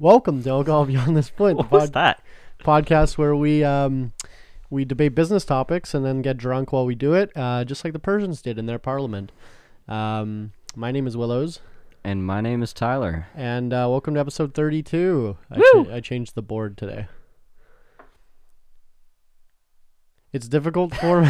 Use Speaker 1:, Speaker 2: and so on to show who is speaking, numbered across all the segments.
Speaker 1: Welcome to Alcohol Beyond This Point, the
Speaker 2: What was
Speaker 1: pod-
Speaker 2: that?
Speaker 1: podcast where we um, we debate business topics and then get drunk while we do it, uh, just like the Persians did in their parliament. Um, my name is Willows,
Speaker 2: And my name is Tyler.
Speaker 1: and uh, welcome to episode 32. I, cha-
Speaker 2: Woo!
Speaker 1: I changed the board today. It's difficult for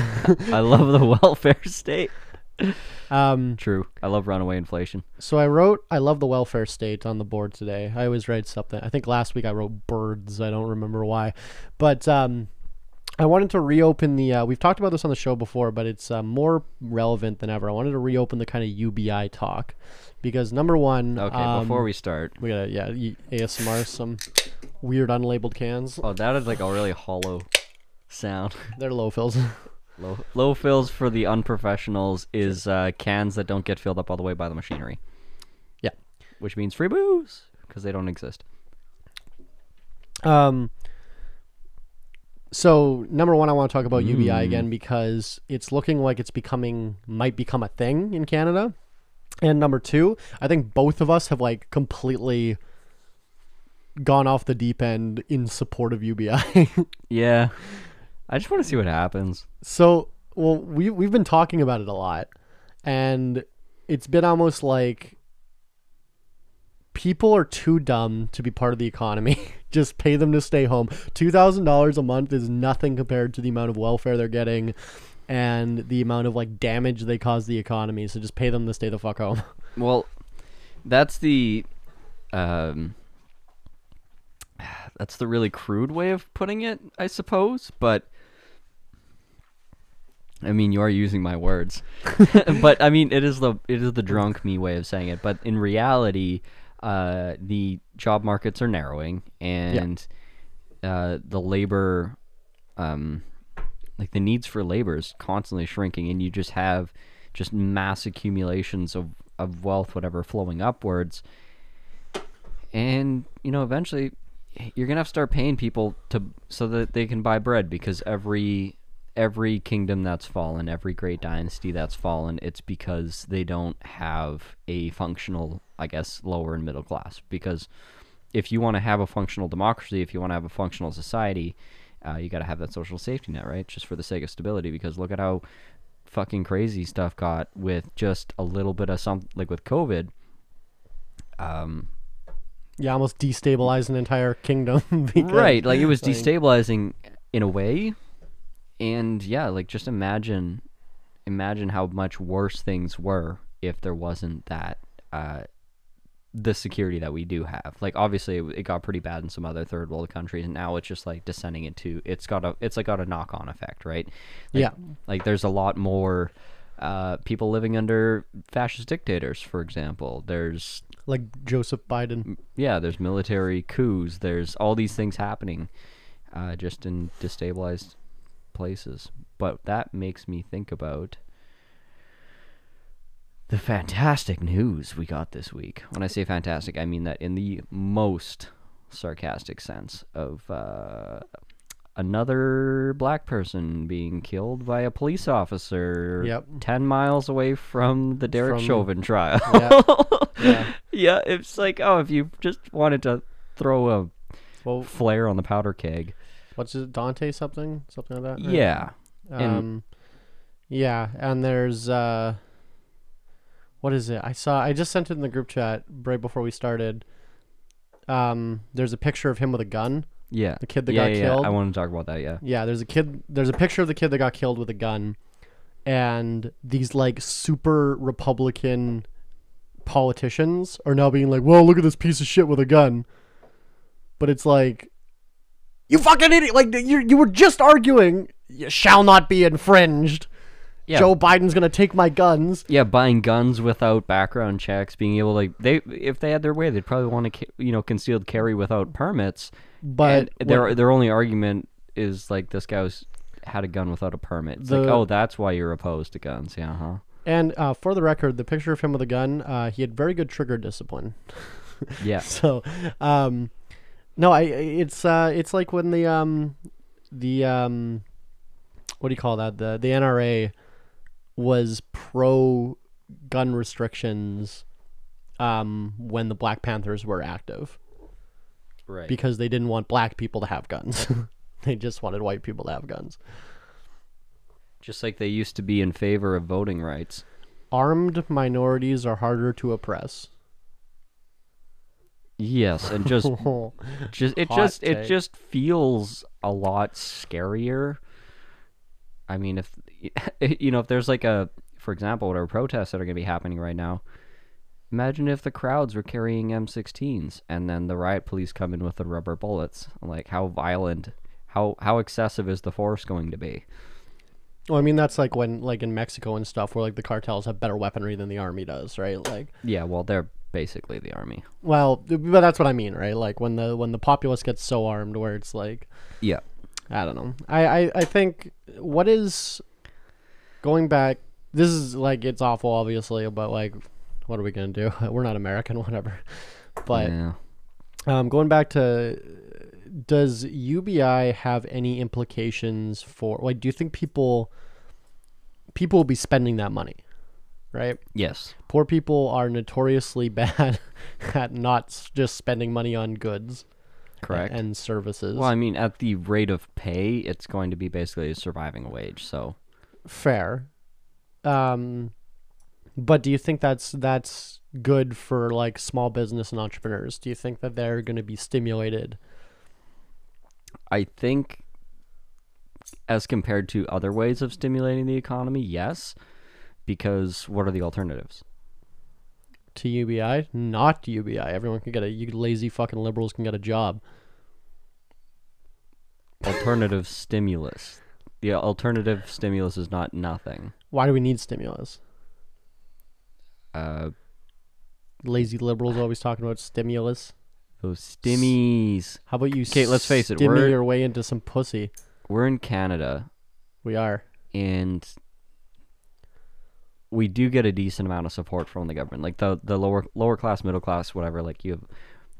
Speaker 2: I love the welfare state.
Speaker 1: um,
Speaker 2: True. I love runaway inflation.
Speaker 1: so I wrote I love the welfare state on the board today. I always write something. I think last week I wrote birds. I don't remember why, but um, I wanted to reopen the. Uh, we've talked about this on the show before, but it's uh, more relevant than ever. I wanted to reopen the kind of UBI talk because number one.
Speaker 2: Okay,
Speaker 1: um,
Speaker 2: before we start.
Speaker 1: we gotta yeah E y- ASMR some weird unlabeled cans.
Speaker 2: Oh, that is like a really hollow sound.
Speaker 1: They're low fills.
Speaker 2: Low, low fills for the unprofessionals is uh, cans that don't get filled up all the way by the machinery.
Speaker 1: Yeah.
Speaker 2: Which means free booze because they don't exist.
Speaker 1: Um, so number one, I want to talk about UBI again because it's looking like it's becoming might become a thing in Canada. And number two, I think both of us have like completely gone off the deep end in support of UBI.
Speaker 2: Yeah. I just want to see what happens.
Speaker 1: so well, we we've been talking about it a lot, and it's been almost like people are too dumb to be part of the economy. Just pay them to stay home. Two thousand dollars a month is nothing compared to the amount of welfare they're getting and the amount of like damage they cause the economy. So just pay them to stay the fuck home.
Speaker 2: Well, that's the um that's the really crude way of putting it, I suppose, but I mean, you are using my words. but I mean, it is the it is the drunk me way of saying it, but in reality, uh the job markets are narrowing and uh the labor um like the needs for labor is constantly shrinking and you just have just mass accumulations of, of wealth whatever flowing upwards and you know eventually you're gonna have to start paying people to so that they can buy bread because every every kingdom that's fallen every great dynasty that's fallen it's because they don't have a functional i guess lower and middle class because if you want to have a functional democracy if you want to have a functional society uh, you got to have that social safety net right just for the sake of stability because look at how fucking crazy stuff got with just a little bit of something like with covid
Speaker 1: Yeah, almost destabilize an entire kingdom. because-
Speaker 2: right like it was destabilizing in a way and yeah like just imagine imagine how much worse things were if there wasn't that uh the security that we do have like obviously it, it got pretty bad in some other third world countries and now it's just like descending into it's got a it's like got a knock-on effect right Like-
Speaker 1: Yeah.
Speaker 2: like there's a lot more uh people living under fascist dictators for example there's
Speaker 1: Like Joseph Biden.
Speaker 2: yeah, there's military coups, there's all these things happening uh, just in destabilized places. But that makes me think about the fantastic news we got this week. When I say fantastic, I mean that in the most sarcastic sense of uh, another black person being killed by a police officer
Speaker 1: Yep.
Speaker 2: 10 miles away from the Derek
Speaker 1: From-
Speaker 2: Chauvin trial.
Speaker 1: Yeah.
Speaker 2: yeah. it's like oh, if you just wanted to throw a
Speaker 1: Well,
Speaker 2: flare on the powder keg.
Speaker 1: what's it? Dante something? Something like that? right?
Speaker 2: Yeah, And-
Speaker 1: Um, yeah, and there's uh, what is it? I saw. I just sent it in the group chat right before we started. Um, there's a picture of him with a gun.
Speaker 2: yeah.
Speaker 1: The kid that
Speaker 2: yeah,
Speaker 1: got
Speaker 2: yeah,
Speaker 1: killed.
Speaker 2: I want to talk about that. Yeah,
Speaker 1: Yeah, there's a kid. There's a picture of the kid that got killed with a gun, and these like super Republican politicians are now being like, "Well, look at this piece of shit with a gun," but it's like, "You fucking idiot! Like you you were just arguing. You shall not be infringed.
Speaker 2: yeah,
Speaker 1: Joe Biden's gonna take my guns."
Speaker 2: yeah. Buying guns without background checks, being able to like they if they had their way, they'd probably want to you know concealed carry without permits.
Speaker 1: But
Speaker 2: and their their only argument is like this guy was had a gun without a permit. It's like
Speaker 1: The-
Speaker 2: oh, that's why you're opposed to guns. Yeah, huh?
Speaker 1: and uh, for the record, the picture of him with a gun, uh, he had very good trigger discipline.
Speaker 2: Yeah.
Speaker 1: so um no i I- it's uh it's like when the um the um what do you call that the the nra was pro gun restrictions um, when the Black Panthers were active
Speaker 2: Right.
Speaker 1: because they didn't want black people to have guns. they just wanted white people to have guns.
Speaker 2: Just like they used to be in favor of voting rights.
Speaker 1: Armed minorities are harder to oppress.
Speaker 2: Yes, and just just it
Speaker 1: Hot
Speaker 2: just
Speaker 1: take.
Speaker 2: it just feels a lot scarier. I mean, if you know, if there's like a, for example, whatever protests that are going to be happening right now, imagine if the crowds were carrying M16s and then the riot police come in with the rubber bullets. Like how violent, how how excessive is the force going to be?
Speaker 1: Well, I mean that's like when like in Mexico and stuff where like the cartels have better weaponry than the army does, right? Like
Speaker 2: Yeah, well, they're basically the army.
Speaker 1: well, but that's what I mean, right? Like when the when the populace gets so armed where it's like
Speaker 2: Yeah.
Speaker 1: I don't know. I, I, I think what is going back this is like it's awful obviously, but like what are we gonna do? We're not American, whatever. But
Speaker 2: yeah.
Speaker 1: Um, going back to, does UBI have any implications for like? Do you think people people will be spending that money, right?
Speaker 2: Yes.
Speaker 1: Poor people are notoriously bad at not s- just spending money on goods
Speaker 2: Correct.
Speaker 1: and services.
Speaker 2: Well, I mean, at the rate of pay, it's going to be basically a surviving wage. So
Speaker 1: Fair, um, but do you think that's that's good for like small business and entrepreneurs? Do you think that they're going to be stimulated?
Speaker 2: I think, as compared to other ways of stimulating the economy, yes, because what are the alternatives?
Speaker 1: to UBI, not UBI. Everyone can get a you lazy fucking liberals can get a job.
Speaker 2: Alternative stimulus. The alternative stimulus is not nothing.
Speaker 1: Why do we need stimulus?
Speaker 2: Uh,
Speaker 1: Lazy liberals always talking about stimulus.
Speaker 2: those stimmies.
Speaker 1: How about you?
Speaker 2: Okay, let's face it,
Speaker 1: stimmy
Speaker 2: we're-
Speaker 1: your way into some pussy.
Speaker 2: We're in Canada,
Speaker 1: We are.
Speaker 2: and we do get a decent amount of support from the government like the the lower lower class middle class whatever like you have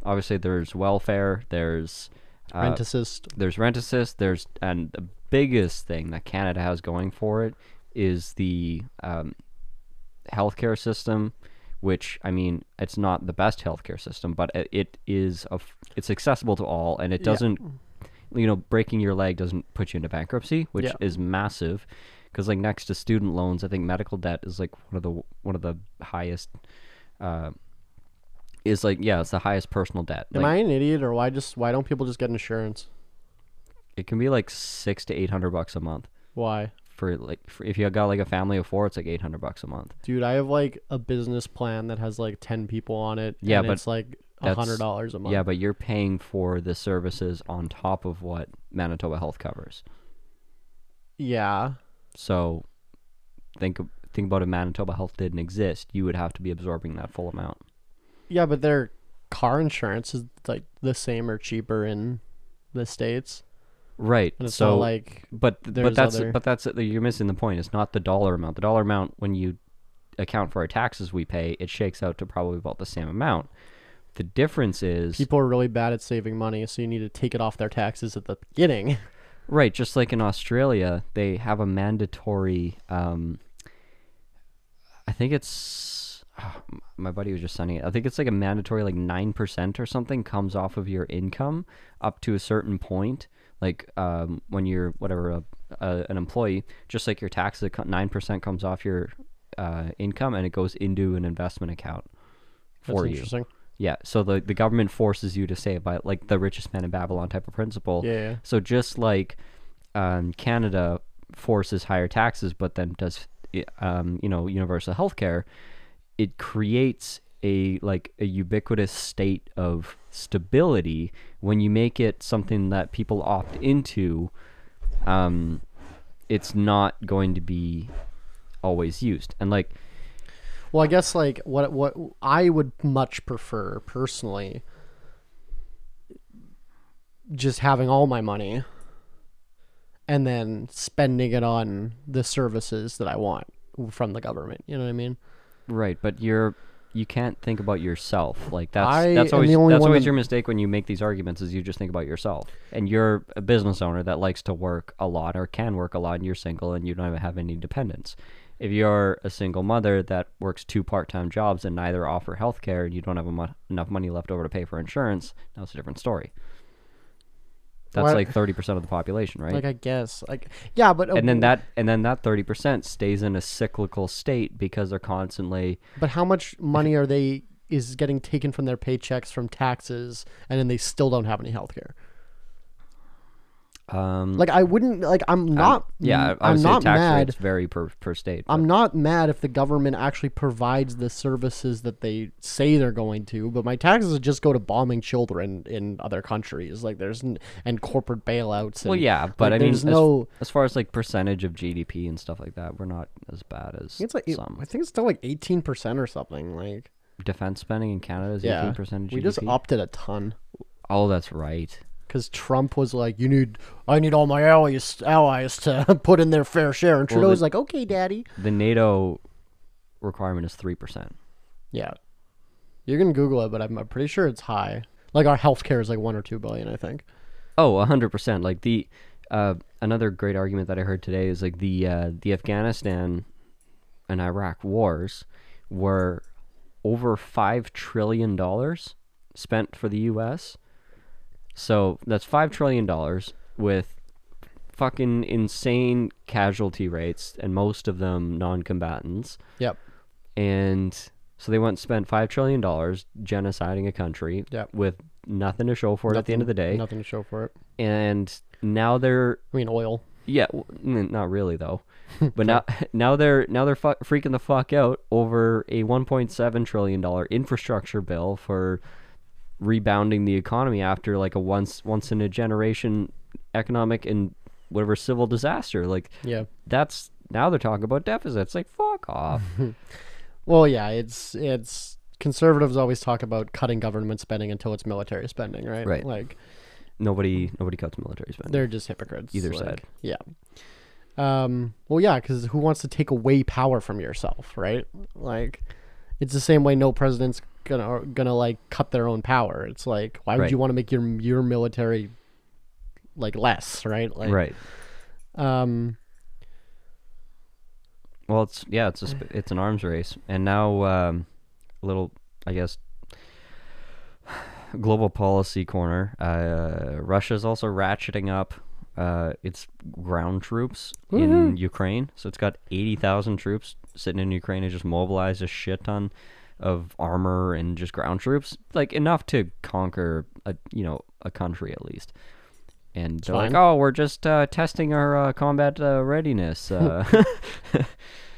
Speaker 2: obviously there's welfare there's uh,
Speaker 1: Rent assist.
Speaker 2: there's rent assist there's and the biggest thing that canada has going for it is the um, healthcare system which i mean it's not the best healthcare system but it, it is a, f- it's accessible to all and it
Speaker 1: Yeah.
Speaker 2: doesn't you know breaking your leg doesn't put you into bankruptcy which
Speaker 1: Yeah.
Speaker 2: is massive because like next to student loans i think medical debt is like one of the one of the highest uh, is like yeah it's the highest personal debt
Speaker 1: Am
Speaker 2: Like,
Speaker 1: I an idiot or why just why don't people just get insurance?
Speaker 2: it can be like six to eight hundred bucks a month
Speaker 1: Why,
Speaker 2: for like for if you got like a family of four, it's like eight hundred bucks a month.
Speaker 1: dude? I have like a business plan that has like ten people on it.
Speaker 2: Yeah,
Speaker 1: and
Speaker 2: but
Speaker 1: it's like a
Speaker 2: that's-
Speaker 1: hundred dollars a month.
Speaker 2: Yeah, but you're paying for the services on top of what Manitoba Health covers.
Speaker 1: Yeah.
Speaker 2: So think think about if Manitoba Health didn't exist, you would have to be absorbing that full amount.
Speaker 1: Yeah, but their car insurance is like the same or cheaper in the states,
Speaker 2: Right.
Speaker 1: and it's
Speaker 2: so
Speaker 1: not like
Speaker 2: but th-
Speaker 1: there's
Speaker 2: but that's
Speaker 1: other-
Speaker 2: but that's uh, you're missing the point. It's not the dollar amount. The dollar amount when you account for our taxes we pay, it shakes out to probably about the same amount. The difference is
Speaker 1: People are really bad at saving money, so you need to take it off their taxes at the beginning.
Speaker 2: Right, just like in Australia, they have a mandatory. Um, I think it's m- my buddy was just sending it. I think it's like a mandatory, like nine percent or something, comes off of your income up to a certain point. Like um, when you're whatever a, a, an employee, just like your taxes, nine percent comes off your uh, income and it goes into an investment account
Speaker 1: That's
Speaker 2: for you.
Speaker 1: interesting.
Speaker 2: Yeah, so the the government forces you to save by like the richest man in Babylon type of principle.
Speaker 1: Yeah, yeah.
Speaker 2: So just like um, Canada forces higher taxes, but then does i- um, you know universal health care, it creates a like a ubiquitous state of stability when you make it something that people opt into. Um, it's not going to be always used, and like
Speaker 1: Well, I guess like what what I would much prefer personally, just having all my money, and then spending it on the services that I want from the government. You know what I mean?
Speaker 2: Right, but you're you can't think about yourself. Like that's
Speaker 1: I
Speaker 2: that's
Speaker 1: am
Speaker 2: always
Speaker 1: the only
Speaker 2: that's
Speaker 1: one
Speaker 2: always
Speaker 1: that-
Speaker 2: your mistake when you make these arguments is you just think about yourself. And you're a business owner that likes to work a lot or can work a lot and you're single and you don't have any dependents. If you're a single mother that works two part-time jobs and neither offer health care and you don't have emu- enough money left over to pay for insurance, now it's a different story. That's
Speaker 1: Why-
Speaker 2: like 30% of the population, right?
Speaker 1: Like I guess, like yeah, but uh,
Speaker 2: and then that and then that 30% stays in a cyclical state because they're constantly
Speaker 1: But how much money are they is getting taken from their paychecks from taxes, and then they still don't have any health care?
Speaker 2: um
Speaker 1: Like I wouldn't like I'm not
Speaker 2: yeah, I
Speaker 1: I'm
Speaker 2: would say
Speaker 1: not
Speaker 2: tax
Speaker 1: mad.
Speaker 2: rates vary per per state.
Speaker 1: I'm not mad if the government actually provides the services that they say they're going to, but my taxes just go to bombing children in other countries. Like there's n- and corporate bailouts. And,
Speaker 2: Well, yeah,
Speaker 1: like,
Speaker 2: but I mean,
Speaker 1: there's
Speaker 2: as,
Speaker 1: no-
Speaker 2: as far as like percentage of GDP and stuff like that, we're not as bad as
Speaker 1: It's like
Speaker 2: some.
Speaker 1: I think it's still like 18 percent or something. Like
Speaker 2: Defense spending in Canada is
Speaker 1: yeah,
Speaker 2: eighteen percent of GDP.
Speaker 1: we just upped it a ton
Speaker 2: oh, that's right.
Speaker 1: because Trump was like, "You need, I need all my allies allies to put in their fair share," and
Speaker 2: Well,
Speaker 1: Trudeau's
Speaker 2: the-
Speaker 1: like, "Okay, daddy."
Speaker 2: The NATO requirement is three percent.
Speaker 1: Yeah, you can Google it, but I'm, I'm pretty sure it's high. Like our healthcare is like one or two billion, I think.
Speaker 2: Oh, hundred percent. Like the uh, another great argument that I heard today is like the uh, the Afghanistan and Iraq wars were over five trillion dollars spent for the U.S. So that's five trillion dollars with fucking insane casualty rates, and most of them non-combatants
Speaker 1: Yep.
Speaker 2: and so they went and spent five trillion dollars genociding a country
Speaker 1: Yep.
Speaker 2: with nothing to show for it at the end of the day,
Speaker 1: nothing to show for it.
Speaker 2: and now they're
Speaker 1: I mean, oil.
Speaker 2: yeah, w- n- not really though, but now now they're now they're fu- freaking the fuck out over a one point seven trillion dollar infrastructure bill for rebounding the economy after like a once once in a generation economic and whatever civil disaster. Like
Speaker 1: Yeah.
Speaker 2: that's now they're talking about deficits. Like fuck off.
Speaker 1: Well, yeah, it's it's conservatives always talk about cutting government spending until it's military spending, right?
Speaker 2: Right.
Speaker 1: Like
Speaker 2: nobody nobody cuts military spending.
Speaker 1: they're just hypocrites.
Speaker 2: Either
Speaker 1: like,
Speaker 2: side.
Speaker 1: Yeah. Um. Well, yeah, because who wants to take away power from yourself, right? Like, it's the same way no president's gonna are gonna like cut their own power. It's like, why would
Speaker 2: Right.
Speaker 1: you want to make your your military like less, right? Like,
Speaker 2: right.
Speaker 1: Um.
Speaker 2: Well, it's yeah, it's a sp- it's an arms race, and now um, a little, I guess, global policy corner. Uh, Russia's also ratcheting up uh, its ground troops in Ukraine, so it's got eighty thousand troops sitting in Ukraine and just mobilized a shit ton of armor and just ground troops, like enough to conquer a you know a country at least. And they're like,
Speaker 1: fine.
Speaker 2: oh, we're just uh, testing our uh, combat uh, readiness. Uh,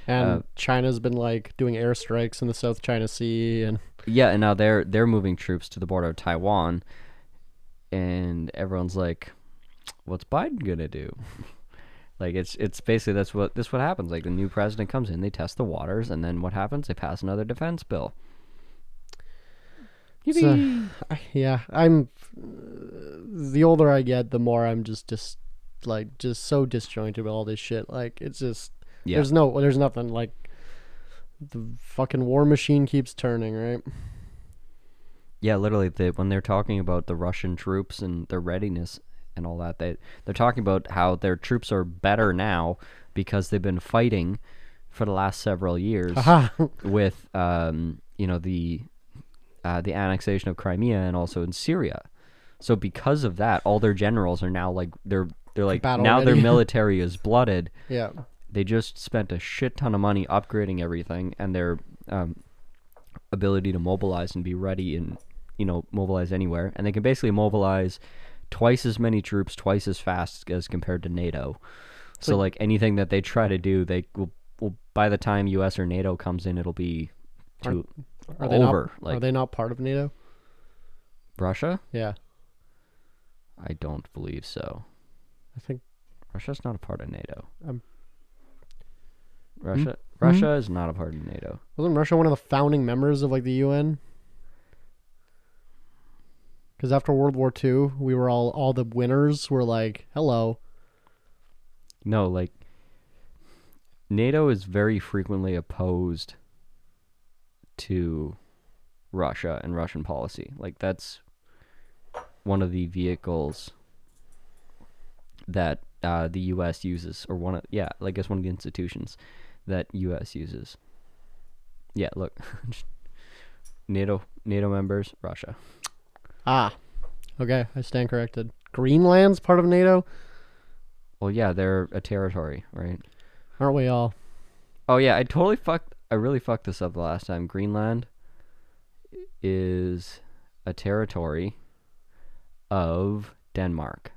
Speaker 1: And China's been like doing airstrikes in the South China Sea, and
Speaker 2: Yeah, and now they're they're moving troops to the border of Taiwan, and everyone's like, "What's Biden gonna do?" like it's it's basically that's what this what happens. Like the new president comes in, they test the waters, and then what happens? They pass another defense bill.
Speaker 1: It's, uh, I- yeah, I'm. The older I get, the more I'm just just like just so disjointed with all this shit. Like it's just
Speaker 2: Yeah.
Speaker 1: there's no there's nothing like the fucking war machine keeps turning, right?
Speaker 2: Yeah, literally, the, when they're talking about the Russian troops and their readiness and all that, they they're talking about how their troops are better now because they've been fighting for the last several years.
Speaker 1: Ha.
Speaker 2: with um, you know the uh, the annexation of Crimea and also in Syria. So because of that, all their generals are now like they're they're like
Speaker 1: Battle
Speaker 2: now their
Speaker 1: ready.
Speaker 2: military is blooded.
Speaker 1: yeah.
Speaker 2: They just spent a shit ton of money upgrading everything and their um, ability to mobilize and be ready and you know mobilize anywhere, and they can basically mobilize twice as many troops twice as fast as compared to NATO. So like anything that they try to do, they will, will by the time U.S. or NATO comes in, it'll be to
Speaker 1: Are they
Speaker 2: over.
Speaker 1: Not,
Speaker 2: like
Speaker 1: are they not part of NATO?
Speaker 2: Russia,
Speaker 1: Yeah,
Speaker 2: I don't believe so.
Speaker 1: I think
Speaker 2: Russia's not a part of NATO.
Speaker 1: Um,
Speaker 2: Russia, Russia is not a part of NATO.
Speaker 1: wasn't Russia one of the founding members of like the UN? Because after World War II, we were all all the winners were like, hello,
Speaker 2: No, like NATO is very frequently opposed to Russia and Russian policy. Like that's one of the vehicles that uh, the U.S. uses, or one of yeah, like it's one of the institutions that U.S. uses. Yeah, look, NATO NATO members, Russia.
Speaker 1: Ah, okay, I stand corrected. Greenland's part of NATO,
Speaker 2: Well, yeah, they're a territory, right?
Speaker 1: aren't we all?
Speaker 2: Oh yeah, I totally fucked. I really fucked this up the last time. Greenland is a territory of Denmark.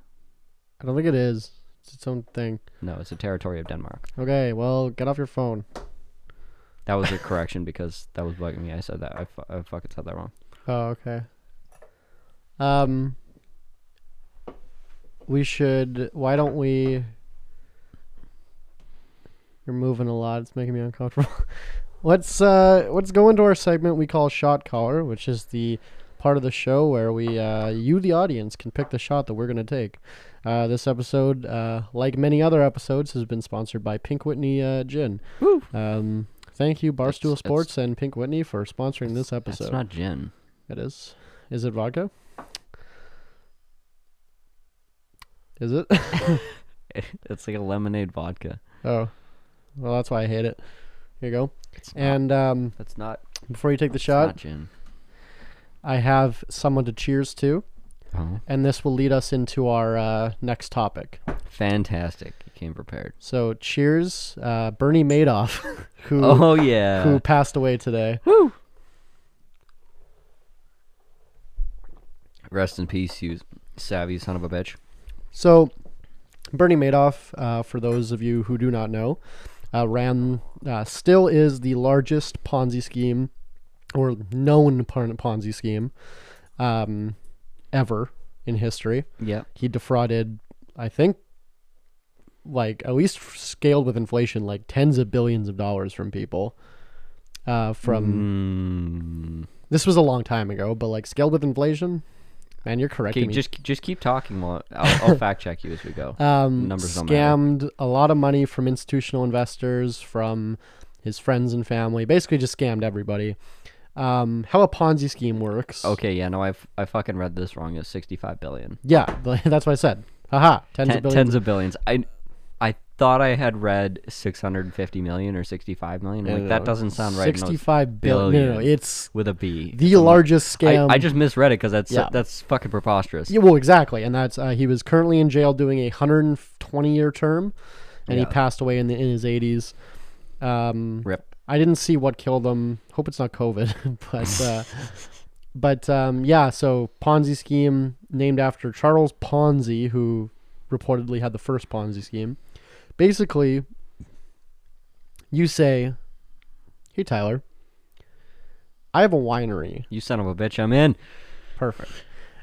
Speaker 1: I don't think it is. It's its own thing.
Speaker 2: No, it's a territory of Denmark.
Speaker 1: Okay, well, get off your phone.
Speaker 2: That was a correction because that was bugging me. I said that. I, fu- I fucking said that wrong.
Speaker 1: Oh, okay. Um, we should. Why don't we? You're moving a lot. It's making me uncomfortable. let's uh, let's go into our segment we call Shot Caller, which is the part of the show where we, uh, you, the audience, can pick the shot that we're gonna take. Uh, this episode, uh, like many other episodes, has been sponsored by Pink Whitney uh, Gin.
Speaker 2: Woo.
Speaker 1: Um, thank you, Barstool
Speaker 2: That's-
Speaker 1: Sports and Pink Whitney for sponsoring this episode.
Speaker 2: That's not gin.
Speaker 1: It is. Is it vodka? Is it?
Speaker 2: It's like a lemonade vodka.
Speaker 1: oh. Well, that's why I hate it. Here you go.
Speaker 2: It's not-
Speaker 1: And um,
Speaker 2: that's not.
Speaker 1: before you take the
Speaker 2: it's not
Speaker 1: shot,
Speaker 2: gin.
Speaker 1: I have someone to cheers to,
Speaker 2: Oh,
Speaker 1: and this will lead us into our uh, next topic.
Speaker 2: fantastic! You came prepared.
Speaker 1: So, cheers, uh, Bernie Madoff, who
Speaker 2: Oh yeah.
Speaker 1: who passed away today.
Speaker 2: Rest in peace, you savvy son of a bitch.
Speaker 1: So, Bernie Madoff, uh, for those of you who do not know, uh, ran uh, still is the largest Ponzi scheme or known pon- Ponzi scheme um, ever in history.
Speaker 2: Yep.
Speaker 1: He defrauded, I think, like at least f- scaled with inflation, like tens of billions of dollars from people. Uh, from
Speaker 2: Mm.
Speaker 1: this was a long time ago, but like scaled with inflation, man, you're correcting
Speaker 2: Okay,
Speaker 1: me.
Speaker 2: just just keep talking. While I'll, I'll fact check you as we go.
Speaker 1: um,
Speaker 2: Numbers don't matter.
Speaker 1: scammed a lot of money from institutional investors, from his friends and family. Basically, just scammed everybody. Um, how a Ponzi scheme works?
Speaker 2: Uh, Okay, yeah, no, I f- I fucking read this wrong. It's sixty-five billion.
Speaker 1: Yeah, that's what I said. Haha, tens
Speaker 2: Ten,
Speaker 1: of billions.
Speaker 2: tens of billions. I I thought I had read six hundred and fifty million or sixty-five million. I'm like that doesn't sound right. No, it's
Speaker 1: Sixty-five billion. No, no,
Speaker 2: billion.
Speaker 1: it's
Speaker 2: with a B.
Speaker 1: the largest
Speaker 2: I,
Speaker 1: scam.
Speaker 2: I just misread it because that's
Speaker 1: Yeah.
Speaker 2: that's fucking preposterous.
Speaker 1: Yeah, well, exactly, and that's uh, he was currently in jail doing a hundred and twenty year term, and
Speaker 2: Yeah.
Speaker 1: he passed away in the in his eighties. Um,
Speaker 2: Rip.
Speaker 1: I didn't see what killed him. Hope it's not COVID. but uh, but um, yeah, so Ponzi scheme named after Charles Ponzi, who reportedly had the first Ponzi scheme. Basically, you say, "Hey Tyler, I have a winery.
Speaker 2: You son of a bitch. I'm in.
Speaker 1: Perfect."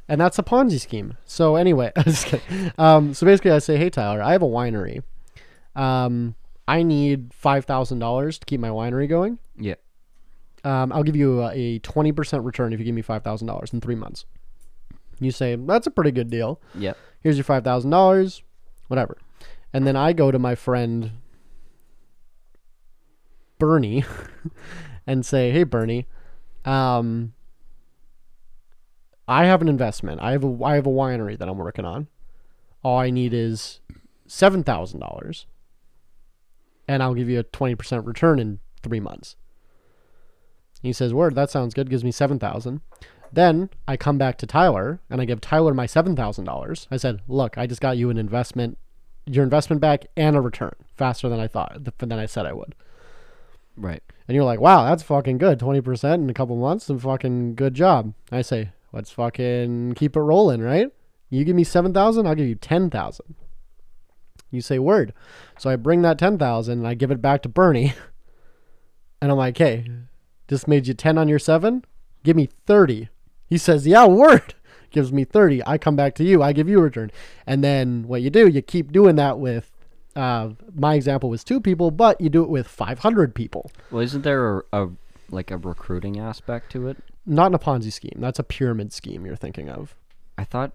Speaker 1: And that's a Ponzi scheme. So anyway, I'm just kidding. Um, so basically, I say, "Hey Tyler, I have a winery. Um, I need five thousand dollars to keep my winery going."
Speaker 2: Yeah.
Speaker 1: um, I'll give you a- a twenty percent return if you give me five thousand dollars in three months. You say that's a pretty good deal.
Speaker 2: Yep.
Speaker 1: Here's your five thousand dollars, whatever. And then I go to my friend Bernie and say, "Hey, Bernie, um, I have an investment. I have a I have a winery that I'm working on. All I need is seven thousand dollars, and I'll give you a twenty percent return in three months." He says, "Word, that sounds good." Gives me seven thousand. Then I come back to Tyler and I give Tyler my seven thousand dollars. I said, "Look, I just got you an investment, your investment back, and a return faster than I thought than I said I would."
Speaker 2: Right.
Speaker 1: And you're like, wow, that's fucking good. 20% in a couple months. And fucking good job. I say, let's fucking keep it rolling, right? You give me 7,000, I'll give you 10,000. You say word. So I bring that 10,000 and I give it back to Bernie. And I'm like, hey, just made you 10 on your 7. Give me 30. He says, yeah, word. Gives me 30. I come back to you. I give you a return. And then what you do, you keep doing that with, uh, my example was two people, but you do it with 500 people.
Speaker 2: Well, isn't there a, a like a recruiting aspect to it?
Speaker 1: not in a Ponzi scheme. That's a pyramid scheme you're thinking of.
Speaker 2: I thought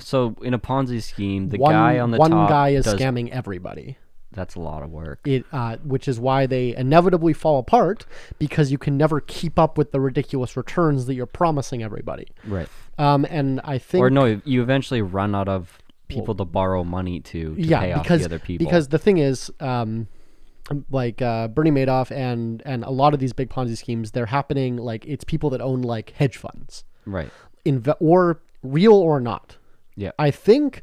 Speaker 2: so. In a Ponzi scheme, the
Speaker 1: one
Speaker 2: guy on the
Speaker 1: one
Speaker 2: top
Speaker 1: guy is
Speaker 2: does,
Speaker 1: scamming everybody.
Speaker 2: That's a lot of work.
Speaker 1: It, uh, which is why they inevitably fall apart because you can never keep up with the ridiculous returns that you're promising everybody.
Speaker 2: Right.
Speaker 1: Um, and I think
Speaker 2: Or no, you eventually run out of people to borrow money to, to pay off
Speaker 1: because,
Speaker 2: the other people.
Speaker 1: Because the thing is, um, like uh, Bernie Madoff and and a lot of these big Ponzi schemes, they're happening like it's people that own like hedge funds,
Speaker 2: Right.
Speaker 1: inve- or real or not.
Speaker 2: Yeah.
Speaker 1: I think.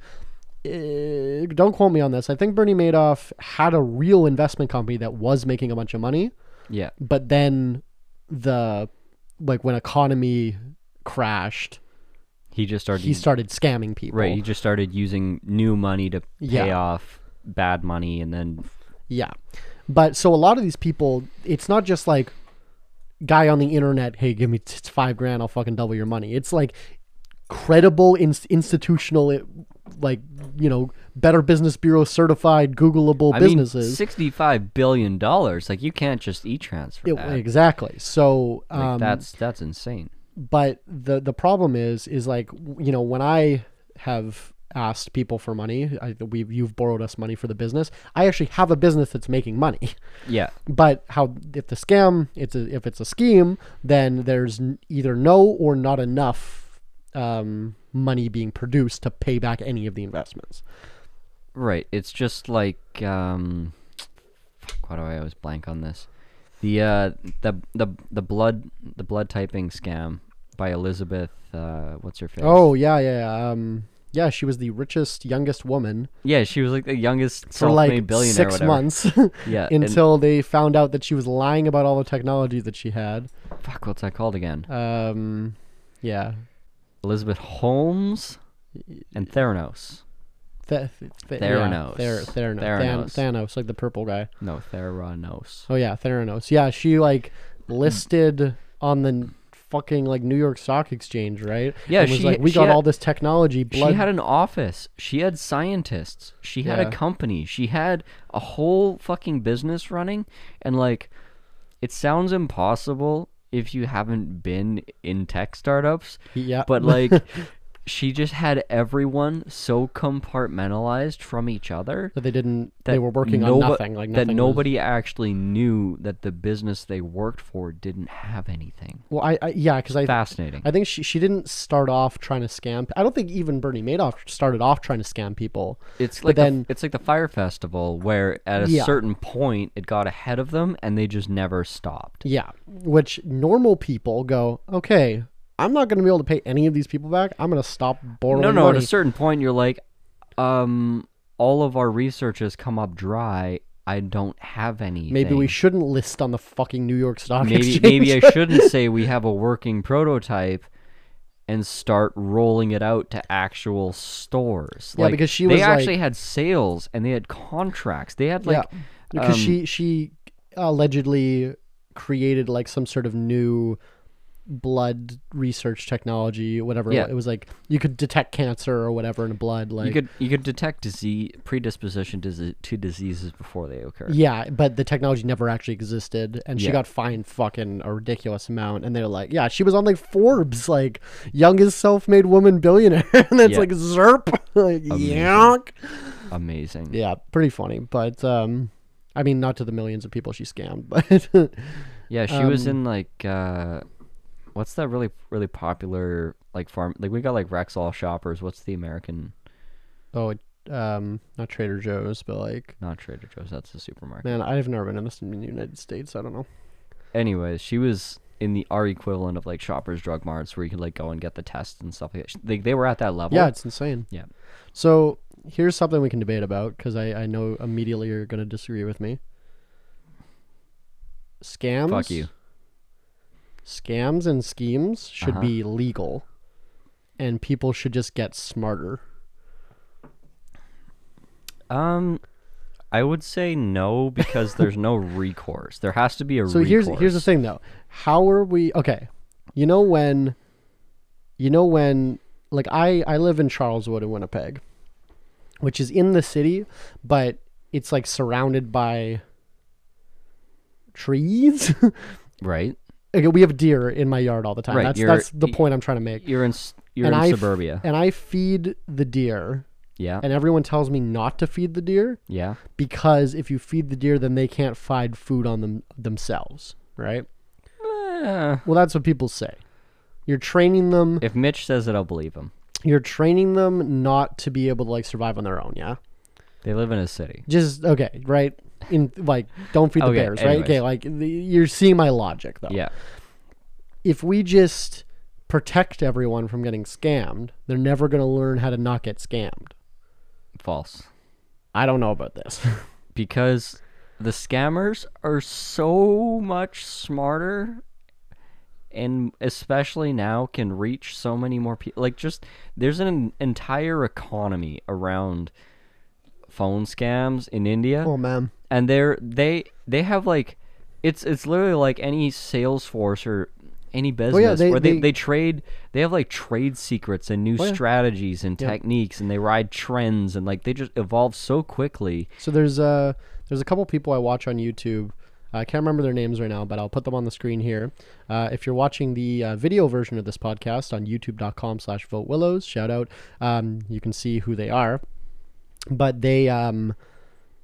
Speaker 1: Uh, don't quote me on this. I think Bernie Madoff had a real investment company that was making a bunch of money,
Speaker 2: Yeah.
Speaker 1: but then the like when economy crashed,
Speaker 2: He just started.
Speaker 1: he started scamming people.
Speaker 2: Hmm. right. He just started using new money to pay
Speaker 1: Yeah.
Speaker 2: off bad money, and then
Speaker 1: Yeah. But so a lot of these people, it's not just like guy on the internet, hey, give me t- t- five grand, I'll fucking double your money. It's like credible in- institutional, it- like, you know, Better Business Bureau certified, Googleable
Speaker 2: I mean,
Speaker 1: businesses.
Speaker 2: sixty-five billion dollars. Like you can't just e-transfer
Speaker 1: It-
Speaker 2: that.
Speaker 1: exactly. So,
Speaker 2: Like,
Speaker 1: um,
Speaker 2: that's that's insane.
Speaker 1: but the the problem is is like w- you know when I have asked people for money, I, we you've borrowed us money for the business. I actually have a business that's making money.
Speaker 2: Yeah.
Speaker 1: but how if the scam it's a, if it's a scheme then there's n- either no or not enough um, money being produced to pay back any of the investments
Speaker 2: Right. It's just like um fuck, why do I always blank on this? The uh the the the blood the blood typing scam by Elizabeth uh what's her face?
Speaker 1: oh yeah yeah yeah, um, yeah she was the richest youngest woman
Speaker 2: Yeah, she was like the youngest
Speaker 1: for
Speaker 2: self-made
Speaker 1: like
Speaker 2: billionaire
Speaker 1: six
Speaker 2: or whatever.
Speaker 1: months
Speaker 2: Yeah. Uh, and-
Speaker 1: until they found out that she was lying about all the technology that she had
Speaker 2: fuck what's that called again?
Speaker 1: um, yeah
Speaker 2: Elizabeth Holmes and Theranos.
Speaker 1: Th- th- th-
Speaker 2: Theranos.
Speaker 1: yeah, Ther- Theranos.
Speaker 2: Theranos.
Speaker 1: Than- Thanos, like the purple guy.
Speaker 2: No, Theranos.
Speaker 1: Oh yeah, Theranos. Yeah, she like listed on the n- fucking like New York Stock Exchange, right?
Speaker 2: Yeah,
Speaker 1: and was
Speaker 2: she-
Speaker 1: like we
Speaker 2: she
Speaker 1: got
Speaker 2: had-
Speaker 1: all this technology. Blood.
Speaker 2: She had an office. She had scientists. She had
Speaker 1: Yeah.
Speaker 2: a company. She had a whole fucking business running. And like, it sounds impossible if you haven't been in tech startups,
Speaker 1: yeah,
Speaker 2: but like, she just had everyone so compartmentalized from each other.
Speaker 1: that they didn't.
Speaker 2: That
Speaker 1: they were working
Speaker 2: nobo-
Speaker 1: on nothing. Like nothing
Speaker 2: that
Speaker 1: was-
Speaker 2: nobody actually knew that the business they worked for didn't have anything.
Speaker 1: well, I, I yeah, because I
Speaker 2: Fascinating.
Speaker 1: I think she she didn't start off trying to scam. I don't think even Bernie Madoff started off trying to scam people.
Speaker 2: It's like
Speaker 1: then-
Speaker 2: the, it's like the fire festival where at a
Speaker 1: Yeah.
Speaker 2: certain point it got ahead of them and they just never stopped.
Speaker 1: Yeah, which normal people go okay. I'm not going to be able to pay any of these people back. I'm going to stop borrowing
Speaker 2: no, no.
Speaker 1: money.
Speaker 2: At a certain point, you're like, um, all of our research has come up dry. I don't have any.
Speaker 1: Maybe we shouldn't list on the fucking New York Stock
Speaker 2: maybe
Speaker 1: Exchange.
Speaker 2: maybe I shouldn't say we have a working prototype and start rolling it out to actual stores.
Speaker 1: Yeah,
Speaker 2: like,
Speaker 1: because she
Speaker 2: they
Speaker 1: was,
Speaker 2: actually
Speaker 1: like-
Speaker 2: had sales and they had contracts. They had like
Speaker 1: yeah, because
Speaker 2: um,
Speaker 1: she she allegedly created like some sort of new blood research technology, whatever.
Speaker 2: Yeah.
Speaker 1: It was like you could detect cancer or whatever in blood. Like
Speaker 2: you could you could detect disease predisposition to, dise- to diseases before they occur.
Speaker 1: yeah, but the technology never actually existed, and she
Speaker 2: Yeah.
Speaker 1: got fined fucking a ridiculous amount. And they're like, yeah, she was on like Forbes, like youngest self-made woman billionaire, and that's
Speaker 2: Yeah.
Speaker 1: like zerp, like yank.
Speaker 2: Amazing. Yeah.
Speaker 1: Yeah, pretty funny, but um. I mean, not to the millions of people she scammed, but
Speaker 2: she was
Speaker 1: um,
Speaker 2: in like uh what's that really really popular like farm like we got like Rexall shoppers, what's the American
Speaker 1: Oh, it, um, not Trader Joe's, but like,
Speaker 2: not Trader Joe's, that's the supermarket.
Speaker 1: man, I've never been in this in the United States. I don't know.
Speaker 2: Anyways, she was in the R equivalent of like shoppers drug marts where you could like go and get the tests and stuff like that. She- They, they were at that level.
Speaker 1: Yeah, it's insane.
Speaker 2: Yeah.
Speaker 1: So here's something we can debate about because I, I know immediately you're gonna disagree with me. Scams.
Speaker 2: Fuck you.
Speaker 1: Scams and schemes should
Speaker 2: Uh-huh.
Speaker 1: be legal, and people should just get smarter.
Speaker 2: Um I would say no because there's no recourse. There has to be a
Speaker 1: So
Speaker 2: recourse.
Speaker 1: here's here's the thing though. How are we okay? You know when you know when like I I live in Charleswood in Winnipeg, which is in the city, but it's like surrounded by trees.
Speaker 2: right.
Speaker 1: okay, we have deer in my yard all the time.
Speaker 2: Right,
Speaker 1: that's
Speaker 2: you're-
Speaker 1: that's the
Speaker 2: y-
Speaker 1: point I'm trying to make.
Speaker 2: You're in s- you're
Speaker 1: And
Speaker 2: in
Speaker 1: I f-
Speaker 2: suburbia.
Speaker 1: And I feed the deer,
Speaker 2: yeah.
Speaker 1: and everyone tells me not to feed the deer
Speaker 2: yeah.
Speaker 1: because if you feed the deer, then they can't find food on them themselves, right?
Speaker 2: Eh,
Speaker 1: Well, that's what people say. You're training them.
Speaker 2: If Mitch says it, I'll believe him.
Speaker 1: You're training them not to be able to like survive on their own. Yeah.
Speaker 2: They live in a city.
Speaker 1: Just okay, right? in like don't feed the
Speaker 2: Okay,
Speaker 1: bears, right? Okay,
Speaker 2: anyways.
Speaker 1: like the, you're seeing my logic though.
Speaker 2: Yeah.
Speaker 1: If we just protect everyone from getting scammed, they're never going to learn how to not get scammed.
Speaker 2: False.
Speaker 1: I don't know about this.
Speaker 2: because the scammers are so much smarter and especially now can reach so many more people like just there's an entire economy around phone scams in India
Speaker 1: oh man.
Speaker 2: and they're they they have like it's it's literally like any sales force or any business
Speaker 1: they-
Speaker 2: where they,
Speaker 1: they-
Speaker 2: they, trade they have like trade secrets and new
Speaker 1: yeah.
Speaker 2: strategies and techniques and they ride trends and like they just evolve so quickly
Speaker 1: So there's uh there's a couple people I watch on YouTube. I can't remember their names right now, but I'll put them on the screen here. Uh, if you're watching the uh, video version of this podcast on youtube.com slash vote willows, shout out. Um, you can see who they are. But they um,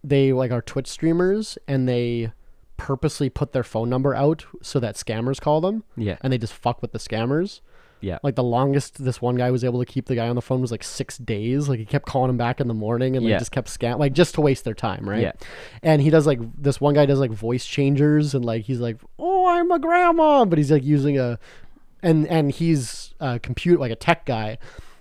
Speaker 1: they like are Twitch streamers and they purposely put their phone number out so that scammers call them
Speaker 2: yeah
Speaker 1: and they just fuck with the scammers.
Speaker 2: yeah
Speaker 1: Like the longest this one guy was able to keep the guy on the phone was like six days. Like he kept calling him back in the morning and like
Speaker 2: Yeah.
Speaker 1: just kept scam like just to waste their time, right?
Speaker 2: Yeah.
Speaker 1: And he does like this one guy does like voice changers and like he's like, Oh, I'm a grandma but he's like using a and and he's a compute like a tech guy.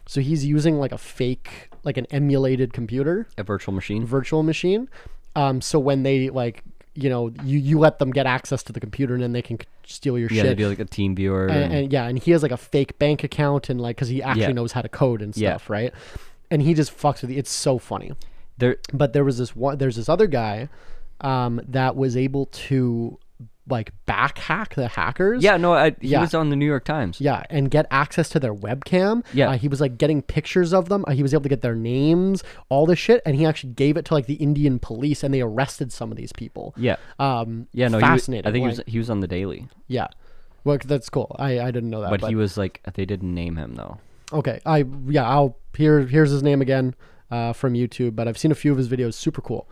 Speaker 1: So he's using like a fake like an emulated computer
Speaker 2: a virtual machine
Speaker 1: virtual machine. Um, so when they like you know, you, you let them get access to the computer and then they can c- steal your
Speaker 2: yeah
Speaker 1: shit
Speaker 2: they do like a team viewer
Speaker 1: and,
Speaker 2: and-
Speaker 1: and yeah, and he has like a fake bank account and like because he actually
Speaker 2: Yeah.
Speaker 1: knows how to code and
Speaker 2: Yeah.
Speaker 1: stuff, right? And he just fucks with you. It's so funny.
Speaker 2: they're
Speaker 1: But there was this one. There's this other guy um, that was able to like back hack the hackers.
Speaker 2: yeah no I, he
Speaker 1: Yeah.
Speaker 2: was on the new york times
Speaker 1: Yeah, and get access to their webcam.
Speaker 2: Yeah.
Speaker 1: Uh, he was like getting pictures of them. Uh, he was able to get their names, all this shit, and he actually gave it to like the Indian police, and they arrested some of these people.
Speaker 2: yeah
Speaker 1: Um,
Speaker 2: yeah no he was-
Speaker 1: fascinating.
Speaker 2: i think
Speaker 1: like,
Speaker 2: he was he was on the daily
Speaker 1: yeah. Well, that's cool. I, I didn't know that.
Speaker 2: but, he was like they didn't name him though
Speaker 1: Okay, I yeah, I'll here here's his name again uh, from YouTube, but I've seen a few of his videos. Super cool.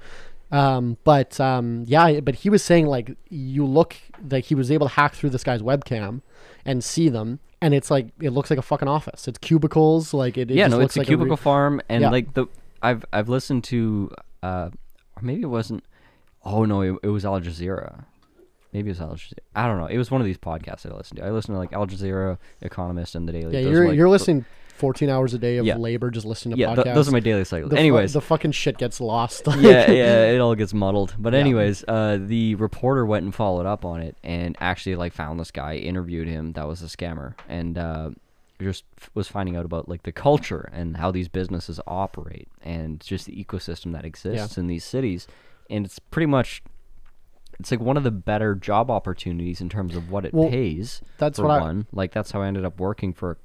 Speaker 1: Um, but um, yeah, I- but he was saying like you look like he was able to hack through this guy's webcam and see them, and it's like it looks like a fucking office. It's cubicles, like it. it
Speaker 2: yeah
Speaker 1: just
Speaker 2: no
Speaker 1: looks
Speaker 2: it's a
Speaker 1: like
Speaker 2: cubicle
Speaker 1: A re-
Speaker 2: farm and
Speaker 1: Yeah.
Speaker 2: like the i've i've listened to uh or maybe it wasn't oh no it, it was al jazeera maybe it was al jazeera i don't know it was one of these podcasts that i listened to i listened to like al jazeera economist and the daily
Speaker 1: yeah,
Speaker 2: Those are,
Speaker 1: you're
Speaker 2: like,
Speaker 1: you're
Speaker 2: the-
Speaker 1: listening fourteen hours a day of
Speaker 2: Yeah.
Speaker 1: labor just listening to
Speaker 2: yeah
Speaker 1: podcasts.
Speaker 2: th- those are my daily cycles
Speaker 1: The fu-
Speaker 2: anyways
Speaker 1: the fucking shit gets lost.
Speaker 2: yeah, yeah, it all gets muddled. But anyways, uh, the reporter went and followed up on it and actually like found this guy, interviewed him. That was a scammer, and uh, just f- was finding out about like the culture and how these businesses operate and just the ecosystem that exists in these cities. And it's pretty much, it's like one of the better job opportunities in terms of what it
Speaker 1: Well,
Speaker 2: pays.
Speaker 1: that's
Speaker 2: for
Speaker 1: what I-
Speaker 2: one. Like that's how I ended up working for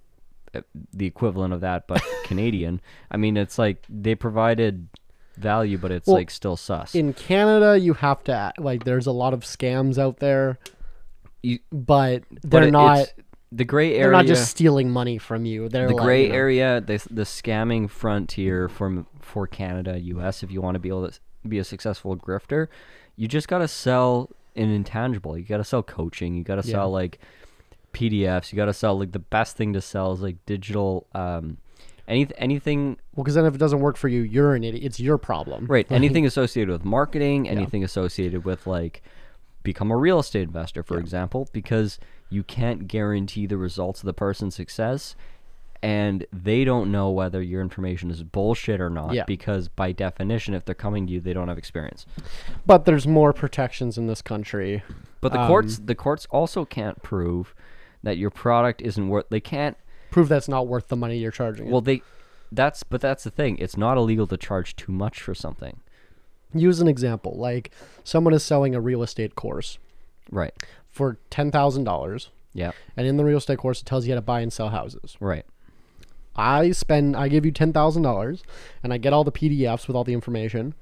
Speaker 2: uh, the equivalent of that, but Canadian. I mean, it's like they provided value, but it's
Speaker 1: Well,
Speaker 2: like still sus.
Speaker 1: In Canada, you have to act- like there's a lot of scams out there,
Speaker 2: You-
Speaker 1: but
Speaker 2: but
Speaker 1: they're
Speaker 2: it-
Speaker 1: not.
Speaker 2: it's- the gray area.
Speaker 1: They're not just stealing money from you. They're
Speaker 2: the
Speaker 1: like,
Speaker 2: gray
Speaker 1: you know,
Speaker 2: area, the the scamming frontier from for Canada, U.S. If you want to be able to s- be a successful grifter, you just gotta sell an intangible. You gotta sell coaching. You gotta
Speaker 1: Yeah.
Speaker 2: sell like PDFs. You gotta sell like the best thing to sell is like digital. Um, any, anything
Speaker 1: Well, because then if it doesn't work for you, you're an idiot. It's your problem.
Speaker 2: Right. Anything associated with marketing, anything associated with like become a real estate investor, for example, because you can't guarantee the results of the person's success and they don't know whether your information is bullshit or not
Speaker 1: Yeah.
Speaker 2: because by definition if they're coming to you they don't have experience.
Speaker 1: But there's more protections in this country.
Speaker 2: But the courts the courts also can't prove that your product isn't worth they can't
Speaker 1: Prove that's not worth the money you're charging.
Speaker 2: well they that's but that's the thing. It's not illegal to charge too much for something.
Speaker 1: use an example. Like someone is selling a real estate course
Speaker 2: Right.
Speaker 1: for ten thousand dollars,
Speaker 2: Yeah.
Speaker 1: and in the real estate course it tells you how to buy and sell houses.
Speaker 2: Right.
Speaker 1: I spend, I give you ten thousand dollars, and I get all the PDFs with all the information,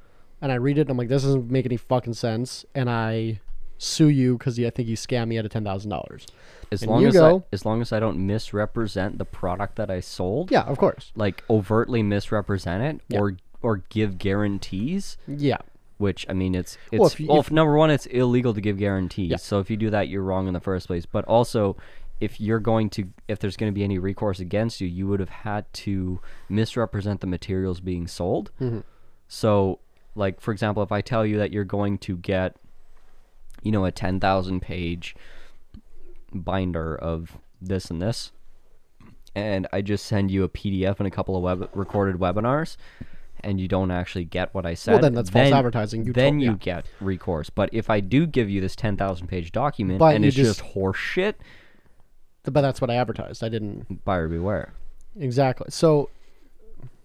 Speaker 1: and I read it, and I'm like, this doesn't make any fucking sense, and I sue you because I think you scammed me out of ten thousand dollars.
Speaker 2: As
Speaker 1: And
Speaker 2: long
Speaker 1: you
Speaker 2: as
Speaker 1: go-
Speaker 2: I, as long as I don't misrepresent the product that I sold,
Speaker 1: Yeah, of course.
Speaker 2: like overtly misrepresent it or or give guarantees,
Speaker 1: Yeah.
Speaker 2: which I mean it's it's
Speaker 1: Well,
Speaker 2: well,
Speaker 1: if you- if-
Speaker 2: if- number one it's illegal to give guarantees. So if you do that, you're wrong in the first place. But also, if you're going to if there's going to be any recourse against you,
Speaker 1: Mm-hmm.
Speaker 2: you would have had to misrepresent the materials being sold. So Like for example, if I tell you that you're going to get, you know, a ten thousand page binder of this and this, and I just send you a PDF and a couple of web recorded webinars, and you don't actually get what I said,
Speaker 1: Well, then that's false advertising. You
Speaker 2: then
Speaker 1: told-
Speaker 2: you
Speaker 1: yeah.
Speaker 2: get recourse. But if I do give you this ten thousand page document
Speaker 1: But
Speaker 2: and
Speaker 1: you
Speaker 2: it's
Speaker 1: just-
Speaker 2: just, horse shit,
Speaker 1: but that's what I advertised. I didn't
Speaker 2: buyer beware.
Speaker 1: exactly. So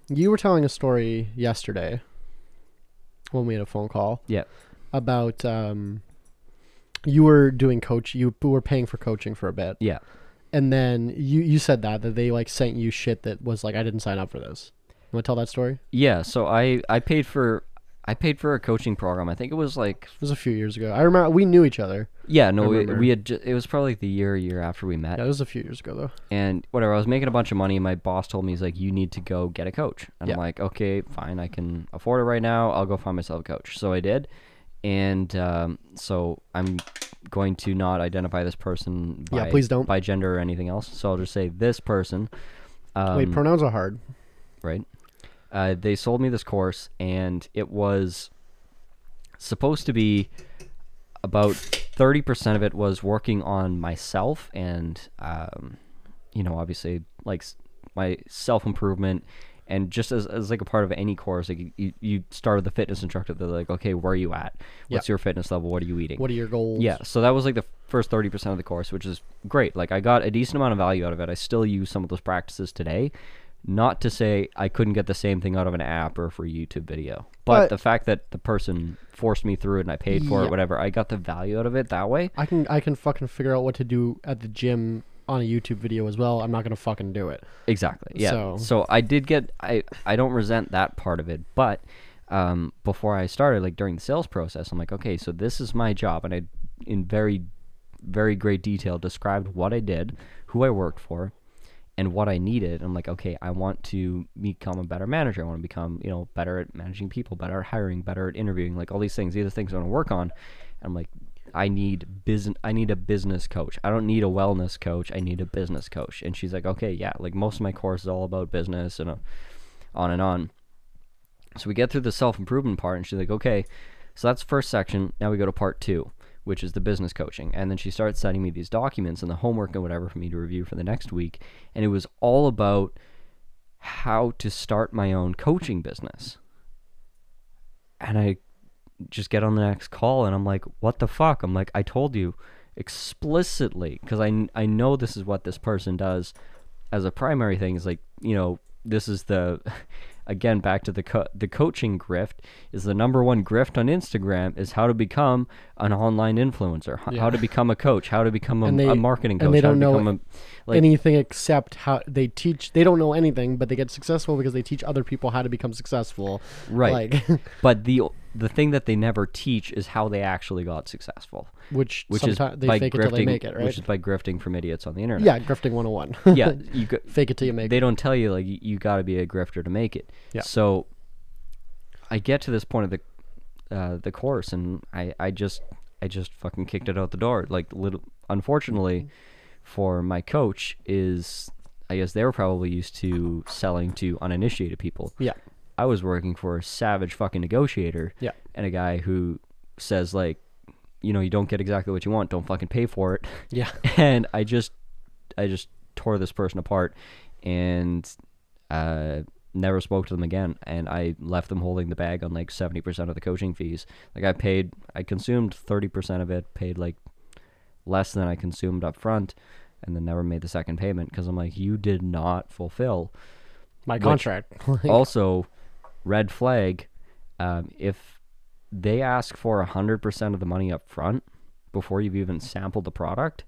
Speaker 1: you were telling a story yesterday when we had a phone call
Speaker 2: Yeah,
Speaker 1: about um, you were doing coach. You were paying for coaching for a bit,
Speaker 2: yeah,
Speaker 1: and then you you said that that they like sent you shit that was like I didn't sign up for this. You want to tell that story? It
Speaker 2: yeah. So I I paid for I paid for a coaching program. I think it was like
Speaker 1: was a few years ago. I remember we knew each other.
Speaker 2: yeah no we,
Speaker 1: remember.
Speaker 2: we had ju- it was probably like the year year after we met
Speaker 1: Yeah, it was a few years ago though.
Speaker 2: and whatever. I was making a bunch of money and my boss told me he's like you need to go get a coach and
Speaker 1: Yeah.
Speaker 2: I'm like okay fine I can afford it right now I'll go find myself a coach. So I did, and um, so I'm going to not identify this person by,
Speaker 1: Yeah, please don't.
Speaker 2: by gender or anything else. So I'll just say this person. Um,
Speaker 1: Wait, pronouns are hard.
Speaker 2: right? Uh, they sold me this course, and it was supposed to be about 30% of it was working on myself and, um, you know, obviously, like s- my self improvement. And just as, as like a part of any course, like you, you start with the fitness instructor. They're like, okay, where are you at? What's your fitness level? What are you eating?
Speaker 1: What are your goals?
Speaker 2: Yeah, so that was like the first 30% of the course, which is great. Like I got a decent amount of value out of it. I still use some of those practices today. Not to say I couldn't get the same thing out of an app or for a YouTube video, but,
Speaker 1: But-
Speaker 2: the fact that the person forced me through it and I paid for
Speaker 1: Yeah.
Speaker 2: it, whatever, I got the value out of it that way.
Speaker 1: I can I can fucking figure out what to do at the gym on a YouTube video as well. I'm not gonna fucking do it.
Speaker 2: Exactly. Yeah.
Speaker 1: So-
Speaker 2: So, I did get I I don't resent that part of it, but um, before I started, like during the sales process, I'm like, okay, so this is my job, and I in very very great detail described what I did, who I worked for, and what I needed. I'm like, okay, I want to become a better manager. I want to become you know better at managing people, better at hiring, better at interviewing, like all these things. These are things I want to work on. I'm like. I need business. I need a business coach. I don't need a wellness coach. I need a business coach. And she's like, okay, yeah. Like most of my course is all about business and uh, on and on. So we get through the self improvement part, and she's like, okay, so that's first section. Now we go to part two, which is the business coaching. And then she starts sending me these documents and the homework and whatever for me to review for the next week. And it was all about how to start my own coaching business. And I just get on the next call and I'm like, what the fuck? I'm like, I told you explicitly because I, I know this is what this person does as a primary thing is like, you know, this is the again back to the co- the coaching grift is the number one grift on Instagram is how to become an online influencer, h-
Speaker 1: Yeah.
Speaker 2: how to become a coach, how to become a,
Speaker 1: And they-
Speaker 2: a marketing coach,
Speaker 1: and they
Speaker 2: how to
Speaker 1: don't know
Speaker 2: become a like
Speaker 1: Anything except how they teach. They don't know anything, but they get successful because they teach other people how to become successful.
Speaker 2: right.
Speaker 1: Like,
Speaker 2: but the the thing that they never teach is how they actually got successful,
Speaker 1: which
Speaker 2: which is
Speaker 1: sometimes they
Speaker 2: by
Speaker 1: fake
Speaker 2: grifting,
Speaker 1: it till they make it, right?
Speaker 2: which is by grifting from idiots on the internet.
Speaker 1: yeah, grifting 101.
Speaker 2: yeah, you go,
Speaker 1: fake it till you make
Speaker 2: they don't tell you like you, you got to be a grifter to make it.
Speaker 1: Yeah.
Speaker 2: So I get to this point of the uh, the course, and I I just I just fucking kicked it out the door. Like little,
Speaker 1: Mm-hmm.
Speaker 2: unfortunately, for my coach is I guess they were probably used to selling to uninitiated people.
Speaker 1: it. Yeah.
Speaker 2: I was working for a savage fucking negotiator.
Speaker 1: Yeah.
Speaker 2: And a guy who says like, you know, you don't get exactly what you want, don't fucking pay for it.
Speaker 1: Yeah.
Speaker 2: And I just I just tore this person apart and uh never spoke to them again and I left them holding the bag on like 70% of the coaching fees. Like I paid I consumed 30% of it, paid like less than I consumed up front and then never made the second payment cuz I'm like you did not fulfill
Speaker 1: My
Speaker 2: Which-
Speaker 1: contract. Like,
Speaker 2: also, red flag, um, if they ask for 100% of the money up front before you've even sampled the product,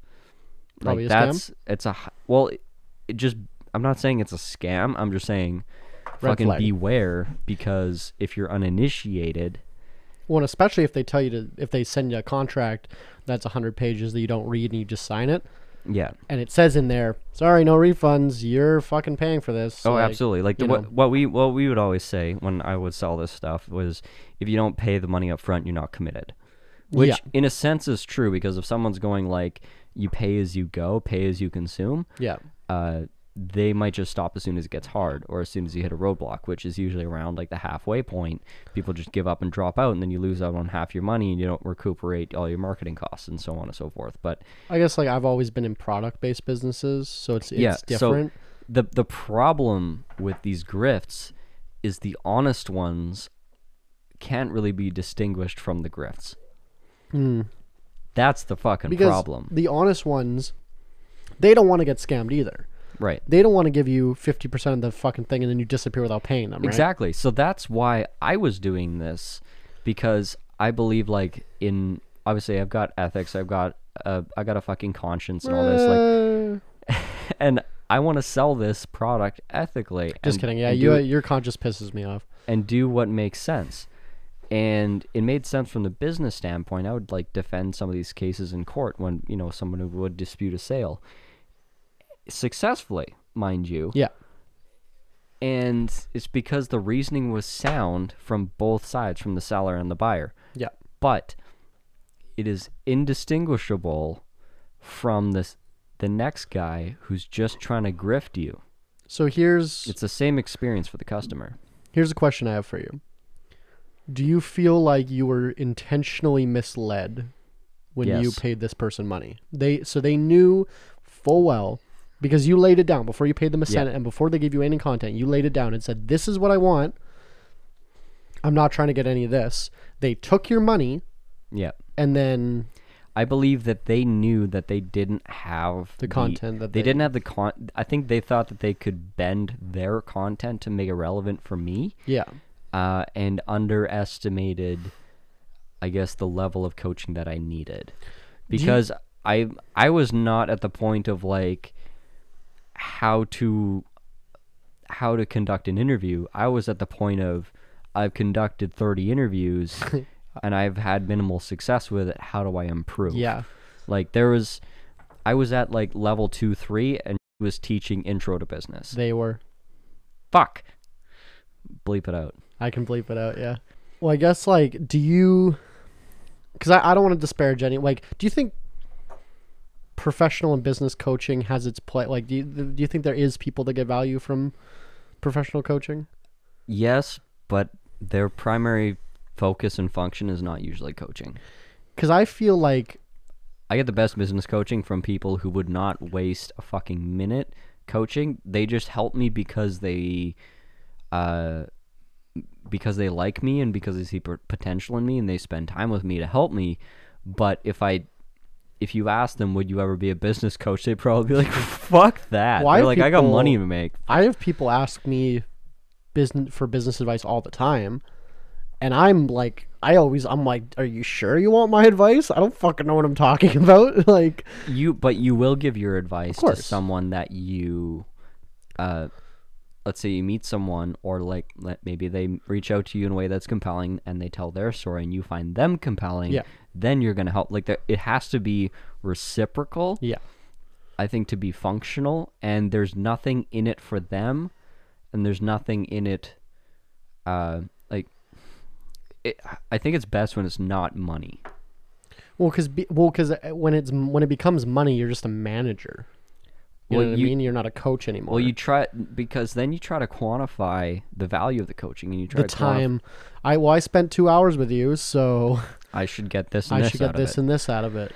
Speaker 1: Probably a
Speaker 2: like
Speaker 1: scam?
Speaker 2: that's, it's a, h- well, it, it just, I'm not saying it's a scam. I'm just saying
Speaker 1: Red
Speaker 2: fucking
Speaker 1: flag.
Speaker 2: beware because if you're uninitiated,
Speaker 1: Well, and especially if they tell you to, if they send you a contract that's 100 pages that you don't read and you just sign it,
Speaker 2: yeah.
Speaker 1: and it says in there, sorry, no refunds, you're fucking paying for this.
Speaker 2: Oh,
Speaker 1: like,
Speaker 2: absolutely. Like the,
Speaker 1: you know.
Speaker 2: what, what we what we would always say when I would sell this stuff was, if you don't pay the money up front, you're not committed. Which,
Speaker 1: Yeah.
Speaker 2: in a sense, is true because if someone's going like, you pay as you go, pay as you consume,
Speaker 1: Yeah.
Speaker 2: uh, they might just stop as soon as it gets hard or as soon as you hit a roadblock, which is usually around like the halfway point. People just give up and drop out, and then you lose out on half your money and you don't recuperate all your marketing costs and so on and so forth. But
Speaker 1: I guess like I've always been in product based businesses, so it's it's
Speaker 2: Yeah, so-
Speaker 1: different.
Speaker 2: the the problem with these grifts is the honest ones can't really be distinguished from the grifts.
Speaker 1: Hmm.
Speaker 2: That's the fucking
Speaker 1: because
Speaker 2: problem,
Speaker 1: the honest ones, they don't want to get scammed either.
Speaker 2: right?
Speaker 1: They don't want to give you fifty percent of the fucking thing and then you disappear without paying them. Right?
Speaker 2: Exactly. So that's why I was doing this because I believe like in obviously I've got ethics, I've got uh, I got a fucking conscience and all this like
Speaker 1: Uh,
Speaker 2: and I want to sell this product ethically.
Speaker 1: just
Speaker 2: and-
Speaker 1: kidding. Yeah,
Speaker 2: and
Speaker 1: you,
Speaker 2: do,
Speaker 1: your conscience pisses me off.
Speaker 2: and do what makes sense. And it made sense from the business standpoint. I would like defend some of these cases in court when you know someone who would dispute a sale successfully, mind you.
Speaker 1: Yeah.
Speaker 2: And it's because the reasoning was sound from both sides, from the seller and the buyer.
Speaker 1: Yeah.
Speaker 2: But it is indistinguishable from this the next guy who's just trying to grift you.
Speaker 1: So here's
Speaker 2: It's the same experience for the customer.
Speaker 1: Here's a question I have for you. Do you feel like you were intentionally misled when you
Speaker 2: Yes.
Speaker 1: paid this person money? They so they knew full well because you laid it down before you paid them a
Speaker 2: Yeah.
Speaker 1: cent and before they gave you any content, you laid it down and said, "This is what I want. I'm not trying to get any of this." They took your money
Speaker 2: Yeah.
Speaker 1: and then
Speaker 2: I believe that they knew that they didn't have
Speaker 1: the content that
Speaker 2: They, didn't have the con. I think they thought that they could bend their content to make it relevant for me,
Speaker 1: Yeah.
Speaker 2: uh, and underestimated, I guess, the level of coaching that I needed, because I I was not at the point of like how to how to conduct an interview. I was at the point of I've conducted 30 interviews and I've had minimal success with it. How do I improve?
Speaker 1: Yeah.
Speaker 2: Like there was I was at like level 2 3 and was teaching intro to business.
Speaker 1: They were
Speaker 2: Fuck. Bleep it out.
Speaker 1: I can bleep it out, yeah. Well, I guess like, do you? Because I, I don't want to disparage any. Like, do you think professional and business coaching has its play? Like, do you do you think there is people that get value from professional coaching?
Speaker 2: Yes, but their primary focus and function is not usually coaching.
Speaker 1: Because I feel like
Speaker 2: I get the best business coaching from people who would not waste a fucking minute coaching. They just help me because they, uh, because they like me and because they see pot- potential in me and they spend time with me to help me. But if I, if you ask them, would you ever be a business coach? They'd probably be like, "Fuck that."
Speaker 1: Why
Speaker 2: They're like, "I got
Speaker 1: people-
Speaker 2: money to make."
Speaker 1: I have people ask me business for business advice all the time, and I'm like, I always, I'm like, are you sure you want my advice? I don't fucking know what I'm talking about. like,
Speaker 2: You, but you will give your advice to
Speaker 1: course.
Speaker 2: someone that you, uh, let's say you meet someone, or like let, maybe they reach out to you in a way that's compelling, and they tell their story, and you find them compelling.
Speaker 1: Yeah.
Speaker 2: Then you're gonna help. Like there, it has to be reciprocal.
Speaker 1: yeah,
Speaker 2: I think to be functional, and there's nothing in it for them, and there's nothing in it, uh, like. It, I think it's best when it's not money.
Speaker 1: Well, because be, well, 'cause, uh, when it's when it becomes money, you're just a manager. You
Speaker 2: Well,
Speaker 1: know what
Speaker 2: you-
Speaker 1: I mean? You're not a coach anymore.
Speaker 2: Well, you try because then you try to quantify the value of the coaching, and you try
Speaker 1: the
Speaker 2: to quantif-
Speaker 1: time. I well, I spent two hours with you, so
Speaker 2: I should get this. And
Speaker 1: I
Speaker 2: this
Speaker 1: should
Speaker 2: out
Speaker 1: get
Speaker 2: of
Speaker 1: this
Speaker 2: it.
Speaker 1: and this out of it.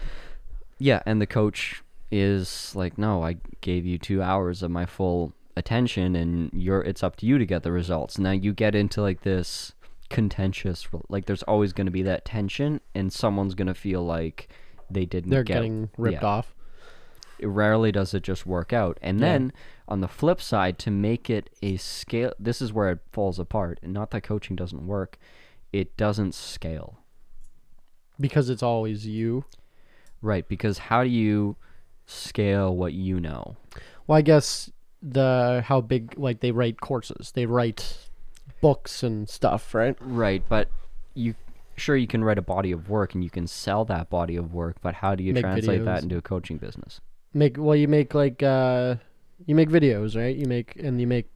Speaker 2: Yeah, and the coach is like, "No, I gave you two hours of my full attention, and you're. It's up to you to get the results." Now you get into like this contentious, rel- like there's always going to be that tension, and someone's going to feel like they didn't.
Speaker 1: They're
Speaker 2: get,
Speaker 1: getting ripped
Speaker 2: yeah.
Speaker 1: off.
Speaker 2: it rarely does it just work out. And then on the flip side, to make it a scale, this is where it falls apart. And not that coaching doesn't work, it doesn't scale.
Speaker 1: Because it's always you.
Speaker 2: Right. Because how do you scale what you know?
Speaker 1: Well, I guess the how big like they write courses, they write books and stuff, right?
Speaker 2: Right. But you, sure, you can write a body of work and you can sell that body of work, but how do you
Speaker 1: Make
Speaker 2: translate
Speaker 1: videos.
Speaker 2: that into a coaching business?
Speaker 1: Make well, you make like uh, you make videos, right? You make and you make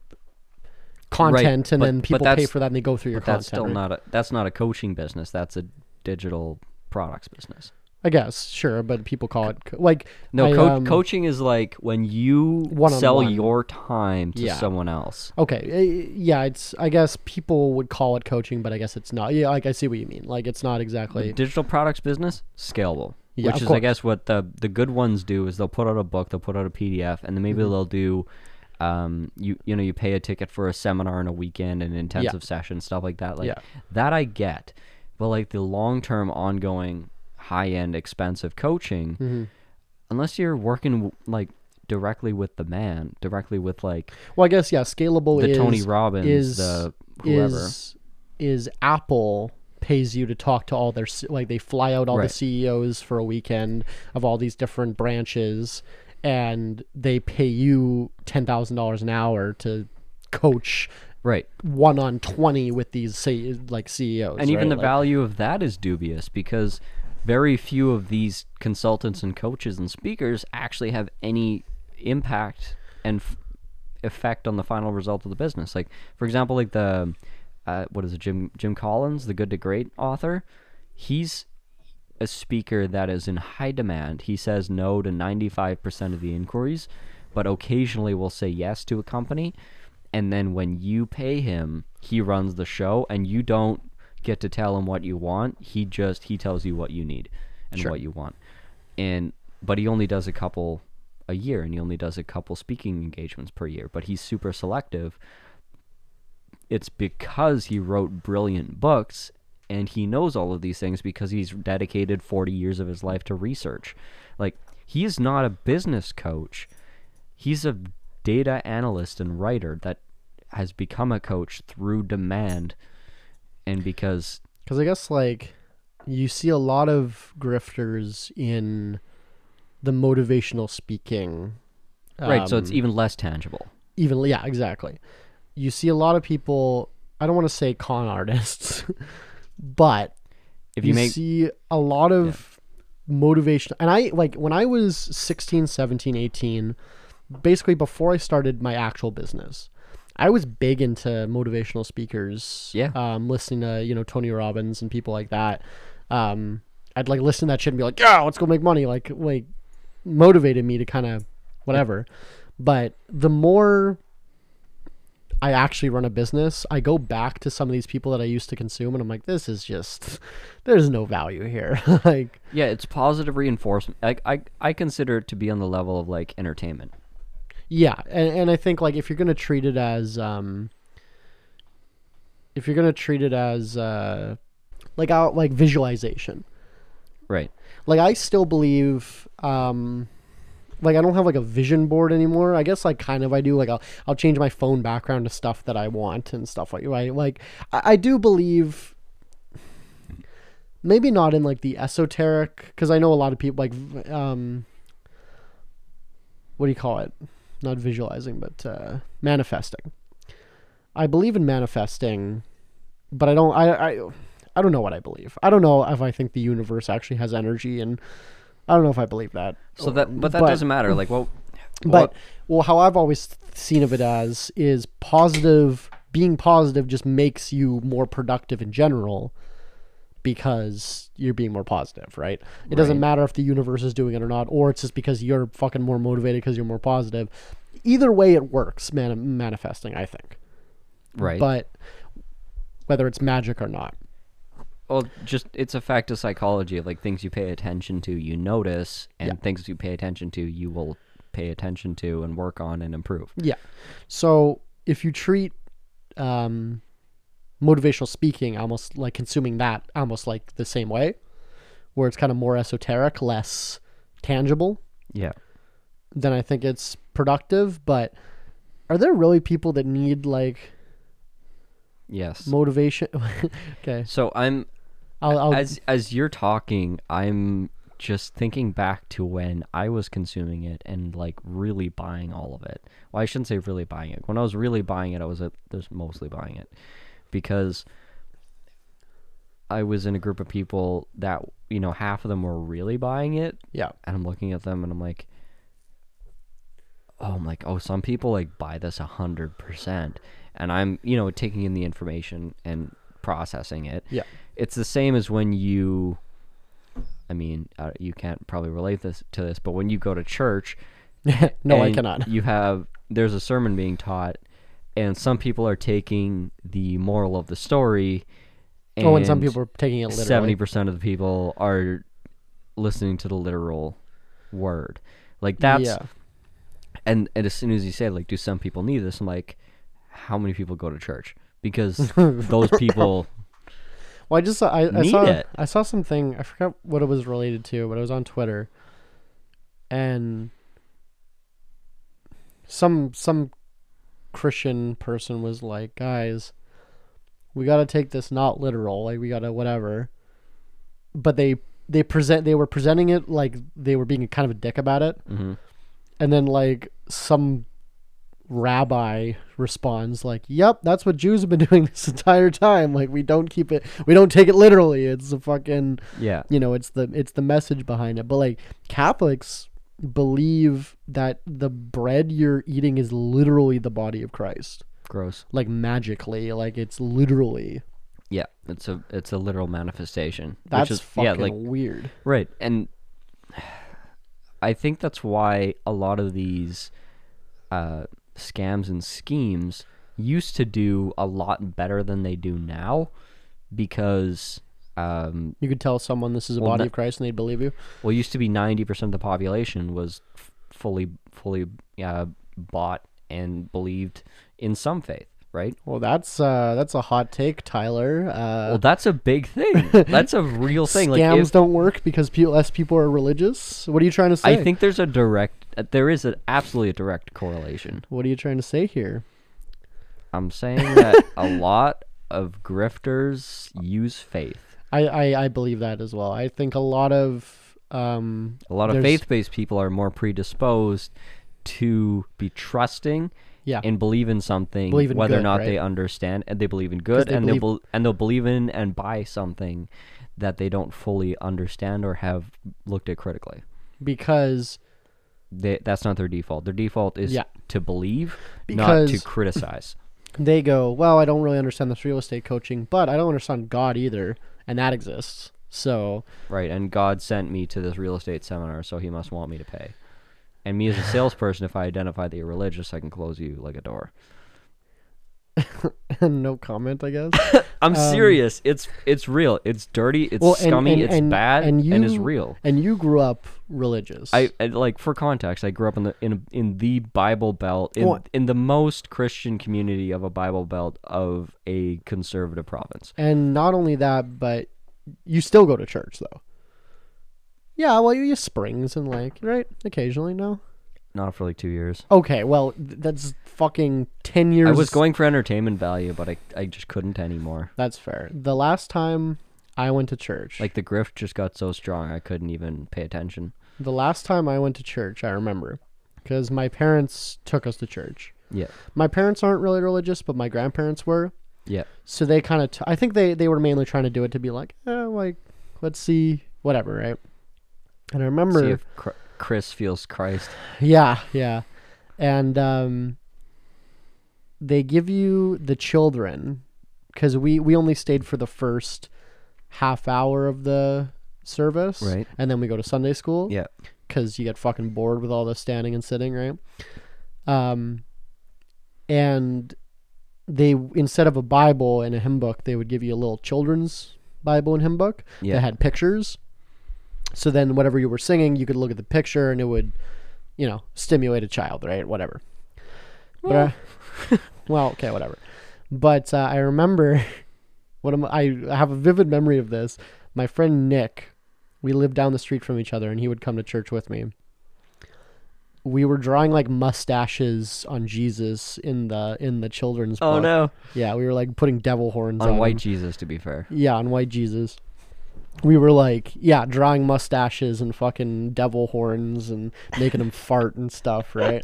Speaker 1: content, and
Speaker 2: but-
Speaker 1: then
Speaker 2: but
Speaker 1: people pay
Speaker 2: that's-
Speaker 1: for that, and they go through your
Speaker 2: But that's
Speaker 1: content.
Speaker 2: still
Speaker 1: right?
Speaker 2: not a, that's not a coaching business. That's a digital products business.
Speaker 1: I guess sure, but people call it co- like
Speaker 2: No,
Speaker 1: I,
Speaker 2: co-
Speaker 1: um,
Speaker 2: coaching is like when you sell
Speaker 1: One-on-one.
Speaker 2: your time to
Speaker 1: Yeah.
Speaker 2: someone else.
Speaker 1: Okay, eh, yeah, it's I guess people would call it coaching, but I guess it's not. Yeah, like I see what you mean. Like it's not exactly.
Speaker 2: Digital products business scalable,
Speaker 1: Yeah,
Speaker 2: which
Speaker 1: of
Speaker 2: is I
Speaker 1: course.
Speaker 2: guess what the the good ones do is they'll put out a book, they'll put out a PDF, and then maybe
Speaker 1: Mm-hmm.
Speaker 2: they'll do. Um, you you know you pay a ticket for a seminar and a weekend and intensive session stuff like that like
Speaker 1: Yeah.
Speaker 2: that I get, but like the long term ongoing high end expensive coaching,
Speaker 1: Mm-hmm.
Speaker 2: unless you're working w- like directly with the man directly with like
Speaker 1: Well, I guess yeah, scalable
Speaker 2: Mm-hmm. the
Speaker 1: is
Speaker 2: Tony Robbins,
Speaker 1: is-
Speaker 2: the whoever.
Speaker 1: is is Apple pays you to talk to all their c- like they fly out all
Speaker 2: Right.
Speaker 1: the CEOs for a weekend of all these different branches, and they pay you ten thousand dollars an hour to coach
Speaker 2: right.
Speaker 1: one on twenty with these say like CEOs.
Speaker 2: And even
Speaker 1: right?
Speaker 2: the
Speaker 1: Like-
Speaker 2: value of that is dubious because very few of these consultants and coaches and speakers actually have any impact and f- effect on the final result of the business. Like, for example, like the, uh, what is it, Jim, Jim Collins, the Good to Great author? He's a speaker that is in high demand. He says no to 95% of the inquiries, but occasionally will say yes to a company. And then when you pay him, he runs the show and you don't get to tell him what you want. He just he tells you what you need and what you want. And but he only does a couple a year and he only does a couple speaking engagements per year, but he's super selective it's because he wrote brilliant books and he knows all of these things because he's dedicated 40 years of his life to research. Like, he is not a business coach, he's a data analyst and writer that has become a coach through demand and because
Speaker 1: Because I guess like you see a lot of grifters in the motivational speaking.
Speaker 2: right so it's e-,
Speaker 1: um,
Speaker 2: even less tangible
Speaker 1: even yeah exactly. You see a lot of people. I don't want to say con artists, but
Speaker 2: if
Speaker 1: you,
Speaker 2: you make
Speaker 1: see a lot of motivation and i like when i was 16 17 18 basically before i started my actual business i was big into motivational speakers
Speaker 2: Yeah.
Speaker 1: um listening to you know tony robbins and people like that um i'd like listen to that shit and be like yeah let's go make money like like motivated me to kind of whatever but the more I actually run a business, I go back to some of these people that I used to consume and I'm like, this is just, there's no value here. like,
Speaker 2: yeah it's positive reinforcement I, I i consider it to be on the level of like entertainment
Speaker 1: yeah. And, and I think, like, if you're going to treat it as, um, if you're going to treat it as, uh, like, out, like visualization,
Speaker 2: right
Speaker 1: like, I still believe, um, like I don't have like a vision board anymore. I guess like kind of I do. Like I'll I'll change my phone background to stuff that I want and stuff like right. Like I, I do believe maybe not in like the esoteric because I know a lot of people like v- um what do you call it? Not visualizing, but uh, manifesting. I believe in manifesting, but I don't. I I. I don't know what I believe. I don't know if I think the universe actually has energy, and I don't know if I believe that.
Speaker 2: so that but that
Speaker 1: Oh, But-
Speaker 2: doesn't matter like well
Speaker 1: But well, how I've always seen of it as is positive. Being positive just makes you more productive in general because you're being more positive, right? It doesn't
Speaker 2: Right.
Speaker 1: matter if the universe is doing it or not, or it's just because you're fucking more motivated because you're more positive. Either way, it works. Man- manifesting, I think,
Speaker 2: right
Speaker 1: but whether it's magic or not,
Speaker 2: Well, just it's a fact of psychology of like things you pay attention to, you notice, and things you pay attention to, you will pay attention to and work on and improve.
Speaker 1: Yeah. So if you treat um, motivational speaking almost like consuming that almost like the same way, where it's kind of more esoteric, less tangible,
Speaker 2: Yeah.
Speaker 1: then I think it's productive. But are there really people that need like
Speaker 2: Yes.
Speaker 1: motivation? okay.
Speaker 2: so I'm
Speaker 1: I'll, I'll,
Speaker 2: as as you're talking, I'm just thinking back to when I was consuming it and like really buying all of it. Well, I shouldn't say really buying it. When I was really buying it, I was, uh, was mostly buying it because I was in a group of people that you know half of them were really buying it
Speaker 1: yeah.
Speaker 2: and I'm looking at them and I'm like, oh, I'm like, oh, some people like buy this a hundred percent, and I'm you know taking in the information and processing it.
Speaker 1: Yeah.
Speaker 2: it's the same as when you I mean, uh, you can't probably relate this to this, but when you go to church,
Speaker 1: no, I
Speaker 2: and
Speaker 1: cannot.
Speaker 2: You have there's a sermon being taught, and some people are taking the moral of the story. And
Speaker 1: oh, and some people are taking it literally.
Speaker 2: seventy percent of the people are listening to the literal word. Like that's
Speaker 1: yeah.
Speaker 2: and, and as soon as you say like, do some people need this? I'm like, how many people go to church? Because those people,
Speaker 1: Well, I just saw, I, I
Speaker 2: Need
Speaker 1: saw
Speaker 2: it.
Speaker 1: I saw something. I forgot what it was related to, but it was on Twitter, and some some Christian person was like, "Guys, we got to take this not literal. Like, we got to whatever." But they they present they were presenting it like they were being kind of a dick about it,
Speaker 2: Mhm.
Speaker 1: and then like some rabbi responds like yep that's what jews have been doing this entire time like we don't keep it we don't take it literally it's a fucking
Speaker 2: yeah,
Speaker 1: you know it's the it's the message behind it but like catholics believe that the bread you're eating is literally the body of christ
Speaker 2: gross.
Speaker 1: like magically like it's literally
Speaker 2: Yeah, it's a it's a literal manifestation.
Speaker 1: that's
Speaker 2: which is,
Speaker 1: fucking
Speaker 2: yeah, like
Speaker 1: weird
Speaker 2: Right. And I think that's why a lot of these uh, scams and schemes used to do a lot better than they do now because, um,
Speaker 1: you could tell someone this is a
Speaker 2: Well,
Speaker 1: body
Speaker 2: that-
Speaker 1: of christ and they'd believe you
Speaker 2: well, it used to be 90% of the population was f- fully, fully uh, bought and believed in some faith, right?
Speaker 1: well that's uh that's a hot take tyler uh
Speaker 2: Well, that's a big thing. That's a real thing.
Speaker 1: Scams
Speaker 2: like, if,
Speaker 1: don't work because people, less people are religious. What are you trying to say?
Speaker 2: I think there's a direct, there is an absolutely a direct correlation.
Speaker 1: What are you trying to say here?
Speaker 2: I'm saying that a lot of grifters use faith.
Speaker 1: I, I, I believe that as well. I think a lot of um
Speaker 2: A lot of
Speaker 1: There's-
Speaker 2: faith-based people are more predisposed to be trusting
Speaker 1: yeah
Speaker 2: and believe in something,
Speaker 1: Believe in
Speaker 2: whether
Speaker 1: good,
Speaker 2: or not
Speaker 1: right?
Speaker 2: they understand, and they believe in good,
Speaker 1: they
Speaker 2: and they'll
Speaker 1: believe-
Speaker 2: bel and they'll believe in and buy something that they don't fully understand or have looked at critically.
Speaker 1: because
Speaker 2: They, that's not their default. Their default is
Speaker 1: Yeah.
Speaker 2: to believe, not
Speaker 1: Because-
Speaker 2: to criticize.
Speaker 1: they go well. I don't really understand this real estate coaching, but I don't understand God either, and that exists. So
Speaker 2: Right, and God sent me to this real estate seminar, so he must want me to pay. And me as a salesperson, if I identify that you're religious, I can close you like a door.
Speaker 1: no comment, I guess.
Speaker 2: I'm serious. It's it's real. It's dirty. It's
Speaker 1: Um, Well, and-
Speaker 2: scummy.
Speaker 1: and-
Speaker 2: it's
Speaker 1: and-
Speaker 2: bad.
Speaker 1: and
Speaker 2: And, it's
Speaker 1: you-
Speaker 2: real.
Speaker 1: and you grew up religious.
Speaker 2: I, I like for context. I grew up in the in a- in the Bible Belt in
Speaker 1: Well-
Speaker 2: in the most Christian community of a Bible Belt of a conservative province.
Speaker 1: and not only that, but you still go to church though. Yeah, well, you use springs and like right occasionally. No,
Speaker 2: Not for like two years.
Speaker 1: Okay, well, th- that's fucking 10 years.
Speaker 2: I was going for entertainment value, but I I just couldn't anymore.
Speaker 1: That's fair. The last time I went to church,
Speaker 2: Like the grift just got so strong, I couldn't even pay attention.
Speaker 1: the last time I went to church, I remember, because my parents took us to church.
Speaker 2: Yeah.
Speaker 1: My parents aren't really religious, but my grandparents were.
Speaker 2: Yeah.
Speaker 1: So they kind of, t- I think they, they were mainly trying to do it to be like, eh, like, let's see, whatever, right? And I remember.
Speaker 2: See if Cr- Chris feels Christ.
Speaker 1: Yeah, yeah. And um, they give you the children because we, we only stayed for the first half hour of the service.
Speaker 2: Right.
Speaker 1: And then we go to Sunday school
Speaker 2: Yeah.
Speaker 1: because you get fucking bored with all the standing and sitting, right? Um, and they, instead of a Bible and a hymn book, they would give you a little children's Bible and hymn book
Speaker 2: Yeah.
Speaker 1: that had pictures. So then, whatever you were singing, you could look at the picture and it would, you know, stimulate a child, right? Whatever. But I- well, okay, whatever. But uh, I remember what am I I have a vivid memory of this. My friend Nick, we lived down the street from each other, and he would come to church with me. We were drawing like mustaches on Jesus in the in the children's.
Speaker 2: oh
Speaker 1: book.
Speaker 2: no.
Speaker 1: Yeah, we were like putting devil horns on,
Speaker 2: On
Speaker 1: him.
Speaker 2: white Jesus, to be fair.
Speaker 1: Yeah, on White Jesus. We were like, yeah, drawing mustaches and fucking devil horns and making them fart and stuff, right?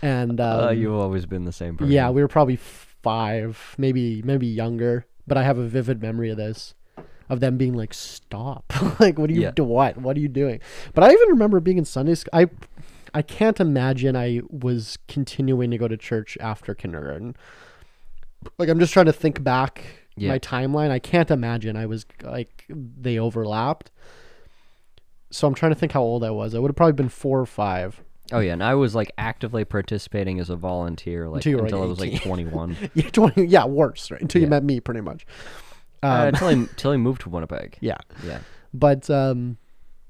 Speaker 1: And um,
Speaker 2: uh, you've always been the same person.
Speaker 1: yeah, we were probably five, maybe maybe younger, but I have a vivid memory of this, of them being like, "Stop! like, what are you
Speaker 2: Yeah.
Speaker 1: do? What? What are you doing?" But I even remember being in Sunday school. I I can't imagine I was continuing to go to church after kindergarten. Like, I'm just trying to think back
Speaker 2: Yeah.
Speaker 1: my timeline. I can't imagine I was like they overlapped. So I'm trying to think how old I was. I would have probably been four or five.
Speaker 2: Oh yeah, and I was like actively participating as a volunteer, like
Speaker 1: Until you
Speaker 2: until,
Speaker 1: were,
Speaker 2: I
Speaker 1: like,
Speaker 2: was like 21.
Speaker 1: Yeah, 20, yeah, worse, right? Until you
Speaker 2: Yeah.
Speaker 1: met me, pretty much. Um,
Speaker 2: uh, until I until I moved to Winnipeg.
Speaker 1: yeah,
Speaker 2: Yeah.
Speaker 1: but um,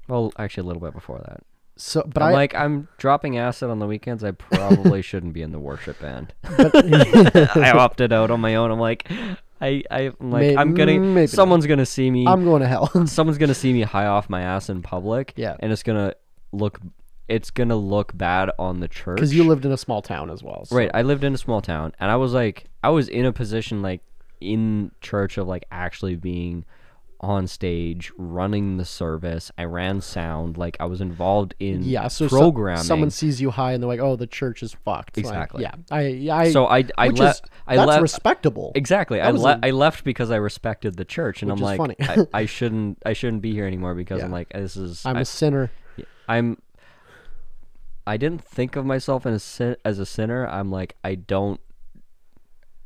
Speaker 2: Well, actually, a little bit before that.
Speaker 1: so but
Speaker 2: But
Speaker 1: I
Speaker 2: I'm like, I'm dropping acid on the weekends. I probably shouldn't be in the worship band. I opted out on my own. I'm like, I, I I'm like,
Speaker 1: May-
Speaker 2: I'm
Speaker 1: maybe
Speaker 2: gonna,
Speaker 1: not.
Speaker 2: someone's gonna see me.
Speaker 1: I'm going to hell.
Speaker 2: someone's gonna see me high off my ass in public.
Speaker 1: Yeah.
Speaker 2: and it's gonna look, it's gonna look bad on the church.
Speaker 1: Because you lived in a small town as well. so-
Speaker 2: Right. I lived in a small town and I was like I was in a position like in church of like actually being on stage, running the service. I ran sound, like I was involved in
Speaker 1: Yeah. So so-
Speaker 2: programming.
Speaker 1: someone sees you high and they're like, "Oh, the church is fucked." Like,
Speaker 2: Exactly.
Speaker 1: yeah. I. I
Speaker 2: so I I
Speaker 1: which
Speaker 2: left
Speaker 1: is-
Speaker 2: I
Speaker 1: that's
Speaker 2: left
Speaker 1: respectable.
Speaker 2: Exactly. I,
Speaker 1: was
Speaker 2: le-
Speaker 1: a-
Speaker 2: I left because I respected the church and I'm
Speaker 1: Which is
Speaker 2: like
Speaker 1: funny.
Speaker 2: I, I shouldn't I shouldn't be here anymore because I'm
Speaker 1: Yeah.
Speaker 2: like this is
Speaker 1: I'm
Speaker 2: I,
Speaker 1: a sinner.
Speaker 2: I'm I didn't think of myself as a sin- as a sinner. I'm like I don't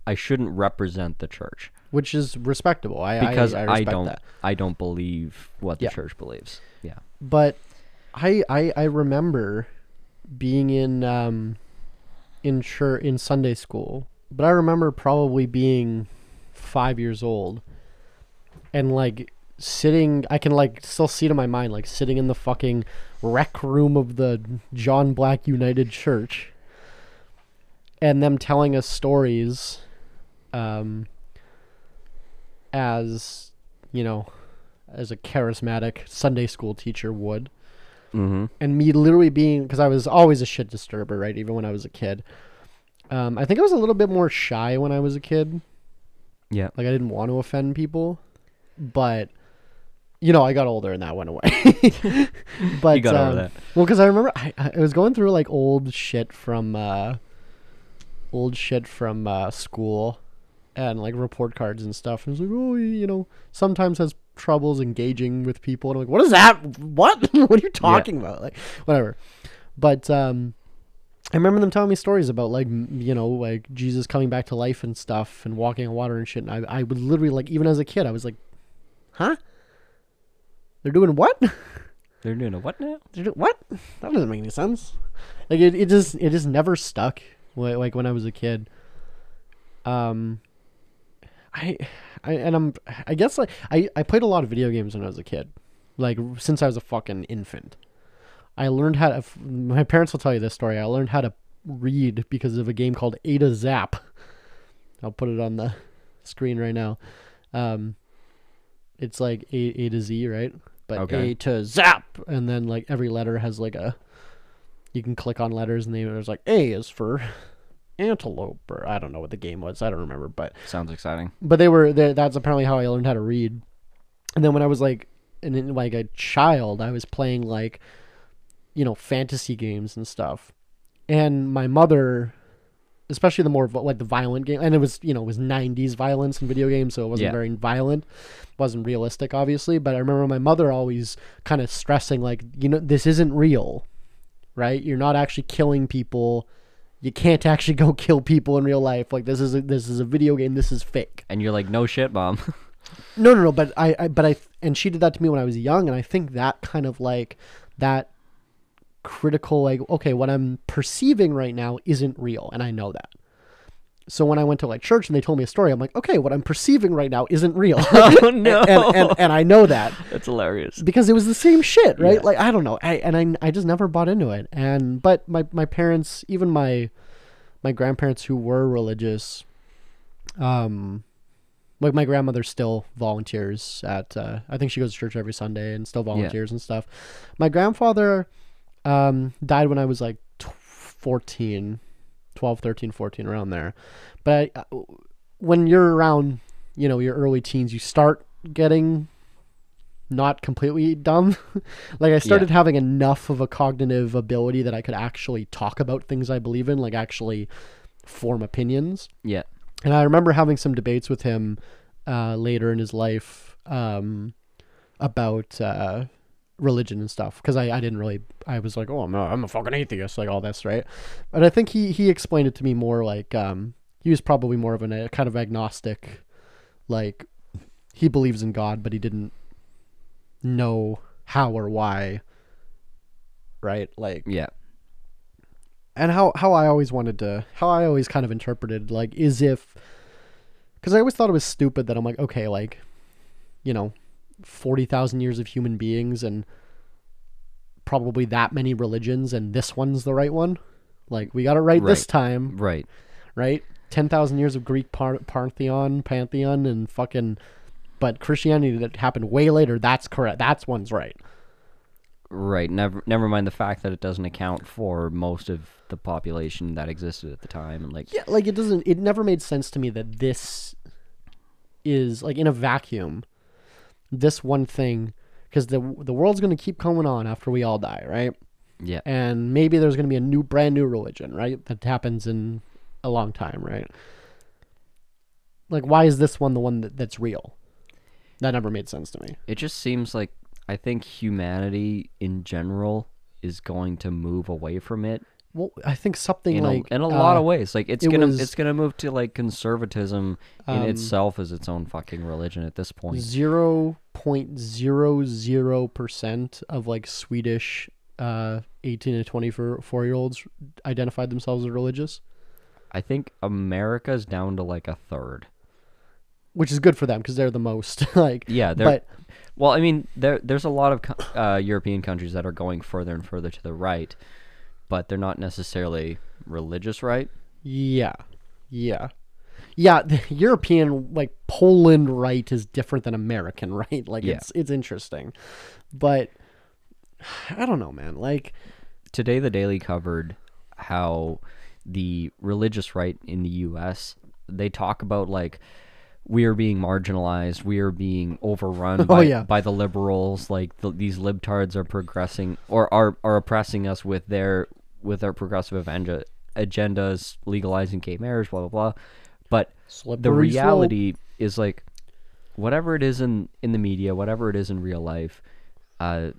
Speaker 2: I shouldn't represent the church.
Speaker 1: which is respectable. I
Speaker 2: because
Speaker 1: I,
Speaker 2: I,
Speaker 1: I respect
Speaker 2: don't
Speaker 1: that.
Speaker 2: I don't believe what the
Speaker 1: Yeah.
Speaker 2: church believes. Yeah.
Speaker 1: But I I I remember being in um in church in Sunday school, but I remember probably being five years old, and like sitting. I can like still see it in my mind, like sitting in the fucking rec room of the John Black United Church, and them telling us stories, um, as you know, as a charismatic Sunday school teacher would.
Speaker 2: Mm-hmm.
Speaker 1: And me literally being, because I was always a shit disturber, right? Even when I was a kid. Um, I think I was a little bit more shy when I was a kid.
Speaker 2: Yeah.
Speaker 1: Like I didn't want to offend people, but you know I got older and that went away. but
Speaker 2: You got over
Speaker 1: um,
Speaker 2: that.
Speaker 1: Well, because I remember I, I was going through like old shit from uh, old shit from uh, school, and like report cards and stuff. And it's like, oh, you know, sometimes has troubles engaging with people. And I'm like, what is that? What? what are you talking about? Like, whatever. But um, I remember them telling me stories about like m- you know like Jesus coming back to life and stuff and walking on water and shit. And I I would literally like even as a kid I was like, huh? They're doing what?
Speaker 2: They're doing a what now?
Speaker 1: They're doing what? That doesn't make any sense. Like it, it just it just never stuck. wh- Like when I was a kid. Um, I, I and I'm I guess like I I played a lot of video games when I was a kid, like since I was a fucking infant. I learned how to. My parents will tell you this story. I learned how to read because of a game called Ada Zap. I'll put it on the screen right now. Um, it's like A, a to Z, right? But
Speaker 2: Okay.
Speaker 1: A to Zap, and then like every letter has like a. You can click on letters, and they, there's like A is for antelope, or I don't know what the game was. I don't remember, but
Speaker 2: Sounds exciting.
Speaker 1: but they were they, that's apparently how I learned how to read. And then when I was like and then like a child, I was playing like you know fantasy games and stuff. And my mother especially the more vi- like the violent game and it was you know it was 90s violence in video games so it wasn't
Speaker 2: Yeah.
Speaker 1: very violent wasn't realistic obviously but i remember my mother always kind of stressing like you know this isn't real right you're not actually killing people you can't actually go kill people in real life like this is a, this is a video game this is fake
Speaker 2: And you're like, no shit, mom.
Speaker 1: no, no, no. But I, I, but I, and she did that to me when I was young, and I think that kind of like that critical, like, okay, what I'm perceiving right now isn't real, and I know that. So when I went to like church and they told me a story, I'm like, okay, what I'm perceiving right now isn't real,
Speaker 2: oh no,
Speaker 1: and, and and I know that
Speaker 2: that's hilarious.
Speaker 1: because it was the same shit, right?
Speaker 2: Yeah.
Speaker 1: Like I don't know, I and I, I just never bought into it. And but my my parents, even my my grandparents who were religious, um, like my grandmother still volunteers at. Uh, I think she goes to church every Sunday and still volunteers and stuff. My grandfather um, died when I was like tw- 14, 12, 13, 14, around there. But I, uh, when you're around, you know, your early teens, you start getting not completely dumb. like I started having enough of a cognitive ability that I could actually talk about things I believe in, like actually form opinions.
Speaker 2: Yeah.
Speaker 1: And I remember having some debates with him uh, later in his life um, about uh, religion and stuff because I, I didn't really I was like oh I'm a, I'm a fucking atheist like all this right, but I think he he explained it to me more like um, he was probably more of an, a kind of agnostic, like he believes in God but he didn't know how or why. Right? Like
Speaker 2: Yeah.
Speaker 1: and how how I always wanted to how I always kind of interpreted like is if because I always thought it was stupid that I'm like okay like you know forty thousand years of human beings and probably that many religions and this one's the right one like we got it right, this
Speaker 2: Right.
Speaker 1: time
Speaker 2: Right.
Speaker 1: right ten thousand years of Greek par- pantheon pantheon and fucking but Christianity that happened way later that's correct that's one's right
Speaker 2: Right. Never never mind the fact that it doesn't account for most of the population that existed at the time and like
Speaker 1: Yeah, like it doesn't. It never made sense to me that this is like in a vacuum. This one thing, because the the world's gonna keep going on after we all die, right?
Speaker 2: yeah.
Speaker 1: And maybe there's gonna be a new, brand new religion, right? That happens in a long time, right? Like, why is this one the one that, that's real? That never made sense to me.
Speaker 2: It just seems like I think humanity in general is going to move away from it
Speaker 1: Well, I think something
Speaker 2: in
Speaker 1: like
Speaker 2: a, in a lot
Speaker 1: uh,
Speaker 2: of ways. Like it's
Speaker 1: it
Speaker 2: gonna
Speaker 1: was-
Speaker 2: it's gonna move to like conservatism in
Speaker 1: Um,
Speaker 2: itself as its own fucking religion at this point.
Speaker 1: Zero point zero zero percent of like Swedish uh, eighteen to twenty four year olds identified themselves as religious,
Speaker 2: I think America's down to like a third.
Speaker 1: which is good for them because they're the most like
Speaker 2: Yeah, they're
Speaker 1: But
Speaker 2: well. I mean, there there's a lot of co- uh, European countries that are going further and further to the right, but they're not necessarily religious right.
Speaker 1: yeah, yeah, yeah. The European like Poland right is different than American right. Like
Speaker 2: Yeah.
Speaker 1: it's it's interesting, but I don't know, man. Like
Speaker 2: Today, the Daily covered how the religious right in the U.S. They talk about like we are being marginalized, we are being overrun by,
Speaker 1: yeah.
Speaker 2: by the liberals. Like the, these libtards are progressing or are are oppressing us with their with their progressive agenda agendas, legalizing gay marriage, blah blah blah. But the
Speaker 1: slippery slope.
Speaker 2: reality is like whatever it is in in the media whatever it is in real life uh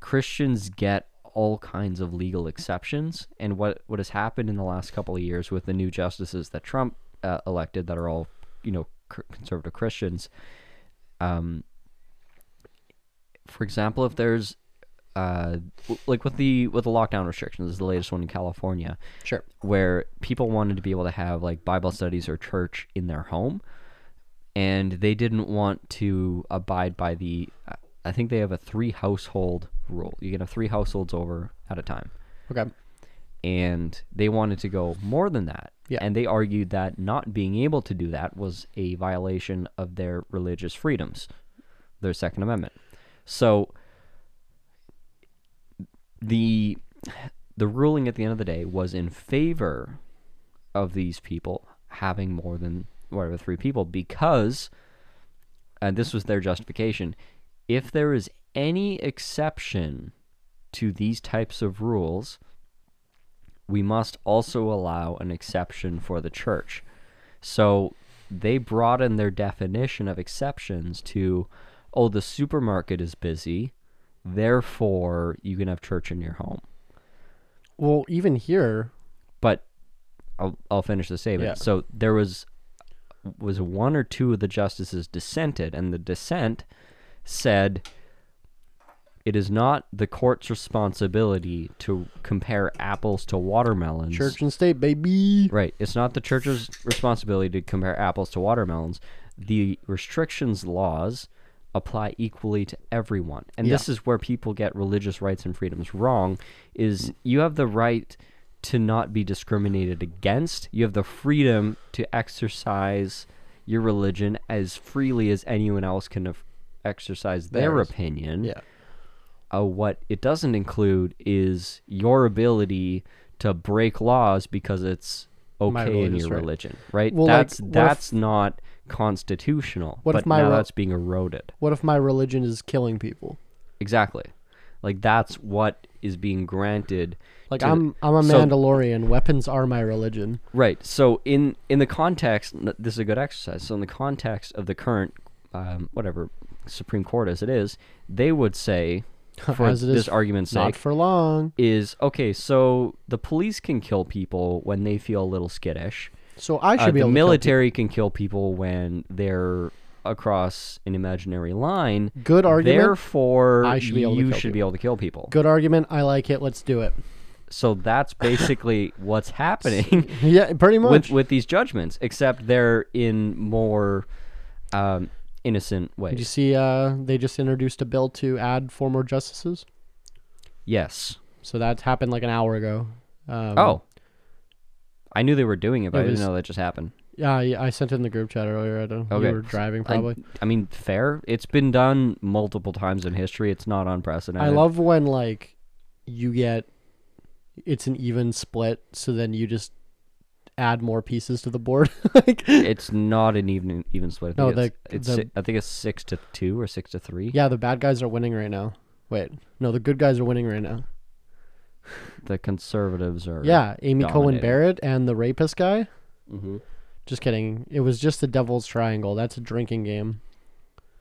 Speaker 2: christians get all kinds of legal exceptions and what what has happened in the last couple of years with the new justices that trump uh, elected that are all you know cr- conservative christians um for example if there's uh w- like with the with the lockdown restrictions the latest one in california
Speaker 1: Sure.
Speaker 2: where people wanted to be able to have like Bible studies or church in their home, and they didn't want to abide by the. I think they have a three household rule. You can have three households over at a time,
Speaker 1: Okay.
Speaker 2: and they wanted to go more than that.
Speaker 1: Yeah.
Speaker 2: And they argued that not being able to do that was a violation of their religious freedoms, their Second Amendment. So the the ruling at the end of the day was in favor of these people having more than whatever three people because and this was their justification if there is any exception to these types of rules we must also allow an exception for the church so they broaden their definition of exceptions to oh the supermarket is busy therefore you can have church in your home
Speaker 1: Well, even here,
Speaker 2: but I'll, I'll finish the statement.
Speaker 1: Yeah.
Speaker 2: So there was was one or two of the justices dissented, and the dissent said it is not the court's responsibility to compare apples to watermelons.
Speaker 1: church and state, baby.
Speaker 2: Right. It's not the church's responsibility to compare apples to watermelons. The restrictions laws apply equally to everyone. And this is where people get religious rights and freedoms wrong is you have the right to not be discriminated against. You have the freedom to exercise your religion as freely as anyone else can of- exercise their
Speaker 1: Theirs.
Speaker 2: opinion
Speaker 1: Yeah.
Speaker 2: uh, what it doesn't include is your ability to break laws because it's okay in
Speaker 1: religious
Speaker 2: your
Speaker 1: right.
Speaker 2: religion, right?
Speaker 1: Well, like,
Speaker 2: that's
Speaker 1: what if-
Speaker 2: that's not constitutional.
Speaker 1: What if
Speaker 2: but
Speaker 1: my
Speaker 2: now
Speaker 1: rel-
Speaker 2: that's being eroded?
Speaker 1: What if my religion is killing people?
Speaker 2: Exactly. Like that's what is being granted.
Speaker 1: Like
Speaker 2: to-
Speaker 1: I'm I'm a
Speaker 2: so-
Speaker 1: Mandalorian. Weapons are my religion.
Speaker 2: Right. So in in the context, n- this is a good exercise. So in the context of the current, um, whatever Supreme Court as it is, they would say, for
Speaker 1: As it is,
Speaker 2: this argument's sake,
Speaker 1: Not for long.
Speaker 2: is okay. So the police can kill people when they feel a little skittish.
Speaker 1: So I should
Speaker 2: Uh,
Speaker 1: be
Speaker 2: the
Speaker 1: able
Speaker 2: military can kill people when they're across an imaginary line.
Speaker 1: Good argument.
Speaker 2: Therefore,
Speaker 1: I should be able to
Speaker 2: you
Speaker 1: kill
Speaker 2: should be able to kill people.
Speaker 1: Good argument. I like it. Let's do it.
Speaker 2: So that's basically what's happening
Speaker 1: Yeah, pretty much.
Speaker 2: with with these judgments, except they're in more um, innocent
Speaker 1: Did you
Speaker 2: ways.
Speaker 1: see uh, they just introduced a bill to add four more justices?
Speaker 2: Yes.
Speaker 1: So that happened like an hour ago. Um,
Speaker 2: Oh, I knew they were doing it, but
Speaker 1: It
Speaker 2: I didn't
Speaker 1: was-
Speaker 2: know that just happened.
Speaker 1: Yeah, I, I sent it in the group chat earlier. I don't know.
Speaker 2: Okay.
Speaker 1: You were driving
Speaker 2: I-
Speaker 1: probably.
Speaker 2: I, mean, fair. It's been done multiple times in history. It's not
Speaker 1: I,
Speaker 2: unprecedented.
Speaker 1: love when like you get it's an even split, so then you just add more pieces to the board. like
Speaker 2: It's not an even even split. I
Speaker 1: No,
Speaker 2: think it's,
Speaker 1: the-
Speaker 2: it's
Speaker 1: the-
Speaker 2: si- I think it's six to two or six to three.
Speaker 1: Yeah, the bad guys are winning right now. Wait. No, the good guys are winning right now.
Speaker 2: The conservatives are.
Speaker 1: Yeah, Amy Cohen
Speaker 2: dominating.
Speaker 1: Barrett and the rapist guy.
Speaker 2: hmm
Speaker 1: Just kidding. It was just the devil's triangle. That's a drinking game.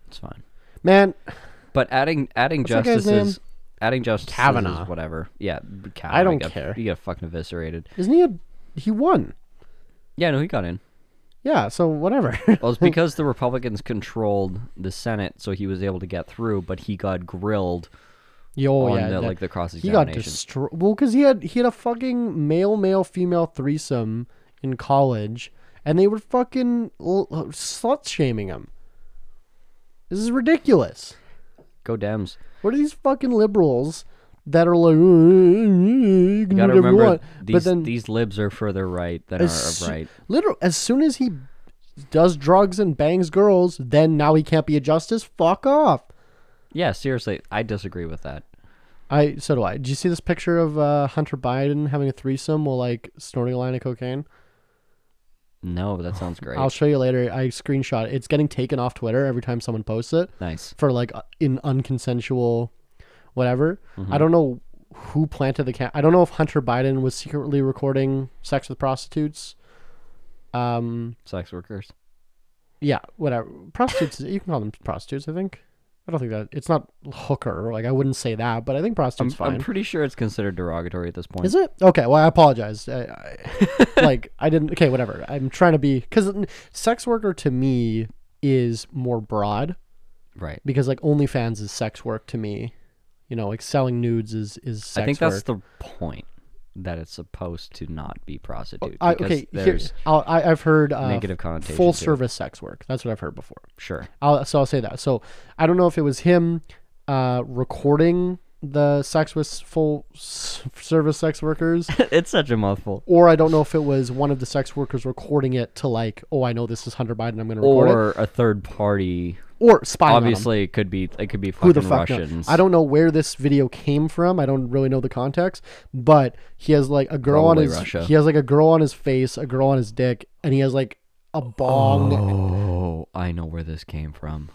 Speaker 2: It's fine.
Speaker 1: Man,
Speaker 2: But adding adding
Speaker 1: What's that guy's
Speaker 2: justices, adding justices, is
Speaker 1: Kavanaugh.
Speaker 2: whatever. Yeah, b- Kavanaugh.
Speaker 1: I don't
Speaker 2: got-
Speaker 1: care.
Speaker 2: He got fucking eviscerated.
Speaker 1: isn't he a he won.
Speaker 2: Yeah, no, he got in.
Speaker 1: Yeah, so whatever.
Speaker 2: Well, it's because the Republicans controlled the Senate, so he was able to get through. But he got grilled
Speaker 1: Yo,
Speaker 2: on
Speaker 1: Oh, yeah,
Speaker 2: the
Speaker 1: that-
Speaker 2: like the cross
Speaker 1: he got
Speaker 2: examination.
Speaker 1: destroyed. Well, because he had he had a fucking male male female threesome in college, and they were fucking l- l- slut shaming him. This is ridiculous.
Speaker 2: Go Dems.
Speaker 1: What are these fucking liberals that are like, "Oh, you can
Speaker 2: You
Speaker 1: do
Speaker 2: gotta
Speaker 1: whatever you
Speaker 2: remember
Speaker 1: want?
Speaker 2: these
Speaker 1: but then,
Speaker 2: these libs are further right than are
Speaker 1: As
Speaker 2: of
Speaker 1: soo-
Speaker 2: right.
Speaker 1: literal, as soon as he does drugs and bangs girls, then now he can't be a justice. Fuck off.
Speaker 2: Yeah, seriously, I disagree with that.
Speaker 1: I so do I. Did you see this picture of uh, Hunter Biden having a threesome while like snorting a line of cocaine?
Speaker 2: No, that sounds great.
Speaker 1: I'll show you later. I screenshot. it. It's getting taken off Twitter every time someone posts it
Speaker 2: nice.
Speaker 1: for like uh, in unconsensual, whatever.
Speaker 2: Mm-hmm.
Speaker 1: I don't know who planted the cat. I don't know if Hunter Biden was secretly recording sex with prostitutes. Um.
Speaker 2: Sex workers.
Speaker 1: Yeah. Whatever. Prostitutes. you can call them prostitutes. I think. I don't think that it's not hooker. Like I wouldn't say that, but I think
Speaker 2: I'm,
Speaker 1: prostitutes fine.
Speaker 2: I'm pretty sure it's considered derogatory at this point.
Speaker 1: Is it okay? Well, I apologize. I, I, like I didn't. Okay, whatever. I'm trying to be because sex worker to me is more broad
Speaker 2: Right.
Speaker 1: because like OnlyFans is sex work to me. You know, like selling nudes is is sex
Speaker 2: I think
Speaker 1: work.
Speaker 2: that's the point that it's supposed to not be prostitute.
Speaker 1: Oh, I,
Speaker 2: because
Speaker 1: okay, here,
Speaker 2: there's
Speaker 1: I'll, I, I've heard uh,
Speaker 2: negative connotation.
Speaker 1: full
Speaker 2: to it.
Speaker 1: service sex work. That's what I've heard before.
Speaker 2: Sure.
Speaker 1: I'll, so I'll say that. So I don't know if it was him uh, recording the sex with full s- service sex workers
Speaker 2: it's such a mouthful.
Speaker 1: or I don't know if it was one of the sex workers recording it to like, oh, I know this is Hunter Biden, I'm going to record it,
Speaker 2: Or a third party.
Speaker 1: or spying on him.
Speaker 2: Obviously, it could be it could be fucking
Speaker 1: Who the fuck knows?
Speaker 2: Russians.
Speaker 1: I don't know where this video came from. I don't really know the context, but he has like a girl
Speaker 2: Probably
Speaker 1: on his
Speaker 2: Russia.
Speaker 1: he has like a girl on his face, a girl on his dick, and he has like a bong.
Speaker 2: Oh, I know where this came from.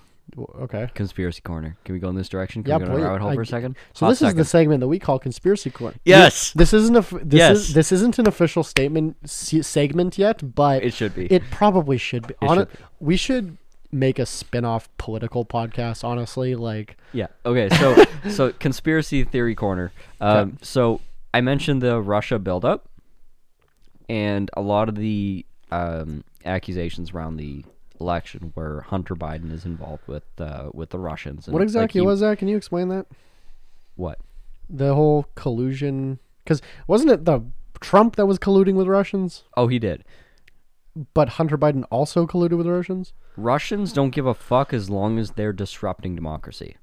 Speaker 1: Okay.
Speaker 2: Conspiracy corner. Can we go in this direction? Can
Speaker 1: Yeah,
Speaker 2: we go down
Speaker 1: please.
Speaker 2: a rabbit hole
Speaker 1: I-
Speaker 2: for a second?
Speaker 1: So
Speaker 2: Hot
Speaker 1: this
Speaker 2: second.
Speaker 1: is the segment that we call conspiracy corner.
Speaker 2: Yes.
Speaker 1: This, this isn't a f- this
Speaker 2: Yes.
Speaker 1: is this isn't an official statement se- segment yet, but
Speaker 2: It should be.
Speaker 1: It probably should be. Hon-
Speaker 2: should
Speaker 1: We should make a spin-off political podcast, honestly, like
Speaker 2: Yeah. Okay. So, so conspiracy theory corner. Um, So I mentioned the Russia buildup, and a lot of the um, accusations around the election were Hunter Biden is involved with uh, with the Russians. And
Speaker 1: what
Speaker 2: it's like
Speaker 1: exactly
Speaker 2: he-
Speaker 1: was that? Can you explain that?
Speaker 2: what?
Speaker 1: The whole collusion cuz wasn't it the Trump that was colluding with Russians,
Speaker 2: Oh, he did.
Speaker 1: but Hunter Biden also colluded with Russians?
Speaker 2: Russians don't give a fuck as long as they're disrupting democracy.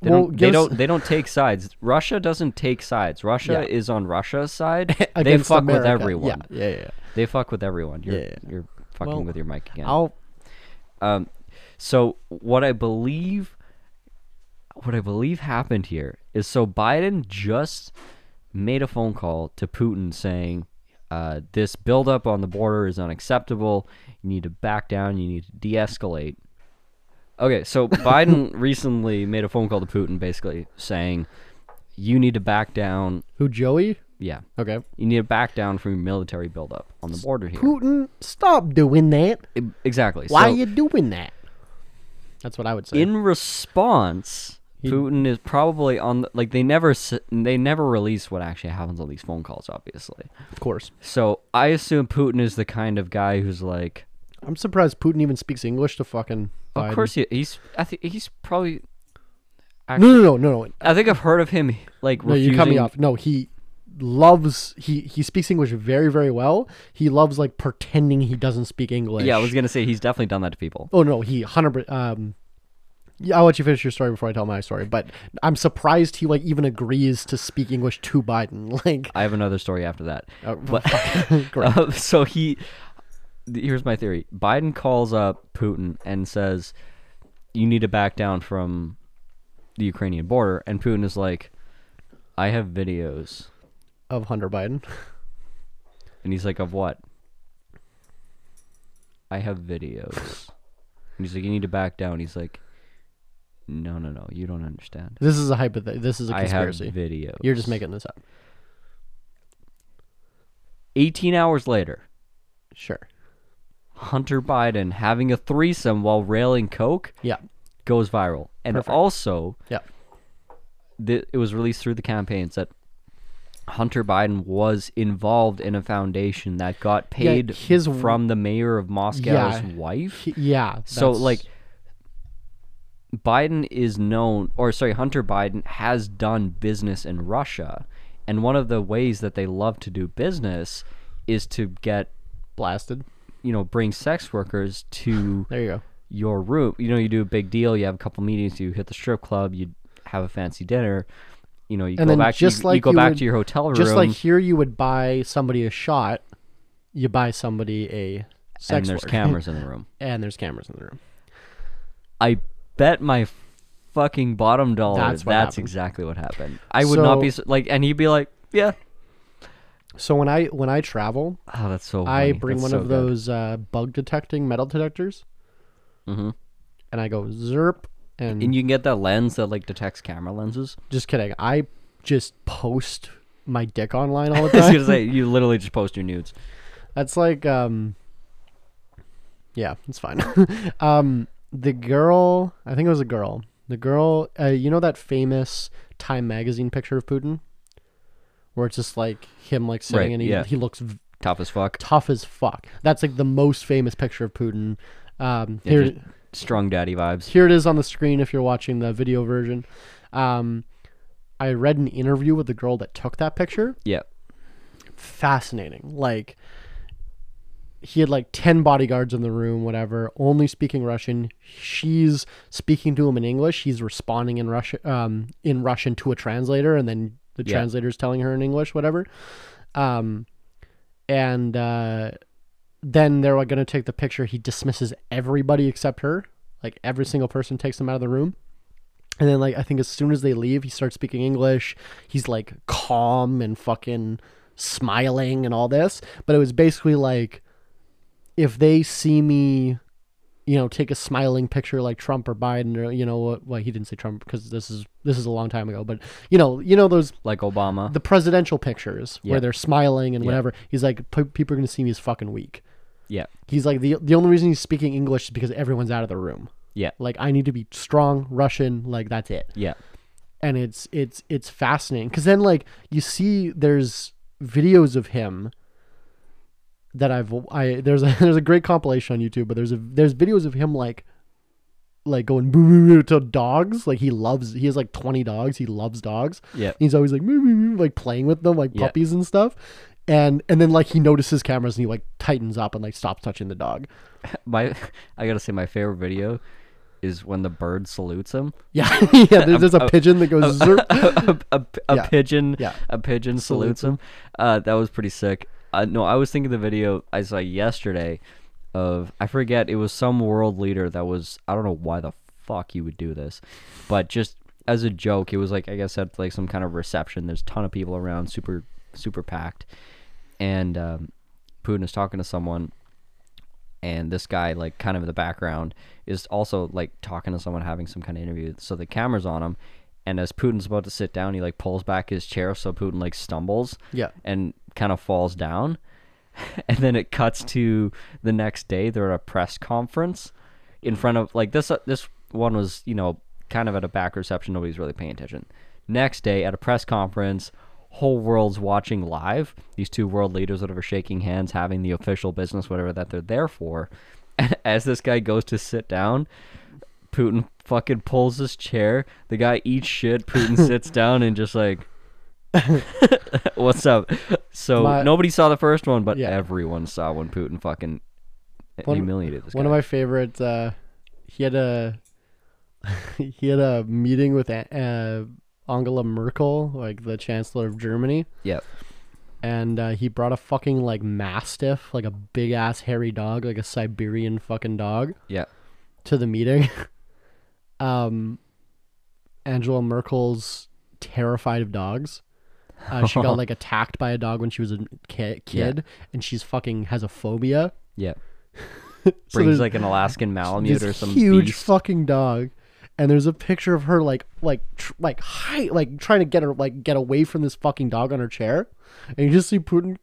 Speaker 2: They
Speaker 1: Well,
Speaker 2: don't. They
Speaker 1: give us-
Speaker 2: don't. They don't take sides. Russia doesn't take sides. Russia
Speaker 1: Yeah.
Speaker 2: is on Russia's side. they
Speaker 1: Against
Speaker 2: fuck with
Speaker 1: America.
Speaker 2: everyone.
Speaker 1: Yeah, yeah, yeah.
Speaker 2: They fuck with everyone. You're
Speaker 1: Yeah.
Speaker 2: you're fucking
Speaker 1: Well,
Speaker 2: with your mic again.
Speaker 1: I'll
Speaker 2: Um, so what I believe, what I believe happened here is so Biden just made a phone call to Putin saying, uh, "This buildup on the border is unacceptable. You need to back down. You need to de-escalate." Okay, so Biden recently made a phone call to Putin, basically saying, "You need to back down.
Speaker 1: who Joey?
Speaker 2: Yeah,
Speaker 1: Okay.
Speaker 2: you need to back down from your military buildup on the border here."
Speaker 1: Putin, stop doing that.
Speaker 2: E- Exactly.
Speaker 1: Why
Speaker 2: So-
Speaker 1: you doing that? That's what I would say.
Speaker 2: in response putin is probably on the, like they never s- they never release what actually happens on these phone calls obviously
Speaker 1: of course.
Speaker 2: so i assume putin is the kind of guy who's like
Speaker 1: I'm surprised Putin even speaks English to fucking. Biden.
Speaker 2: Of course, he, he's. I think he's probably.
Speaker 1: No, no, no, no, no.
Speaker 2: I think I've heard of him like
Speaker 1: No,
Speaker 2: refusing.
Speaker 1: you cut me off. No, he loves he he speaks English very very well. He loves like pretending he doesn't speak English.
Speaker 2: Yeah, I was gonna say he's definitely done that to people.
Speaker 1: Oh no, he hundred. Um, yeah, I'll let you finish your story before I tell my story. But I'm surprised he like even agrees to speak English to Biden. Like,
Speaker 2: I have another story after that.
Speaker 1: uh,
Speaker 2: But-
Speaker 1: great.
Speaker 2: Uh, so he, th- here's my theory. Biden calls up Putin and says, "You need to back down from the Ukrainian border," and Putin is like, "I have videos,"
Speaker 1: of Hunter Biden.
Speaker 2: and he's like, "Of what?" I have videos, and he's like, "You need to back down." He's like, "No, no, no, you don't understand.
Speaker 1: This is a hypothetical. This is a
Speaker 2: I have
Speaker 1: conspiracy.
Speaker 2: videos."
Speaker 1: You're just making this up.
Speaker 2: 18 hours later,
Speaker 1: Sure.
Speaker 2: Hunter Biden having a threesome while railing coke
Speaker 1: Yeah.
Speaker 2: goes viral, and
Speaker 1: Perfect.
Speaker 2: also
Speaker 1: Yeah.
Speaker 2: th- it was released through the campaigns that Hunter Biden was involved in a foundation that got paid
Speaker 1: his w-
Speaker 2: from the mayor of Moscow's
Speaker 1: Yeah.
Speaker 2: wife.
Speaker 1: He- yeah.
Speaker 2: So
Speaker 1: that's-
Speaker 2: like Biden is known or sorry, Hunter Biden has done business in Russia. And one of the ways that they love to do business is to get,
Speaker 1: blasted.
Speaker 2: you know, bring sex workers to
Speaker 1: There you go.
Speaker 2: your room. You know, you do a big deal. You have a couple meetings. You hit the strip club. You have a fancy dinner. You know, you
Speaker 1: And
Speaker 2: go
Speaker 1: then
Speaker 2: back.
Speaker 1: just
Speaker 2: to, you,
Speaker 1: like
Speaker 2: go
Speaker 1: you
Speaker 2: back
Speaker 1: would-
Speaker 2: to your hotel room.
Speaker 1: Just like here, you would buy somebody a shot. You buy somebody a sex
Speaker 2: and there's
Speaker 1: worker.
Speaker 2: cameras in the room.
Speaker 1: and there's cameras in the room.
Speaker 2: I bet my fucking bottom dollar
Speaker 1: That's
Speaker 2: that's,
Speaker 1: what happened.
Speaker 2: exactly what happened. I would not be
Speaker 1: So-
Speaker 2: s- like, and he'd be like, "Yeah,
Speaker 1: So when I when I travel,
Speaker 2: oh, that's so."
Speaker 1: I
Speaker 2: funny.
Speaker 1: bring
Speaker 2: That's
Speaker 1: one
Speaker 2: so
Speaker 1: of
Speaker 2: good."
Speaker 1: those uh, bug detecting metal detectors,
Speaker 2: Mhm.
Speaker 1: and I go zerp. And,
Speaker 2: And you can get that lens that like detects camera lenses.
Speaker 1: just kidding, I just post my dick online all the
Speaker 2: I was gonna
Speaker 1: time.
Speaker 2: say you literally just post your nudes.
Speaker 1: That's like, um, yeah, it's fine. um, the girl, I think it was a girl. The girl, uh, you know that famous Time magazine picture of Putin, where it's just like him like sitting
Speaker 2: Right,
Speaker 1: and he,
Speaker 2: yeah.
Speaker 1: he looks v-
Speaker 2: Tough as fuck.
Speaker 1: tough as fuck. That's like the most famous picture of Putin. Um,
Speaker 2: Yeah,
Speaker 1: here,
Speaker 2: just Strong daddy vibes.
Speaker 1: here it is on the screen if you're watching the video version. Um, I read an interview with the girl that took that picture.
Speaker 2: Yeah.
Speaker 1: Fascinating. Like, he had like 10 bodyguards in the room, whatever, only speaking Russian. She's speaking to him in English. He's responding in Russian, um, in Russian to a translator, and then the
Speaker 2: Yeah.
Speaker 1: translator's telling her in English, whatever. Um, and uh, then they're like going to take the picture. He dismisses everybody except her. Like every single person takes them out of the room. And then like I think as soon as they leave, he starts speaking English. He's like calm and fucking smiling and all this. But it was basically like if they see me you know take a smiling picture like Trump or Biden or you know what well he didn't say Trump because this is this is a long time ago but you know you know those
Speaker 2: Like Obama.
Speaker 1: the presidential pictures
Speaker 2: Yeah.
Speaker 1: where they're smiling and
Speaker 2: Yeah.
Speaker 1: whatever he's like "P- people are going to see me as fucking weak
Speaker 2: yeah.
Speaker 1: he's like the the only reason he's speaking English is because everyone's out of the room
Speaker 2: Yeah.
Speaker 1: like I need to be strong Russian like that's it
Speaker 2: Yeah.
Speaker 1: and it's it's it's fascinating because then like you see there's videos of him that I've I there's a there's a great compilation on YouTube but there's a there's videos of him like like going boo boo boo to dogs like he loves he has like 20 dogs he loves dogs
Speaker 2: Yeah.
Speaker 1: he's always like "Moo, moo, moo," like playing with them like
Speaker 2: Yeah.
Speaker 1: puppies and stuff and and then like he notices cameras and he like tightens up and like stops touching the dog
Speaker 2: my I gotta say my favorite video is when the bird salutes him.
Speaker 1: yeah yeah there- there's a pigeon that goes zerp.
Speaker 2: a, a- a
Speaker 1: Yeah.
Speaker 2: pigeon,
Speaker 1: Yeah.
Speaker 2: a pigeon
Speaker 1: Salutes
Speaker 2: salutes, him. Uh, that was pretty sick. Uh, no, I was thinking the video I saw yesterday of I forget it was some world leader that was I don't know why the fuck he would do this, but just as a joke, it was like I guess at like some kind of reception. There's a ton of people around, super super packed, and um, Putin is talking to someone, and this guy like kind of in the background is also like talking to someone having some kind of interview so the camera's on him and as putin's about to sit down he like pulls back his chair so putin like stumbles
Speaker 1: Yeah.
Speaker 2: and kind of falls down and then it cuts to the next day they're at a press conference in front of like this uh, this one was you know kind of at a back reception nobody's really paying attention next day at a press conference whole world's watching live these two world leaders that are shaking hands having the official business whatever that they're there for And as this guy goes to sit down, Putin fucking pulls his chair. The guy eats shit. Putin sits down and just like, what's up? So
Speaker 1: My-
Speaker 2: nobody saw the first one, but
Speaker 1: Yeah.
Speaker 2: everyone saw when Putin fucking
Speaker 1: One-
Speaker 2: humiliated this
Speaker 1: One
Speaker 2: guy.
Speaker 1: of my favorites. Uh, he had a he had a meeting with a- uh, Angela Merkel, like the Chancellor of Germany,
Speaker 2: yeah,
Speaker 1: and uh, he brought a fucking like mastiff, like a big ass hairy dog, like a Siberian fucking dog,
Speaker 2: yeah.
Speaker 1: to the meeting. um, Angela Merkel's terrified of dogs. Uh, she got like attacked by a dog when she was a ki- kid, and she's fucking has a phobia.
Speaker 2: Yeah.
Speaker 1: So
Speaker 2: Brings
Speaker 1: there's-
Speaker 2: like an Alaskan Malamute
Speaker 1: this
Speaker 2: or some
Speaker 1: huge
Speaker 2: beast.
Speaker 1: fucking dog and there's a picture of her like like tr- like high like trying to get her like get away from this fucking dog on her chair and you just see putin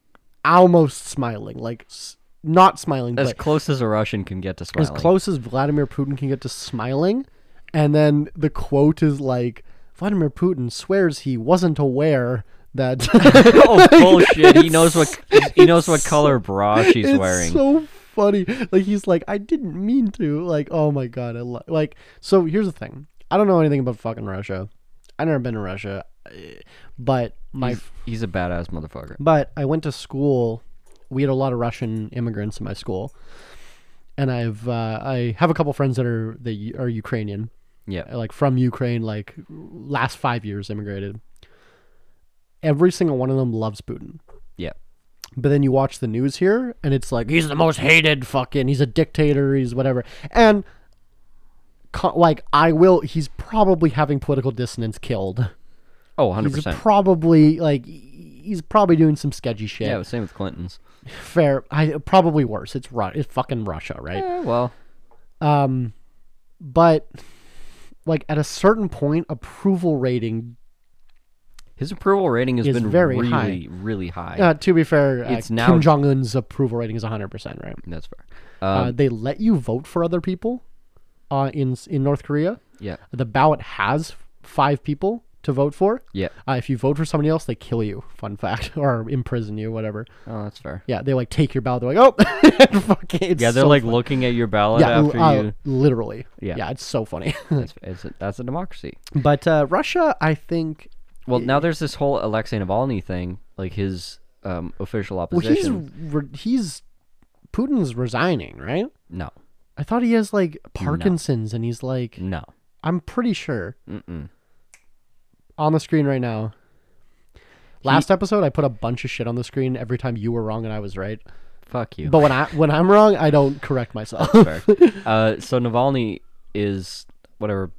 Speaker 1: almost smiling like s- not smiling
Speaker 2: as
Speaker 1: but
Speaker 2: close as a Russian can get to
Speaker 1: as
Speaker 2: smiling.
Speaker 1: close as vladimir putin can get to smiling and then the quote is like vladimir putin swears he wasn't aware that
Speaker 2: oh bullshit! He knows what he knows what color bra she's
Speaker 1: it's
Speaker 2: wearing.
Speaker 1: so funny. Like he's like, I didn't mean to. Like, oh my god, I lo-. like. So here's the thing. I don't know anything about fucking Russia. I've never been to Russia, eh, but my
Speaker 2: he's, he's a badass motherfucker.
Speaker 1: but I went to school. We had a lot of Russian immigrants in my school, and I've uh, I have a couple friends that are that y- are Ukrainian,
Speaker 2: Yeah,
Speaker 1: like from Ukraine, like last five years immigrated. Every single one of them loves Putin.
Speaker 2: yeah,
Speaker 1: But then you watch the news here, and it's like he's the most hated fucking. He's a dictator. He's whatever. And co- like I will, he's probably having political dissonance killed.
Speaker 2: oh, 100
Speaker 1: He's
Speaker 2: percent.
Speaker 1: probably like he's probably doing some sketchy shit.
Speaker 2: Yeah, same with Clinton's.
Speaker 1: Fair, I probably worse. It's Ru- it's fucking Russia, right?
Speaker 2: Eh, well,
Speaker 1: Um, but like at a certain point, approval rating.
Speaker 2: his approval rating has
Speaker 1: Is
Speaker 2: been
Speaker 1: very
Speaker 2: really,
Speaker 1: high.
Speaker 2: really high.
Speaker 1: Uh, to be fair, uh,
Speaker 2: It's now-
Speaker 1: Kim Jong Un's approval rating is hundred percent, right?
Speaker 2: That's fair.
Speaker 1: Uh,
Speaker 2: Um,
Speaker 1: they let you vote for other people uh, in in North Korea.
Speaker 2: yeah,
Speaker 1: The ballot has five people to vote for.
Speaker 2: yeah.
Speaker 1: Uh, if you vote for somebody else, they kill you. Fun fact, or imprison you, whatever.
Speaker 2: Oh, that's fair.
Speaker 1: Yeah, they like take your ballot. They're like, oh, fuck it. It's
Speaker 2: Yeah, they're
Speaker 1: so
Speaker 2: like
Speaker 1: fun-
Speaker 2: looking at your ballot
Speaker 1: yeah,
Speaker 2: after
Speaker 1: uh,
Speaker 2: you.
Speaker 1: literally.
Speaker 2: Yeah.
Speaker 1: yeah, it's so funny.
Speaker 2: That's, it's a, that's a democracy.
Speaker 1: but uh, Russia, I think,
Speaker 2: Well, now there's this whole Alexei Navalny thing, like his um, official
Speaker 1: well, he's
Speaker 2: opposition.
Speaker 1: re- he's Putin's resigning, right?
Speaker 2: No,
Speaker 1: I thought he has like Parkinson's, and he's like,
Speaker 2: no.
Speaker 1: I'm pretty sure
Speaker 2: Mm-mm.
Speaker 1: on the screen right now. Last episode, I put a bunch of shit on the screen every time you were wrong and I was right.
Speaker 2: Fuck you.
Speaker 1: But when I when I'm wrong, I don't correct myself.
Speaker 2: fair. Uh, so Navalny is whatever.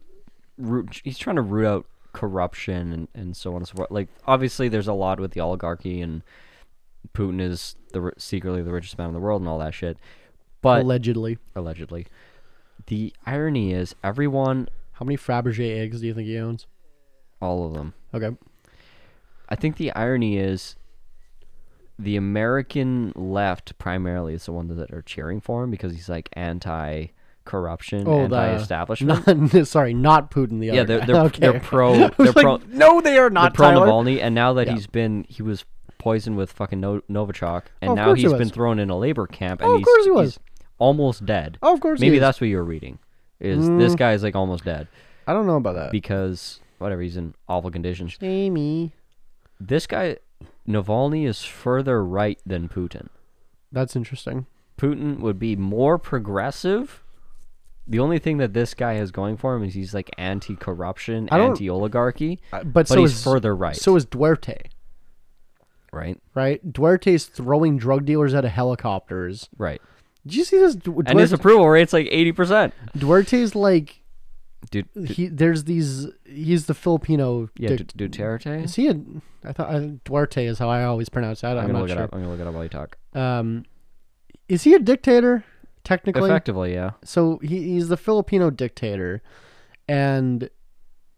Speaker 2: Root, he's trying to root out corruption and, and so on and so forth. Like obviously, there's a lot with the oligarchy and Putin is the ri- secretly the richest man in the world and all that shit. But
Speaker 1: Allegedly,
Speaker 2: allegedly, the irony is everyone,
Speaker 1: how many Fabergé eggs do you think he owns?
Speaker 2: all of them.
Speaker 1: Okay,
Speaker 2: I think the irony is the American left primarily is the ones that are cheering for him because he's like anti corruption,
Speaker 1: Oh, the-
Speaker 2: anti establishment.
Speaker 1: not sorry, not Putin. The other
Speaker 2: Yeah, they're
Speaker 1: guy.
Speaker 2: they're,
Speaker 1: okay.
Speaker 2: they're pro
Speaker 1: I was
Speaker 2: they're pro
Speaker 1: like, no, they are
Speaker 2: they're
Speaker 1: not.
Speaker 2: pro
Speaker 1: Tyler.
Speaker 2: Navalny, and now that he's been he was poisoned with fucking no- Novichok, and
Speaker 1: Oh, of
Speaker 2: now
Speaker 1: course he
Speaker 2: he's been
Speaker 1: was.
Speaker 2: thrown in a labor camp, and
Speaker 1: Oh, of
Speaker 2: he's,
Speaker 1: course he was.
Speaker 2: he's almost dead.
Speaker 1: Oh, of course.
Speaker 2: Maybe
Speaker 1: he is. Mm.
Speaker 2: that's what you're reading. Is this guy is like almost dead
Speaker 1: I don't know about that.
Speaker 2: because whatever he's in awful conditions.
Speaker 1: Amy,
Speaker 2: This guy Navalny is further right than Putin.
Speaker 1: that's interesting.
Speaker 2: Putin would be more progressive. The only thing that this guy has going for him is he's like anti-corruption,
Speaker 1: I don't-
Speaker 2: anti-oligarchy,
Speaker 1: Uh, But,
Speaker 2: but
Speaker 1: so
Speaker 2: he's
Speaker 1: is
Speaker 2: further right,
Speaker 1: So is Duarte,
Speaker 2: right?
Speaker 1: right? Duarte's throwing drug dealers out of helicopters.
Speaker 2: Right.
Speaker 1: Did you see this? Du-
Speaker 2: and his
Speaker 1: Duarte-
Speaker 2: approval rate's like 80%.
Speaker 1: Duarte's like
Speaker 2: Dude,
Speaker 1: he there's these he's the Filipino
Speaker 2: yeah,
Speaker 1: dic-
Speaker 2: Du- Duterte?
Speaker 1: is he a I thought I, Duarte is how I always pronounce that.
Speaker 2: I'm
Speaker 1: I'm,
Speaker 2: going to
Speaker 1: not
Speaker 2: look it
Speaker 1: sure.
Speaker 2: up. I'm going to look it up while you talk.
Speaker 1: Um, is he a dictator technically?
Speaker 2: Effectively, yeah.
Speaker 1: So he, he's the Filipino dictator, and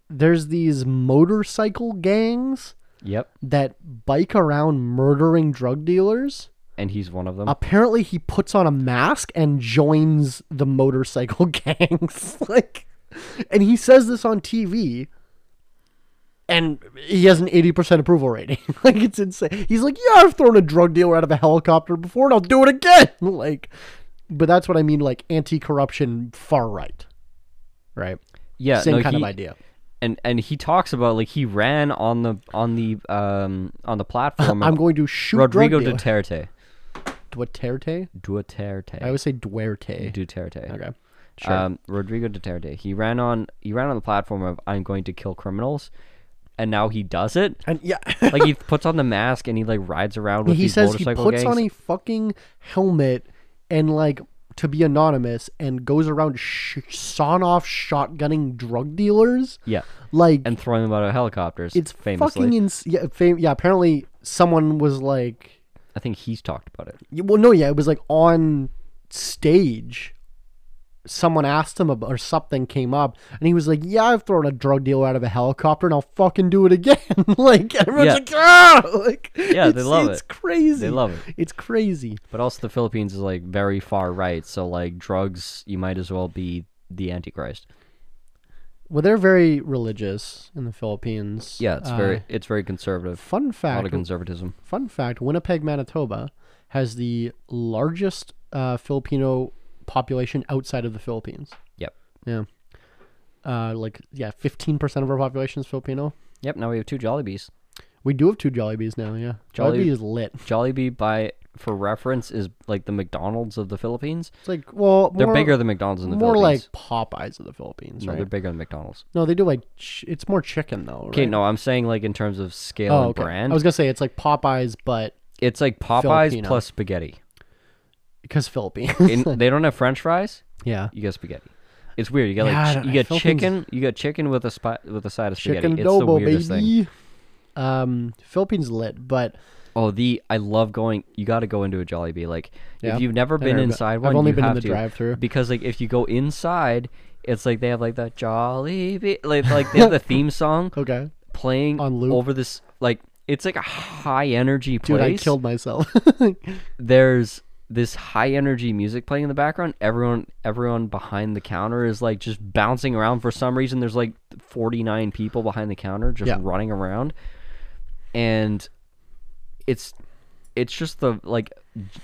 Speaker 1: there's these motorcycle gangs
Speaker 2: Yep.
Speaker 1: that bike around murdering drug dealers.
Speaker 2: And he's one of them.
Speaker 1: Apparently, he puts on a mask and joins the motorcycle gangs. like, and he says this on TV. And he has an eighty percent approval rating. like it's insane. He's like, yeah, I've thrown a drug dealer out of a helicopter before, and I'll do it again. like, but that's what I mean, like anti-corruption far right, right?
Speaker 2: Yeah,
Speaker 1: Same
Speaker 2: no,
Speaker 1: kind of
Speaker 2: he-
Speaker 1: idea.
Speaker 2: And and he talks about like he ran on the on the um on the platform.
Speaker 1: I'm
Speaker 2: of
Speaker 1: going to shoot
Speaker 2: Rodrigo
Speaker 1: drug dealer-
Speaker 2: Duterte.
Speaker 1: Duterte.
Speaker 2: Duterte.
Speaker 1: I always say Duerte.
Speaker 2: Duterte.
Speaker 1: Okay, sure.
Speaker 2: Um, Rodrigo Duterte. He ran on he ran on the platform of I'm going to kill criminals, and now he does it.
Speaker 1: and yeah,
Speaker 2: Like he puts on the mask and he like rides around with
Speaker 1: he
Speaker 2: these
Speaker 1: says he
Speaker 2: motorcycle
Speaker 1: puts
Speaker 2: gangs.
Speaker 1: on a fucking helmet and like to be anonymous and goes around sh- sawn off shotgunning drug dealers.
Speaker 2: yeah,
Speaker 1: Like
Speaker 2: and throwing them out of helicopters.
Speaker 1: it's
Speaker 2: famously.
Speaker 1: fucking ins- yeah, fam- yeah. Apparently someone was like.
Speaker 2: I think he's talked about it.
Speaker 1: Yeah, Well, no, yeah, it was like on stage. Someone asked him about, or something came up, and he was like, "Yeah, I've thrown a drug dealer out of a helicopter, and I'll fucking do it again." like everyone's
Speaker 2: Yeah.
Speaker 1: like, "Ah!" Like, yeah,
Speaker 2: they love
Speaker 1: It's
Speaker 2: it.
Speaker 1: crazy.
Speaker 2: They love it.
Speaker 1: It's crazy.
Speaker 2: But also the Philippines is like very far right, so like drugs, you might as well be the Antichrist.
Speaker 1: Well, they're very religious in the Philippines.
Speaker 2: Yeah, it's
Speaker 1: Uh,
Speaker 2: very it's very conservative.
Speaker 1: fun
Speaker 2: A lot
Speaker 1: fact.
Speaker 2: of conservatism.
Speaker 1: Fun fact: Winnipeg, Manitoba, has the largest uh, Filipino population outside of the Philippines.
Speaker 2: Yep.
Speaker 1: Yeah. Uh, like yeah, fifteen percent of our population is Filipino.
Speaker 2: Yep. Now we have two Jollibees.
Speaker 1: We do have two Jollibees now. Yeah,
Speaker 2: Jolli-
Speaker 1: Jollibee is lit.
Speaker 2: Jollibee, by for reference, is like the McDonald's of the Philippines.
Speaker 1: It's like well,
Speaker 2: They're
Speaker 1: more,
Speaker 2: bigger than McDonald's in the
Speaker 1: more like
Speaker 2: Philippines.
Speaker 1: Popeyes of the Philippines,
Speaker 2: no,
Speaker 1: right?
Speaker 2: they're bigger than McDonald's.
Speaker 1: No, they do like ch- it's more chicken though.
Speaker 2: Okay,
Speaker 1: right?
Speaker 2: no, I'm saying like in terms of scale
Speaker 1: oh,
Speaker 2: and
Speaker 1: okay.
Speaker 2: brand,
Speaker 1: I was gonna say it's like Popeyes, but
Speaker 2: it's like Popeyes
Speaker 1: Filipino.
Speaker 2: plus spaghetti.
Speaker 1: because Philippines.
Speaker 2: In, they don't have French fries.
Speaker 1: yeah,
Speaker 2: You get spaghetti. It's weird. You got
Speaker 1: Yeah, I
Speaker 2: like
Speaker 1: don't-
Speaker 2: ch- you
Speaker 1: I
Speaker 2: get
Speaker 1: feel things-
Speaker 2: chicken. You got chicken with a spot with a side of spaghetti.
Speaker 1: chicken
Speaker 2: it's the
Speaker 1: adobo,
Speaker 2: weirdest thing.
Speaker 1: baby. Um, Philippines lit, but
Speaker 2: Oh, the I love going. You got to go into a Jollibee. Like
Speaker 1: Yeah,
Speaker 2: if you've never been
Speaker 1: never been-
Speaker 2: inside
Speaker 1: I've
Speaker 2: one,
Speaker 1: only
Speaker 2: you
Speaker 1: been in
Speaker 2: have
Speaker 1: the
Speaker 2: to,
Speaker 1: drive-thru.
Speaker 2: because like if you go inside, it's like they have like that Jollibee, like like they have the theme song
Speaker 1: okay,
Speaker 2: playing
Speaker 1: On loop.
Speaker 2: over this. Like it's like a high energy
Speaker 1: dude,
Speaker 2: place.
Speaker 1: I killed myself.
Speaker 2: There's this high energy music playing in the background. Everyone everyone behind the counter is like just bouncing around for some reason. There's like 49 people behind the counter just
Speaker 1: Yeah.
Speaker 2: running around, and it's it's just the like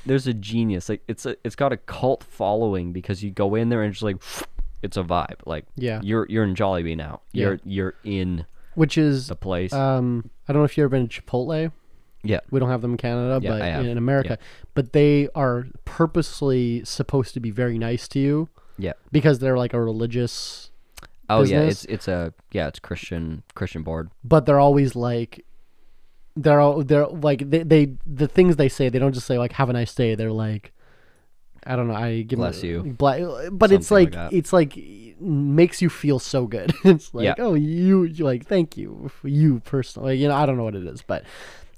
Speaker 2: there's a genius like it's a, it's got a cult following because you go in there and it's just like it's a vibe like
Speaker 1: Yeah.
Speaker 2: you're you're in Jollibee now
Speaker 1: Yeah.
Speaker 2: you're you're in
Speaker 1: Which is
Speaker 2: the place
Speaker 1: Um, I don't know if you've ever been to Chipotle.
Speaker 2: yeah
Speaker 1: We don't have them in Canada,
Speaker 2: Yeah,
Speaker 1: but
Speaker 2: I have.
Speaker 1: in America, but they are purposely supposed to be very nice to you
Speaker 2: yeah
Speaker 1: because they're like a religious,
Speaker 2: oh yeah
Speaker 1: business.
Speaker 2: it's it's a yeah it's Christian Christian board
Speaker 1: but they're always like, they're all they're like they, they the things they say they don't just say like have a nice day. They're like, I don't know. I give 'em-
Speaker 2: Bless you.
Speaker 1: bla- but it's
Speaker 2: Something
Speaker 1: like,
Speaker 2: like that.
Speaker 1: it's like makes you feel so good. it's like
Speaker 2: Yeah.
Speaker 1: oh you you like thank you you personally you know I don't know what it is, but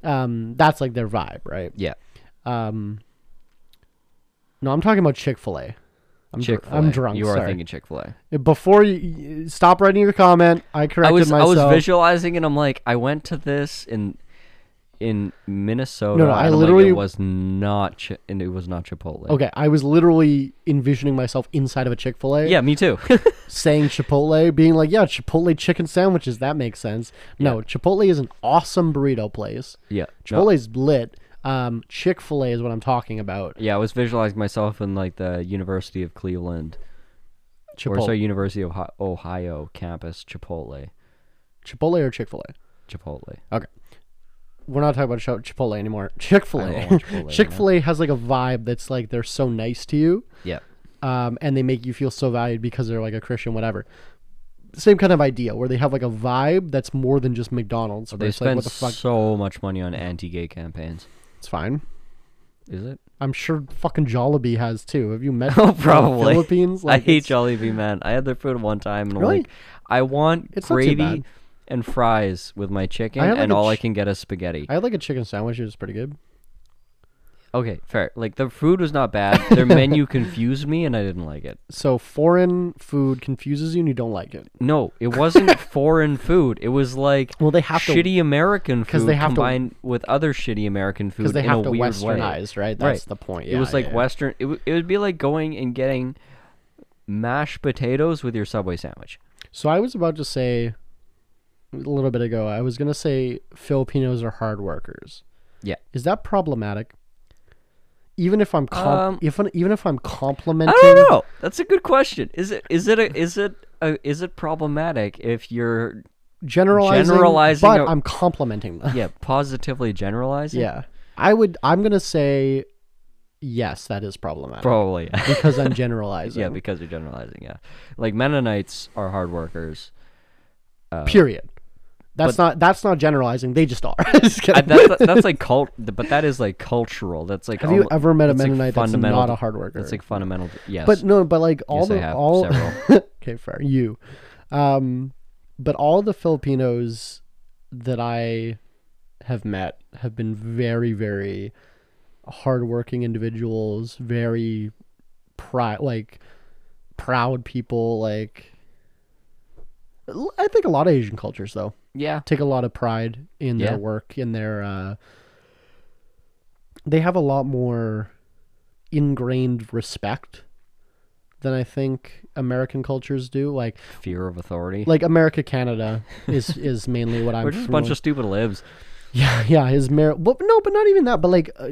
Speaker 1: um that's like their vibe right.
Speaker 2: yeah
Speaker 1: Um, no, I'm talking about Chick Fil A. I'm, dr-
Speaker 2: Chick Fil A
Speaker 1: I'm drunk.
Speaker 2: you are
Speaker 1: sorry.
Speaker 2: thinking Chick Fil A
Speaker 1: Before you, you- stop writing your comment, I
Speaker 2: I
Speaker 1: corrected
Speaker 2: was
Speaker 1: myself.
Speaker 2: I was visualizing and I'm like I went to this in in Minnesota
Speaker 1: No, no,
Speaker 2: and
Speaker 1: I
Speaker 2: I'm like,
Speaker 1: literally-
Speaker 2: it was not chi- and it was not Chipotle
Speaker 1: okay, I was literally envisioning myself inside of a Chick Fil A.
Speaker 2: yeah me too
Speaker 1: Saying Chipotle, being like, "Yeah, Chipotle chicken sandwiches. That makes sense." No, Chipotle is an awesome burrito place.
Speaker 2: yeah no,
Speaker 1: Chipotle's lit. Um, Chick Fil A is what I'm talking about.
Speaker 2: Yeah, I was visualizing myself in like the University of Cleveland or
Speaker 1: Chipotle,
Speaker 2: sorry, University of Ohi- Ohio campus Chipotle.
Speaker 1: Chipotle or Chick Fil A.
Speaker 2: Chipotle.
Speaker 1: Okay. We're not talking about Chip- Chipotle anymore. Chick fil
Speaker 2: I don't
Speaker 1: A.
Speaker 2: want Chipotle right
Speaker 1: Chick fil A has like a vibe that's like they're so nice to you
Speaker 2: Yeah.
Speaker 1: um, and they make you feel so valued because they're like a Christian, whatever. Same kind of idea where they have like a vibe that's more than just McDonald's. where
Speaker 2: They
Speaker 1: it's
Speaker 2: spend
Speaker 1: like, what the fuck?
Speaker 2: so much money on anti-gay campaigns.
Speaker 1: It's fine.
Speaker 2: Is it?
Speaker 1: I'm sure fucking Jollibee has too. Have you met
Speaker 2: Oh,
Speaker 1: people in the
Speaker 2: probably.
Speaker 1: Philippines?
Speaker 2: I hate
Speaker 1: it's-
Speaker 2: Jollibee, man. I had their food one time and
Speaker 1: Really?
Speaker 2: I'm like, I want
Speaker 1: It's not too bad.
Speaker 2: gravy and fries with my chicken,
Speaker 1: I had, like,
Speaker 2: and
Speaker 1: a
Speaker 2: all I
Speaker 1: ch-
Speaker 2: can get is spaghetti.
Speaker 1: I had like a chicken sandwich. It was pretty good.
Speaker 2: Okay, fair. Like the food was not bad. Their menu confused me, and I didn't like it.
Speaker 1: So foreign food confuses you and you don't like it.
Speaker 2: No, it wasn't foreign food. It was like
Speaker 1: Well, they have to-
Speaker 2: shitty American
Speaker 1: 'cause
Speaker 2: food
Speaker 1: they have to-
Speaker 2: combined with other shitty American food
Speaker 1: Because they
Speaker 2: in
Speaker 1: have
Speaker 2: a
Speaker 1: to
Speaker 2: weird way.
Speaker 1: westernize, right? That's the point.
Speaker 2: it
Speaker 1: Yeah,
Speaker 2: was like
Speaker 1: yeah, yeah.
Speaker 2: Western. It, w- it would be like going and getting mashed potatoes with your Subway sandwich.
Speaker 1: So I was about to say a little bit ago, I was going to say Filipinos are hard workers.
Speaker 2: Yeah.
Speaker 1: Is that problematic? even if I'm comp-
Speaker 2: Um,
Speaker 1: if even if I'm complimenting
Speaker 2: I don't know. That's a good question. Is it is it a, is it a, is it problematic if you're
Speaker 1: generalizing,
Speaker 2: Generalizing
Speaker 1: but
Speaker 2: a-
Speaker 1: i I'm complimenting them.
Speaker 2: yeah positively generalizing?
Speaker 1: yeah. I would I'm going to say yes, that is problematic
Speaker 2: probably.
Speaker 1: because I'm generalizing.
Speaker 2: yeah, because you're generalizing. Yeah, like Mennonites are hard workers.
Speaker 1: period. That's not that's not generalizing. They just are. Just
Speaker 2: I,
Speaker 1: kidding.
Speaker 2: that's, that's like cult, but that is like cultural. That's like
Speaker 1: Have you
Speaker 2: almo-
Speaker 1: ever met a
Speaker 2: that's, like,
Speaker 1: Mennonite that's
Speaker 2: fundamental-
Speaker 1: not a hard worker?
Speaker 2: That's like fundamental. Yes,
Speaker 1: But no, but like all
Speaker 2: Yes, I
Speaker 1: the
Speaker 2: have
Speaker 1: all
Speaker 2: several.
Speaker 1: okay, fair you, um, but all the Filipinos that I have met have been very, very hardworking individuals, very proud, like proud people. Like l- I think a lot of Asian cultures though
Speaker 2: yeah,
Speaker 1: take a lot of pride in
Speaker 2: Yeah.
Speaker 1: their work in their uh they have a lot more ingrained respect than i think american cultures do like
Speaker 2: fear of authority.
Speaker 1: like america canada is is mainly what i'm
Speaker 2: We're just a bunch
Speaker 1: familiar-
Speaker 2: of stupid libs.
Speaker 1: yeah yeah his mar- but no but not even that but like uh,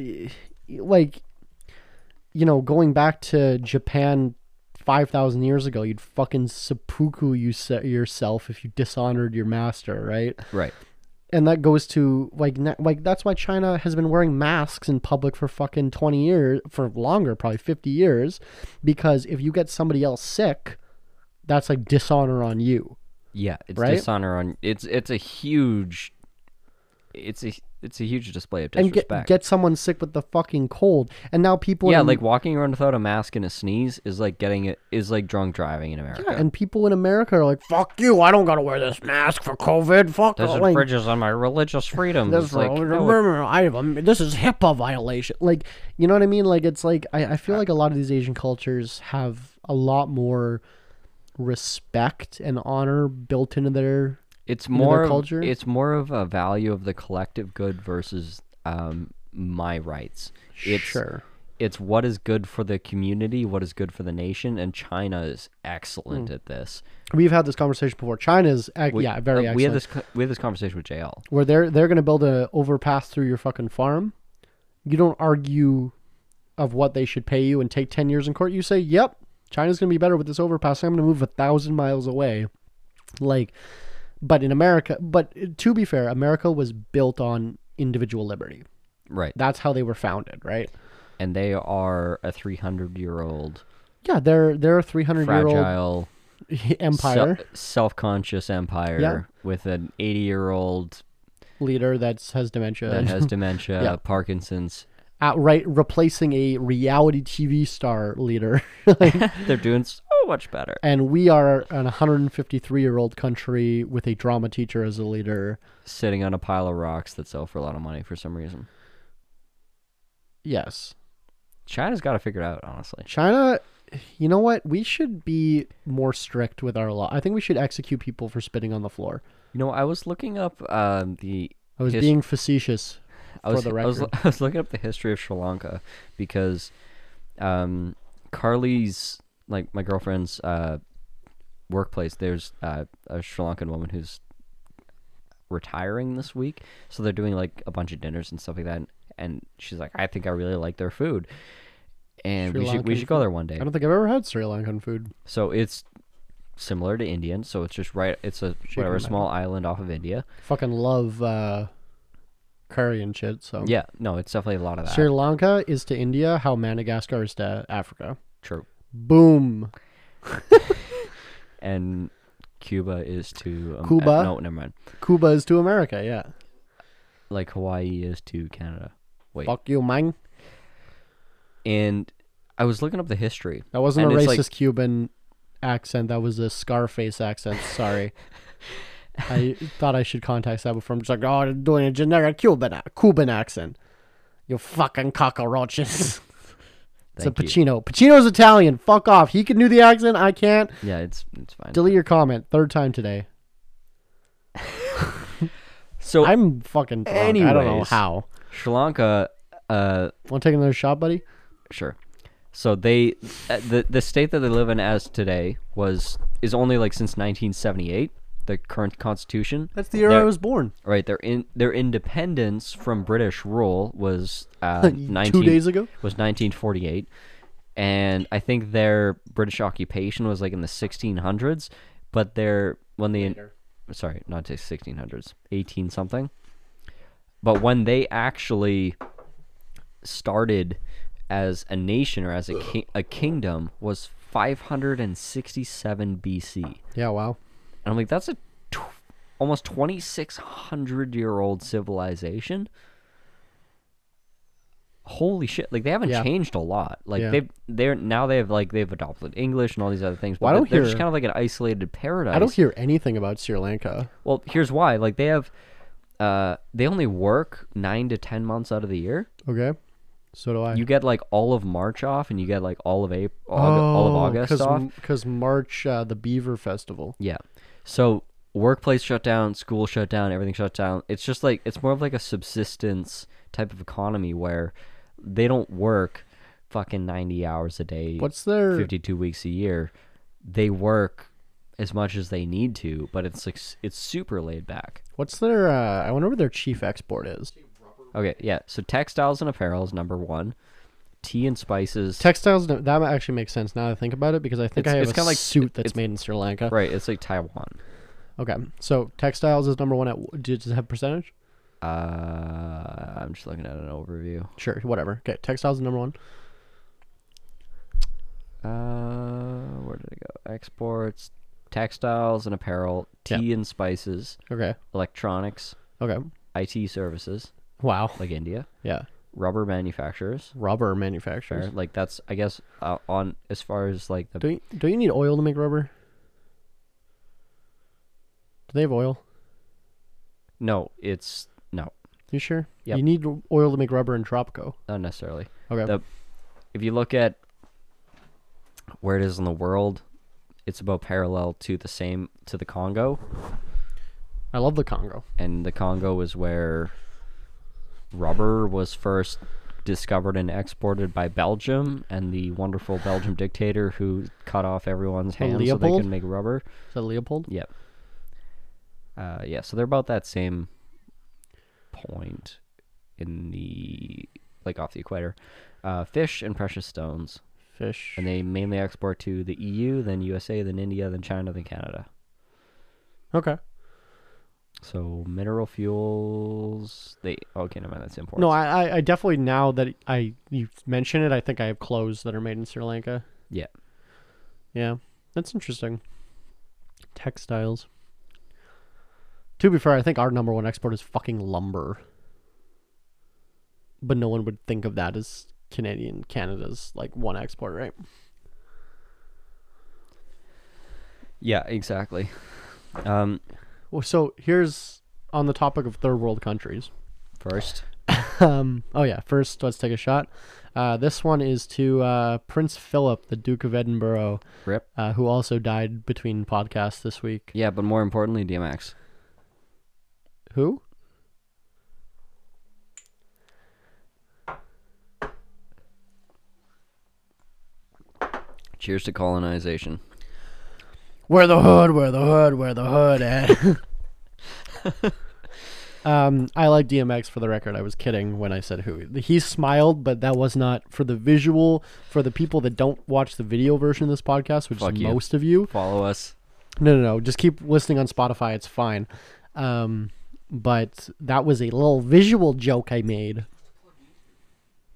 Speaker 1: like you know going back to japan 5000 years ago you'd fucking seppuku you yourself if you dishonored your master right
Speaker 2: Right.
Speaker 1: and that goes to like na- like that's why China has been wearing masks in public for fucking 20 years for longer probably 50 years because if you get somebody else sick that's like dishonor on you
Speaker 2: Yeah, it's
Speaker 1: Right?
Speaker 2: dishonor on. It's it's a huge. It's a it's a huge display of
Speaker 1: and
Speaker 2: disrespect.
Speaker 1: get get someone sick with the fucking cold and now people
Speaker 2: yeah,
Speaker 1: in-
Speaker 2: like walking around without a mask and a sneeze is like getting it is like drunk driving in America.
Speaker 1: yeah, and people in America are like fuck you I don't got to wear this mask for covid fuck
Speaker 2: This
Speaker 1: like,
Speaker 2: infringes on my religious freedom.
Speaker 1: That's
Speaker 2: It's like, oh,
Speaker 1: wrong.
Speaker 2: no, it-
Speaker 1: Remember, I have a- this is HIPAA violation. Like, you know what I mean? Like, it's like I, I feel like a lot of these Asian cultures have a lot more respect and honor built into their.
Speaker 2: it's
Speaker 1: their
Speaker 2: more of-
Speaker 1: culture?
Speaker 2: It's more of a value of the collective good versus um, my rights. It's,
Speaker 1: sure.
Speaker 2: It's what is good for the community, what is good for the nation, and China is excellent at this.
Speaker 1: We've had this conversation before. China's, ac-
Speaker 2: We-
Speaker 1: Hmm. yeah, very
Speaker 2: uh,
Speaker 1: excellent.
Speaker 2: We had this co- we had this conversation with JL.
Speaker 1: where they're they're gonna build a overpass through your fucking farm. You don't argue of what they should pay you and take ten years in court. You say, "Yep, China's gonna be better with this overpass. I'm gonna move a thousand miles away." Like, but in America, but to be fair, America was built on individual liberty.
Speaker 2: Right,
Speaker 1: That's how they were founded, right?
Speaker 2: and they are a three hundred year old
Speaker 1: Yeah, they're they're a 300 year old
Speaker 2: fragile.
Speaker 1: empire
Speaker 2: self conscious empire
Speaker 1: Yeah.
Speaker 2: with an 80 year old
Speaker 1: leader that has dementia.
Speaker 2: that
Speaker 1: and-
Speaker 2: has dementia,
Speaker 1: Uh, Yeah.
Speaker 2: Parkinson's.
Speaker 1: outright replacing a reality TV star leader.
Speaker 2: They're doing so much better.
Speaker 1: and we are an 153 year old country with a drama teacher as a leader.
Speaker 2: Sitting on a pile of rocks that sell for a lot of money for some reason.
Speaker 1: Yes.
Speaker 2: China's got to figure it out, honestly.
Speaker 1: China, you know what? We should be more strict with our law. I think we should execute people for spitting on the floor.
Speaker 2: You know, I was looking up um, the.
Speaker 1: I was
Speaker 2: Yes.
Speaker 1: being facetious.
Speaker 2: I
Speaker 1: For
Speaker 2: was,
Speaker 1: the
Speaker 2: I was,
Speaker 1: record.
Speaker 2: I was looking up the history of Sri Lanka because um, Carly's, like my girlfriend's uh, workplace, there's uh, a Sri Lankan woman who's retiring this week. So they're doing like a bunch of dinners and stuff like that. And, and she's like, I think I really like their food. And
Speaker 1: Sri
Speaker 2: we should, we
Speaker 1: Lankan
Speaker 2: should go there one day.
Speaker 1: I don't think I've ever had Sri Lankan food.
Speaker 2: So it's similar to Indian. So it's just right, it's a whatever,
Speaker 1: my
Speaker 2: small island off of India.
Speaker 1: Fucking love uh, curry and shit. So
Speaker 2: Yeah, no, it's definitely a lot of that.
Speaker 1: Sri Lanka is to India how Madagascar is to Africa.
Speaker 2: True.
Speaker 1: Boom.
Speaker 2: and Cuba is to um,
Speaker 1: Cuba?
Speaker 2: uh, no, never mind.
Speaker 1: Cuba is to America. Yeah.
Speaker 2: Like Hawaii is to Canada. Wait,
Speaker 1: Fuck you, man.
Speaker 2: and I was looking up the history.
Speaker 1: That wasn't
Speaker 2: And
Speaker 1: a
Speaker 2: it's
Speaker 1: racist
Speaker 2: like-
Speaker 1: Cuban accent. That was a Scarface accent. Sorry. I thought I should contact that before. I'm just like, oh, they're doing a generic Cuban ac- Cuban accent. You fucking cockroaches. it's a
Speaker 2: Thank you.
Speaker 1: Pacino. Pacino's Italian. Fuck off. He can do the accent. I can't.
Speaker 2: Yeah, it's it's fine.
Speaker 1: Delete your comment. Third time today.
Speaker 2: so
Speaker 1: I'm fucking drunk. I don't know
Speaker 2: Anyways.
Speaker 1: how.
Speaker 2: Sri Lanka, uh,
Speaker 1: Want to take another shot, buddy?
Speaker 2: sure. So they, uh, the the state that they live in as today was is only like since 1978. the current constitution.
Speaker 1: That's the era I
Speaker 2: They're-
Speaker 1: was born.
Speaker 2: Right, their in their independence from British rule was uh, 19,
Speaker 1: Two days ago.
Speaker 2: was 1948, and I think their British occupation was like in the 1600s, but their when they sorry not to 1600s 18 something, but when they actually started as a nation or as a ki- a kingdom was 567 BC.
Speaker 1: Yeah. Wow.
Speaker 2: And I'm like, that's a tw- almost 2,600 year old civilization. Holy shit! Like they haven't
Speaker 1: Yeah.
Speaker 2: changed a lot. Like
Speaker 1: Yeah.
Speaker 2: they've they're now they have like they've adopted English and all these other things. But
Speaker 1: Well, I
Speaker 2: they're-
Speaker 1: don't
Speaker 2: they're just
Speaker 1: hear-
Speaker 2: kind of like an isolated paradise.
Speaker 1: I don't hear anything about Sri Lanka.
Speaker 2: Well, here's why. Like they have, uh, they only work nine to ten months out of the year.
Speaker 1: Okay. So do I.
Speaker 2: You get like all of March off, and you get like all of April, all
Speaker 1: Oh,
Speaker 2: of August off.
Speaker 1: Because March, uh, the Beaver Festival.
Speaker 2: Yeah. So workplace shut down, school shut down, everything shut down. It's just like it's more of like a subsistence type of economy where they don't work fucking 90 hours a day,
Speaker 1: What's their
Speaker 2: 52 weeks a year. They work as much as they need to, but it's like s- it's super laid back.
Speaker 1: What's their? Uh, I wonder where their chief export is.
Speaker 2: Okay, yeah. So textiles and apparel is number 1. Tea and spices.
Speaker 1: Textiles. no, That actually makes sense now that I think about it because I think
Speaker 2: It's-
Speaker 1: I have
Speaker 2: it's
Speaker 1: a
Speaker 2: kinda like-
Speaker 1: suit that's
Speaker 2: it's-
Speaker 1: made in Sri Lanka.
Speaker 2: right, it's like Taiwan.
Speaker 1: Okay, so textiles is number one. At does it have percentage?
Speaker 2: Uh, I'm just looking at an overview.
Speaker 1: Sure, whatever. Okay, textiles is number one.
Speaker 2: Uh, where did it go? Exports, textiles and apparel, tea
Speaker 1: Yeah.
Speaker 2: and spices,
Speaker 1: Okay,
Speaker 2: electronics,
Speaker 1: okay.
Speaker 2: IT services,
Speaker 1: Wow.
Speaker 2: like India,
Speaker 1: Yeah,
Speaker 2: rubber manufacturers.
Speaker 1: rubber
Speaker 2: Fair.
Speaker 1: manufacturers.
Speaker 2: Like that's, I guess, uh, on as far as like the
Speaker 1: Do you, do you need oil to make rubber? Do they have oil?
Speaker 2: no, it's no,
Speaker 1: You sure?
Speaker 2: Yep.
Speaker 1: You need oil to make rubber in Tropico.
Speaker 2: not necessarily.
Speaker 1: Okay.
Speaker 2: The- If you look at where it is in the world, it's about parallel to the same to the Congo,
Speaker 1: I love the Congo.
Speaker 2: and the Congo is where rubber was first discovered and exported by Belgium and the wonderful Belgium dictator who cut off everyone's
Speaker 1: Oh,
Speaker 2: hands so they
Speaker 1: Leopold?
Speaker 2: could make rubber.
Speaker 1: Is that Leopold?
Speaker 2: Yep. Uh, yeah, so they're about that same point in the like off the equator. Uh, fish and precious stones,
Speaker 1: Fish.
Speaker 2: and they mainly export to the EU, then USA, then India, then China, then Canada.
Speaker 1: Okay.
Speaker 2: So mineral fuels, they okay, never mind, that's important.
Speaker 1: No, I, I- I definitely now that I you mention it, I think I have clothes that are made in Sri Lanka.
Speaker 2: Yeah.
Speaker 1: Yeah, that's interesting. Textiles. To be fair, I think our number one export is fucking lumber. But no one would think of that as Canadian Canada's like one export, right?
Speaker 2: Yeah, exactly. Um,
Speaker 1: Well, so here's on the topic of third world countries.
Speaker 2: first,
Speaker 1: Um, oh yeah, first let's take a shot. Uh, this one is to uh, Prince Philip, the Duke of Edinburgh.
Speaker 2: rip.
Speaker 1: uh, who also died between podcasts this week.
Speaker 2: Yeah, but more importantly, DMX.
Speaker 1: Who?
Speaker 2: Cheers to colonization.
Speaker 1: Where the hood? Where the hood? Where the hood at? um, I like DMX for the record. I was kidding when I said who. He smiled, but that was not for the visual. For the people that don't watch the video version of this podcast, which
Speaker 2: Fuck
Speaker 1: is
Speaker 2: you.
Speaker 1: most of you,
Speaker 2: Follow us.
Speaker 1: No, no, no. Just keep listening on Spotify. It's fine. Um, but that was a little visual joke I made.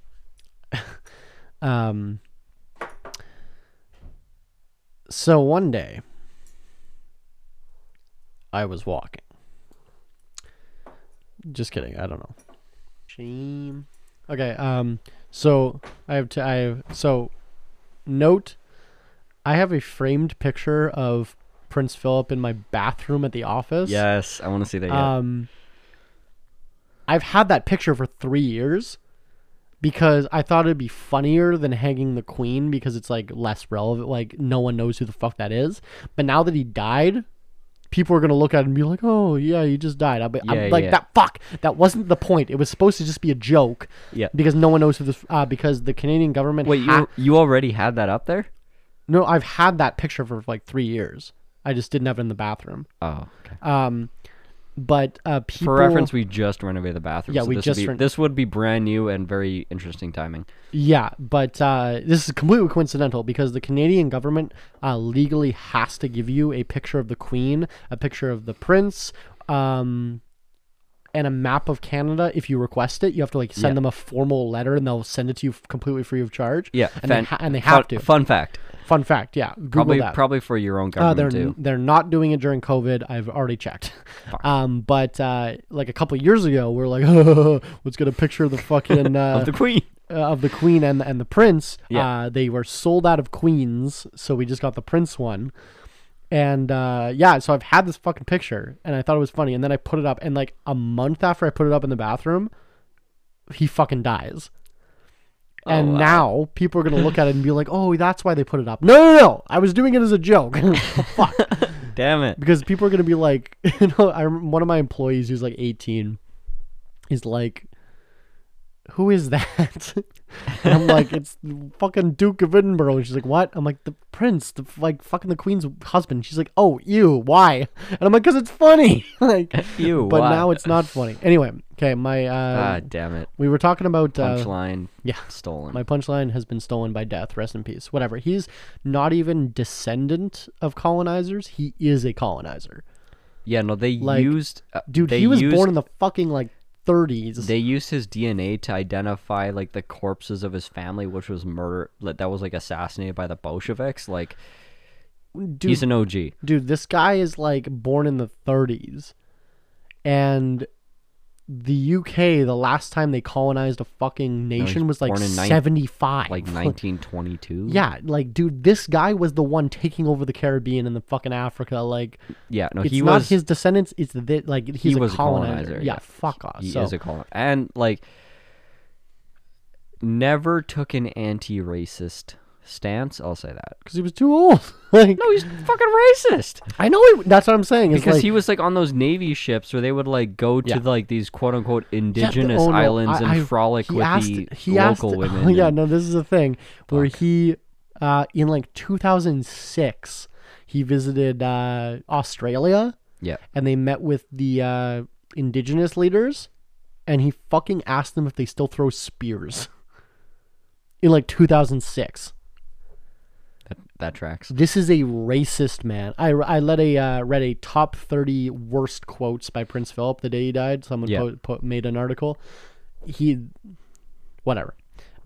Speaker 1: um, so one day, I was walking. Just kidding. I don't know. Shame. Okay. Um. So I have to. I have so. Note I have a framed picture of Prince Philip in my bathroom at the office.
Speaker 2: Yes, I want to see that. Yeah.
Speaker 1: Um, I've had that picture for three years because I thought it'd be funnier than hanging the queen because it's like less relevant. Like no one knows who the fuck that is. But now that he died, people are gonna look at it and be like, "Oh yeah, he just died." I'll be,
Speaker 2: Yeah,
Speaker 1: I'm like
Speaker 2: yeah.
Speaker 1: that. Fuck, that wasn't the point. It was supposed to just be a joke.
Speaker 2: Yeah.
Speaker 1: Because no one knows who this. Uh, because the Canadian government.
Speaker 2: Wait,
Speaker 1: ha-
Speaker 2: you you already had that up there?
Speaker 1: no, I've had that picture for like three years. I just didn't have it in the bathroom.
Speaker 2: Oh, okay.
Speaker 1: Um, but uh, people.
Speaker 2: For reference, we just renovated the bathroom.
Speaker 1: Yeah,
Speaker 2: so
Speaker 1: we
Speaker 2: this
Speaker 1: just
Speaker 2: Would be,
Speaker 1: ren-
Speaker 2: this would be brand new and very interesting timing.
Speaker 1: Yeah, but uh, this is completely coincidental because the Canadian government uh, legally has to give you a picture of the Queen, a picture of the Prince, um, and a map of Canada. If you request it, you have to like send
Speaker 2: Yeah.
Speaker 1: them a formal letter, and they'll send it to you f- completely free of charge.
Speaker 2: Yeah,
Speaker 1: and, they,
Speaker 2: fan-
Speaker 1: ha- and they
Speaker 2: fun,
Speaker 1: have to.
Speaker 2: Fun fact,
Speaker 1: Fun fact, yeah, Google
Speaker 2: probably
Speaker 1: that.
Speaker 2: probably for your own
Speaker 1: Uh,
Speaker 2: government
Speaker 1: they're
Speaker 2: too.
Speaker 1: they're not doing it during COVID. I've already checked.
Speaker 2: Fuck.
Speaker 1: Um, but uh, like a couple years ago, we are like, oh, let's get a picture of the fucking uh,
Speaker 2: of the queen.
Speaker 1: uh, of the queen and and the prince.
Speaker 2: Yeah.
Speaker 1: Uh, they were sold out of queens, so we just got the prince one. And uh, yeah, so I've had this fucking picture, and I thought it was funny, and then I put it up, and like a month after I put it up in the bathroom, he fucking dies. And
Speaker 2: Oh, wow.
Speaker 1: now people are gonna look at it and be like, "Oh, that's why they put it up." No, no, no! I was doing it as a joke. Fuck
Speaker 2: Damn it.
Speaker 1: because people are gonna be like, you know, I rem- one of my employees who's like 18 is like, who is that? and I'm like, it's the fucking Duke of Edinburgh. And she's like, what? I'm like, the prince, the f- like fucking the queen's husband. She's like, oh, ew, why? And I'm like, cause it's funny. like,
Speaker 2: You.
Speaker 1: but now it's not funny. Anyway, okay, my uh,
Speaker 2: ah, damn it.
Speaker 1: we were talking about uh,
Speaker 2: Punchline.
Speaker 1: yeah.
Speaker 2: Stolen.
Speaker 1: my punchline has been stolen by death. Rest in peace. Whatever. He's not even descendant of colonizers. He is a colonizer.
Speaker 2: yeah, no, they
Speaker 1: like,
Speaker 2: used. uh,
Speaker 1: Dude,
Speaker 2: they
Speaker 1: he was
Speaker 2: used,
Speaker 1: born in the fucking like 30s.
Speaker 2: They used his DNA to identify like the corpses of his family, which was murder. like, That was like assassinated by the Bolsheviks. Like
Speaker 1: dude,
Speaker 2: he's an OG.
Speaker 1: dude, this guy is like born in the 30s. And the UK, the last time they colonized a fucking nation was like
Speaker 2: born in nine-
Speaker 1: 75.
Speaker 2: Like 1922.
Speaker 1: Yeah, like dude, this guy was the one taking over the Caribbean and the fucking Africa. Like
Speaker 2: yeah. No,
Speaker 1: it's
Speaker 2: he
Speaker 1: not
Speaker 2: was.
Speaker 1: his descendants. It's the like he's
Speaker 2: he
Speaker 1: a
Speaker 2: was
Speaker 1: colonizer.
Speaker 2: a colonizer.
Speaker 1: Yeah, fuck off.
Speaker 2: He
Speaker 1: so,
Speaker 2: is a colonizer, and like never took an anti-racist stance. I'll say that.
Speaker 1: because he was too old. like
Speaker 2: No, he's fucking racist.
Speaker 1: I know he, that's what I'm saying. It's
Speaker 2: Because
Speaker 1: like,
Speaker 2: he was like on those navy ships where they would like go to
Speaker 1: Yeah.
Speaker 2: like these quote unquote
Speaker 1: Yeah, the-
Speaker 2: indigenous
Speaker 1: oh, no,
Speaker 2: islands
Speaker 1: I- I-
Speaker 2: and frolic
Speaker 1: he
Speaker 2: with
Speaker 1: asked-
Speaker 2: the
Speaker 1: he asked-
Speaker 2: local women.
Speaker 1: Oh, yeah,
Speaker 2: and-
Speaker 1: no, this is a thing where
Speaker 2: Fuck.
Speaker 1: he, uh, in like 2006, he visited uh, Australia
Speaker 2: yeah.
Speaker 1: and they met with the uh, indigenous leaders, and he fucking asked them if they still throw spears. In like 2006,
Speaker 2: That, that tracks.
Speaker 1: this is a racist man. I, I let a uh, read a top 30 worst quotes by Prince Philip the day he died. Someone
Speaker 2: Yeah.
Speaker 1: po- po- made an article. He, whatever.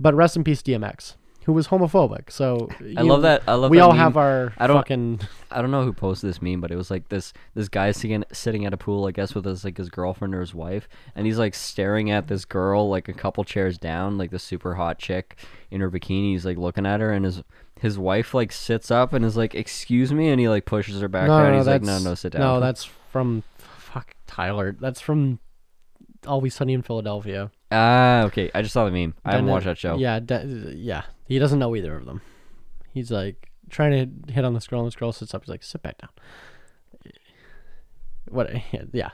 Speaker 1: But rest in peace, DMX, who was homophobic. So
Speaker 2: I love that. I love.
Speaker 1: we
Speaker 2: that
Speaker 1: all
Speaker 2: meme.
Speaker 1: have our
Speaker 2: I don't-
Speaker 1: fucking
Speaker 2: I don't know who posted this meme, but it was like this this guy sitting sitting at a pool, I guess, with his like his girlfriend or his wife, and he's like staring at this girl like a couple chairs down, like the super hot chick in her bikini. He's like looking at her, and his his wife like sits up and is like, "Excuse me," and he like pushes her back
Speaker 1: no,
Speaker 2: down.
Speaker 1: no,
Speaker 2: he's like,
Speaker 1: that's
Speaker 2: "No, no, sit down."
Speaker 1: No, that's from fuck Tyler. That's from Always Sunny in Philadelphia.
Speaker 2: ah okay. I just saw the meme. I haven't
Speaker 1: Dennis-
Speaker 2: watched that show.
Speaker 1: Yeah, de- yeah. He doesn't know either of them. He's like trying to hit on this girl, and this girl sits up. He's like, "Sit back down." What? Yeah.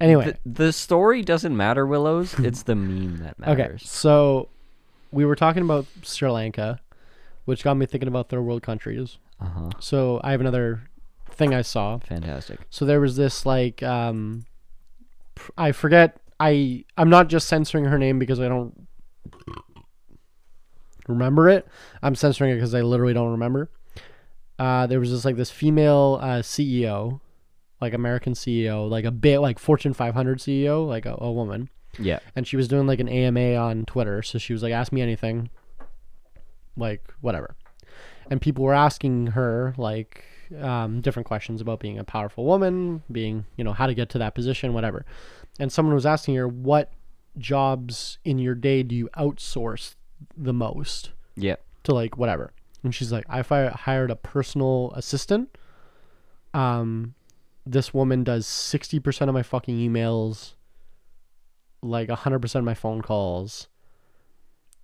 Speaker 1: Anyway,
Speaker 2: The, the story doesn't matter, Willows. It's the meme that
Speaker 1: okay.
Speaker 2: matters.
Speaker 1: So we were talking about Sri Lanka, which got me thinking about third world countries.
Speaker 2: Uh huh.
Speaker 1: So I have another thing I saw.
Speaker 2: Fantastic.
Speaker 1: So there was this like um pr- I forget I I'm not just censoring her name because I don't remember it. I'm censoring it because I literally don't remember. Uh there was this like this female uh CEO, like American CEO, like a bit like Fortune 500 CEO, E like a, a woman
Speaker 2: Yeah.
Speaker 1: and she was doing like an AMA on Twitter. So she was like, "Ask me anything," like whatever. And people were asking her like um, different questions about being a powerful woman, being you know how to get to that position, whatever. And someone was asking her, "What jobs in your day do you outsource the most
Speaker 2: Yeah.
Speaker 1: to like whatever?" And she's like, "I fi- hired a personal assistant. Um, this woman does sixty percent of my fucking emails." like 100% of my phone calls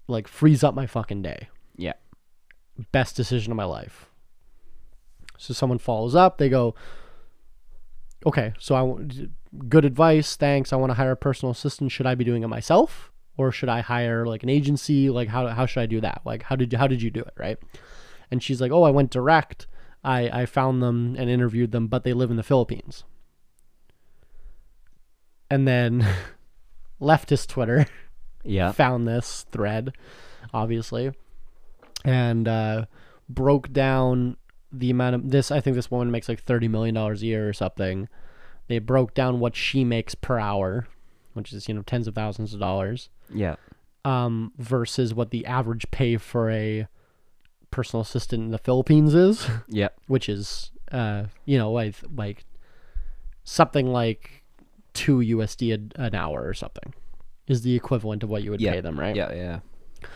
Speaker 1: like frees up my fucking day
Speaker 2: Yeah.
Speaker 1: best decision of my life so someone follows up they go okay so i want good advice thanks i want to hire a personal assistant should i be doing it myself or should i hire like an agency like how, how should i do that like how did how did you do it right and she's like oh i went direct I, I found them and interviewed them, but they live in the Philippines. And then leftist Twitter
Speaker 2: Yeah.
Speaker 1: found this thread, obviously, and uh, broke down the amount of this. I think this woman makes like thirty million dollars a year or something. They broke down what she makes per hour, which is you know tens of thousands of dollars,
Speaker 2: Yeah.
Speaker 1: um, versus what the average pay for a personal assistant in the Philippines is,
Speaker 2: Yeah.
Speaker 1: which is uh, you know like like something like two USD a, an hour or something is the equivalent of what you would
Speaker 2: Yeah.
Speaker 1: pay them, right?
Speaker 2: Yeah. Yeah.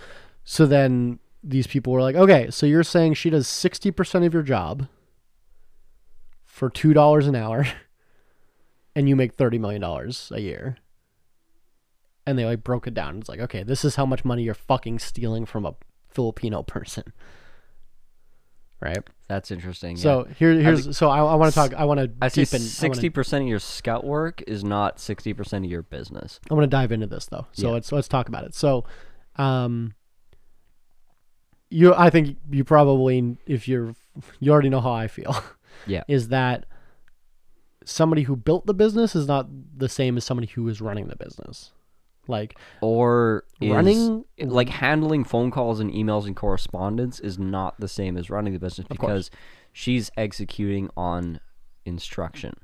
Speaker 1: So then these people were like, okay, so you're saying she does 60% of your job for $2 an hour and you make $30 million a year. And they like broke it down. It's like, okay, this is how much money you're fucking stealing from a Filipino person. Right?
Speaker 2: That's interesting. yeah.
Speaker 1: So here, here's, so I, I want to talk, I want to deepen,
Speaker 2: I see
Speaker 1: I wanna-
Speaker 2: sixty percent of your scout work is not sixty percent of your business.
Speaker 1: I'm gonna dive into this though. So let's let's talk about it. So, um, you I think you probably if you're you already know how I feel.
Speaker 2: Yeah.
Speaker 1: Is that somebody who built the business is not the same as somebody who is running the business. Like
Speaker 2: Or is-
Speaker 1: Running-
Speaker 2: like handling phone calls and emails and correspondence is not the same as running the business because she's executing on instruction.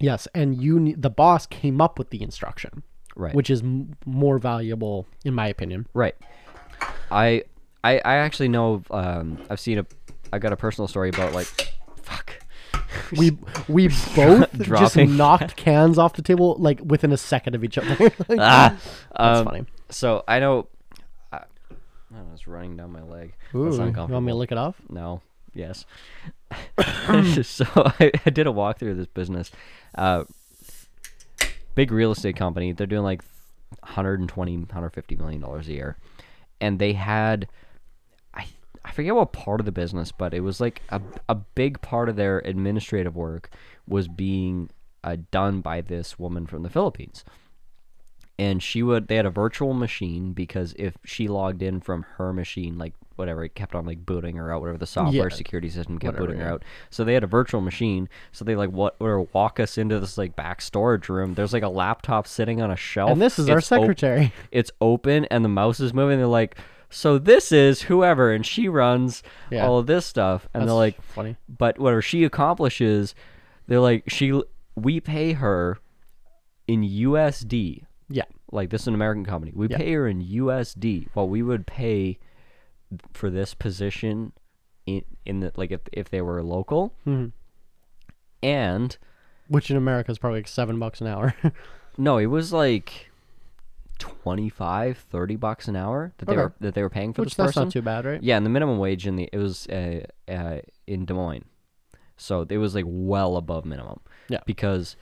Speaker 1: yes, and you ne- the boss came up with the instruction,
Speaker 2: Right.
Speaker 1: which is m- more valuable in my opinion.
Speaker 2: Right. I I I actually know um I've seen a I got a personal story about like fuck.
Speaker 1: We we both just
Speaker 2: Dropping.
Speaker 1: knocked cans off the table like within a second of each other. Like,
Speaker 2: Ah,
Speaker 1: that's
Speaker 2: um,
Speaker 1: funny.
Speaker 2: So I know I, I was running down my leg.
Speaker 1: Ooh,
Speaker 2: That's
Speaker 1: you
Speaker 2: uncomfortable.
Speaker 1: want me to lick it off?
Speaker 2: No. Yes. so I, I did a walkthrough of this business. Uh, big real estate company. They're doing like 120, 150 million dollars a year, and they had I I forget what part of the business, but it was like a a big part of their administrative work was being uh, done by this woman from the Philippines and she would they had a virtual machine because if she logged in from her machine like whatever it kept on like booting her out whatever the software
Speaker 1: Yeah.
Speaker 2: security system kept
Speaker 1: Whatever,
Speaker 2: booting her
Speaker 1: yeah.
Speaker 2: out so they had a virtual machine so they like what or walk us into this like back storage room there's like a laptop sitting on a shelf
Speaker 1: And this is our
Speaker 2: It's op-
Speaker 1: secretary.
Speaker 2: it's open and the mouse is moving they're like so this is whoever and she runs
Speaker 1: Yeah.
Speaker 2: all of this stuff and
Speaker 1: That's
Speaker 2: they're like
Speaker 1: funny.
Speaker 2: but whatever she accomplishes they're like she we pay her in USD
Speaker 1: Yeah.
Speaker 2: like this is an American company. We
Speaker 1: Yeah.
Speaker 2: pay her in USD, while we would pay for this position in in the like if if they were local.
Speaker 1: Mhm.
Speaker 2: And
Speaker 1: Which in America is probably like seven bucks an hour.
Speaker 2: no, it was like 25, 30 bucks an hour that they
Speaker 1: Okay.
Speaker 2: were that they were paying for
Speaker 1: which
Speaker 2: this
Speaker 1: that's
Speaker 2: person.
Speaker 1: not too bad, right?
Speaker 2: Yeah, and the minimum wage in the it was uh, uh, in Des Moines, so it was like well above minimum.
Speaker 1: Yeah.
Speaker 2: because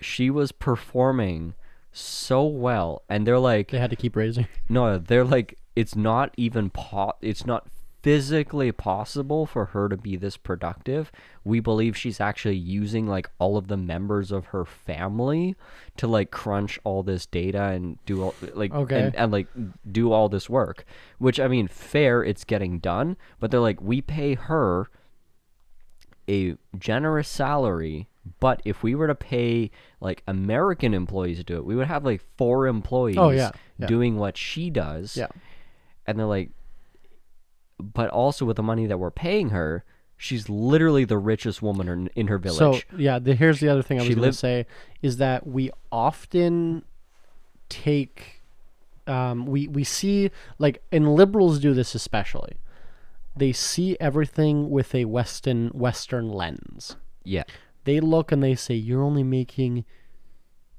Speaker 2: she was performing so well, and they're like,
Speaker 1: They had to keep raising.
Speaker 2: No, they're like it's not even po- it's not physically possible for her to be this productive. We believe she's actually using like all of the members of her family to like crunch all this data and do all like
Speaker 1: Okay.
Speaker 2: and, and like do all this work. Which I mean, fair, it's getting done, but they're like we pay her a generous salary, but if we were to pay like American employees to do it, we would have like four employees
Speaker 1: Oh, yeah, yeah.
Speaker 2: doing what she does.
Speaker 1: Yeah.
Speaker 2: And they're like, but also with the money that we're paying her, she's literally the richest woman in, in her village.
Speaker 1: So yeah, the, here's the other thing I was
Speaker 2: She
Speaker 1: going to
Speaker 2: lived-
Speaker 1: say is that we often take, um, we we see like and liberals do this especially. They see everything with a Western Western lens.
Speaker 2: yeah.
Speaker 1: they look and they say you're only making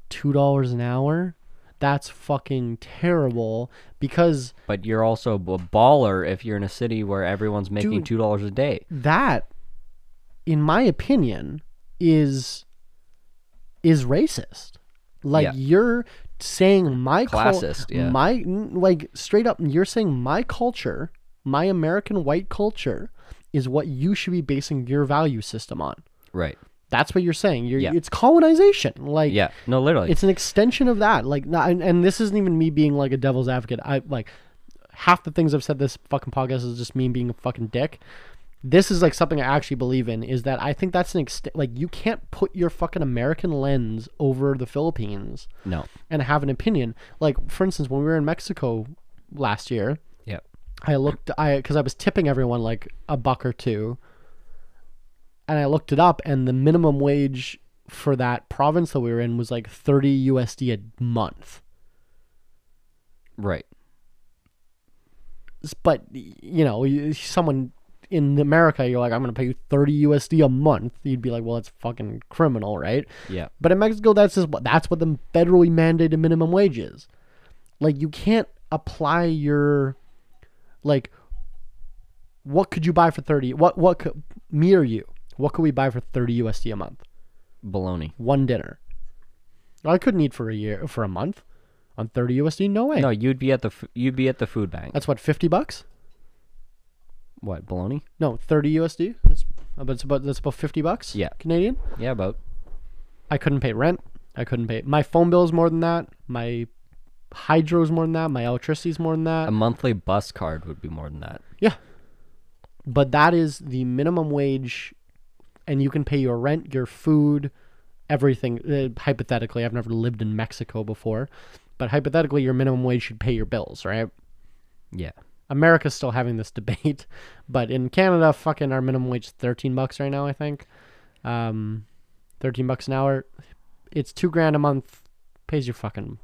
Speaker 1: two dollars an hour that's fucking terrible because
Speaker 2: But you're also a baller if you're in a city where everyone's making
Speaker 1: Dude.
Speaker 2: $2 a day.
Speaker 1: that in my opinion is is racist like
Speaker 2: Yeah.
Speaker 1: you're saying my cul-
Speaker 2: Classist, yeah.
Speaker 1: my n- like straight up you're saying my culture my american white culture is what you should be basing your value system on
Speaker 2: Right.
Speaker 1: that's what you're saying you're
Speaker 2: Yeah.
Speaker 1: it's colonization like
Speaker 2: Yeah. No, literally.
Speaker 1: it's an extension of that like not, and, and this isn't even me being like a devil's advocate i like half the things i've said this fucking podcast is just me being a fucking dick this is like something I actually believe in is that I think that's an extent like you can't put your fucking American lens over the Philippines
Speaker 2: No.
Speaker 1: and have an opinion. Like for instance, when we were in Mexico last year,
Speaker 2: Yep.
Speaker 1: I looked I because I was tipping everyone like a buck or two, and I looked it up, and the minimum wage for that province that we were in was like thirty USD a month.
Speaker 2: Right.
Speaker 1: S- But y- you know, y- someone in America, you're like, I'm gonna pay you thirty USD a month. You'd be like, well, that's fucking criminal, right?
Speaker 2: Yeah.
Speaker 1: But in Mexico, that's just what that's what the federally mandated minimum wage is. Like you can't apply your, like, what could you buy for thirty? What what could me or you? What could we buy for thirty USD a month?
Speaker 2: Baloney.
Speaker 1: One dinner. I couldn't eat for a year for a month, on thirty USD. No way.
Speaker 2: No, you'd be at the f- you'd be at the food bank.
Speaker 1: That's what fifty bucks.
Speaker 2: What baloney?
Speaker 1: No, thirty USD. That's about that's about that's about fifty bucks.
Speaker 2: Yeah.
Speaker 1: Canadian.
Speaker 2: Yeah, about
Speaker 1: I couldn't pay rent. I couldn't pay my phone bill is more than that. My hydro's more than that. My electricity's more than that.
Speaker 2: a monthly bus card would be more than that.
Speaker 1: yeah. But that is the minimum wage, and you can pay your rent, your food, everything. Uh, hypothetically, I've never lived in Mexico before, but hypothetically, your minimum wage should pay your bills, right?
Speaker 2: Yeah.
Speaker 1: America's still having this debate, but in Canada, fucking our minimum wage is thirteen bucks right now. I think, um, thirteen bucks an hour. It's two grand a month. Pays your fucking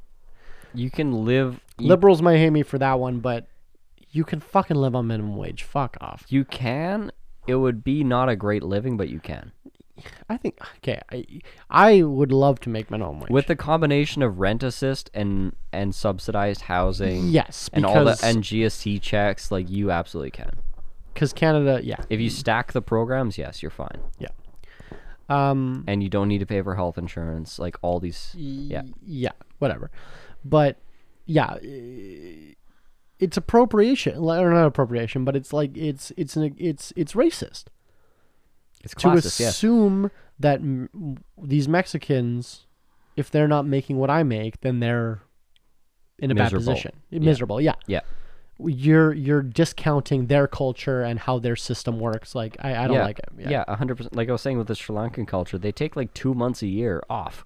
Speaker 2: You can live you,
Speaker 1: liberals might hate me for that one, but you can fucking live on minimum wage. Fuck off.
Speaker 2: you can it would be not a great living, but you can.
Speaker 1: I think okay. I, I would love to make minimum wage.
Speaker 2: With the combination of rent assist and and subsidized housing
Speaker 1: yes,
Speaker 2: and all the
Speaker 1: because
Speaker 2: and GSC checks, like you absolutely can.
Speaker 1: because Canada, yeah,
Speaker 2: If you stack the programs, yes, you're fine.
Speaker 1: yeah, um,
Speaker 2: And you don't need to pay for health insurance, like all these
Speaker 1: yeah, yeah, whatever. But yeah, i- it's appropriation li- or not appropriation, but it's like it's it's an, it's it's racist
Speaker 2: it's
Speaker 1: to
Speaker 2: classes, yes.
Speaker 1: assume that m- these Mexicans, if they're not making what I make, then they're in a bad
Speaker 2: Miserable.
Speaker 1: position, miserable. Yeah,
Speaker 2: Yeah.
Speaker 1: you're you're discounting their culture and how their system works. Like I, I don't
Speaker 2: yeah.
Speaker 1: like it.
Speaker 2: Yeah, a hundred percent. Like I was saying with the Sri Lankan culture, they take like two months a year off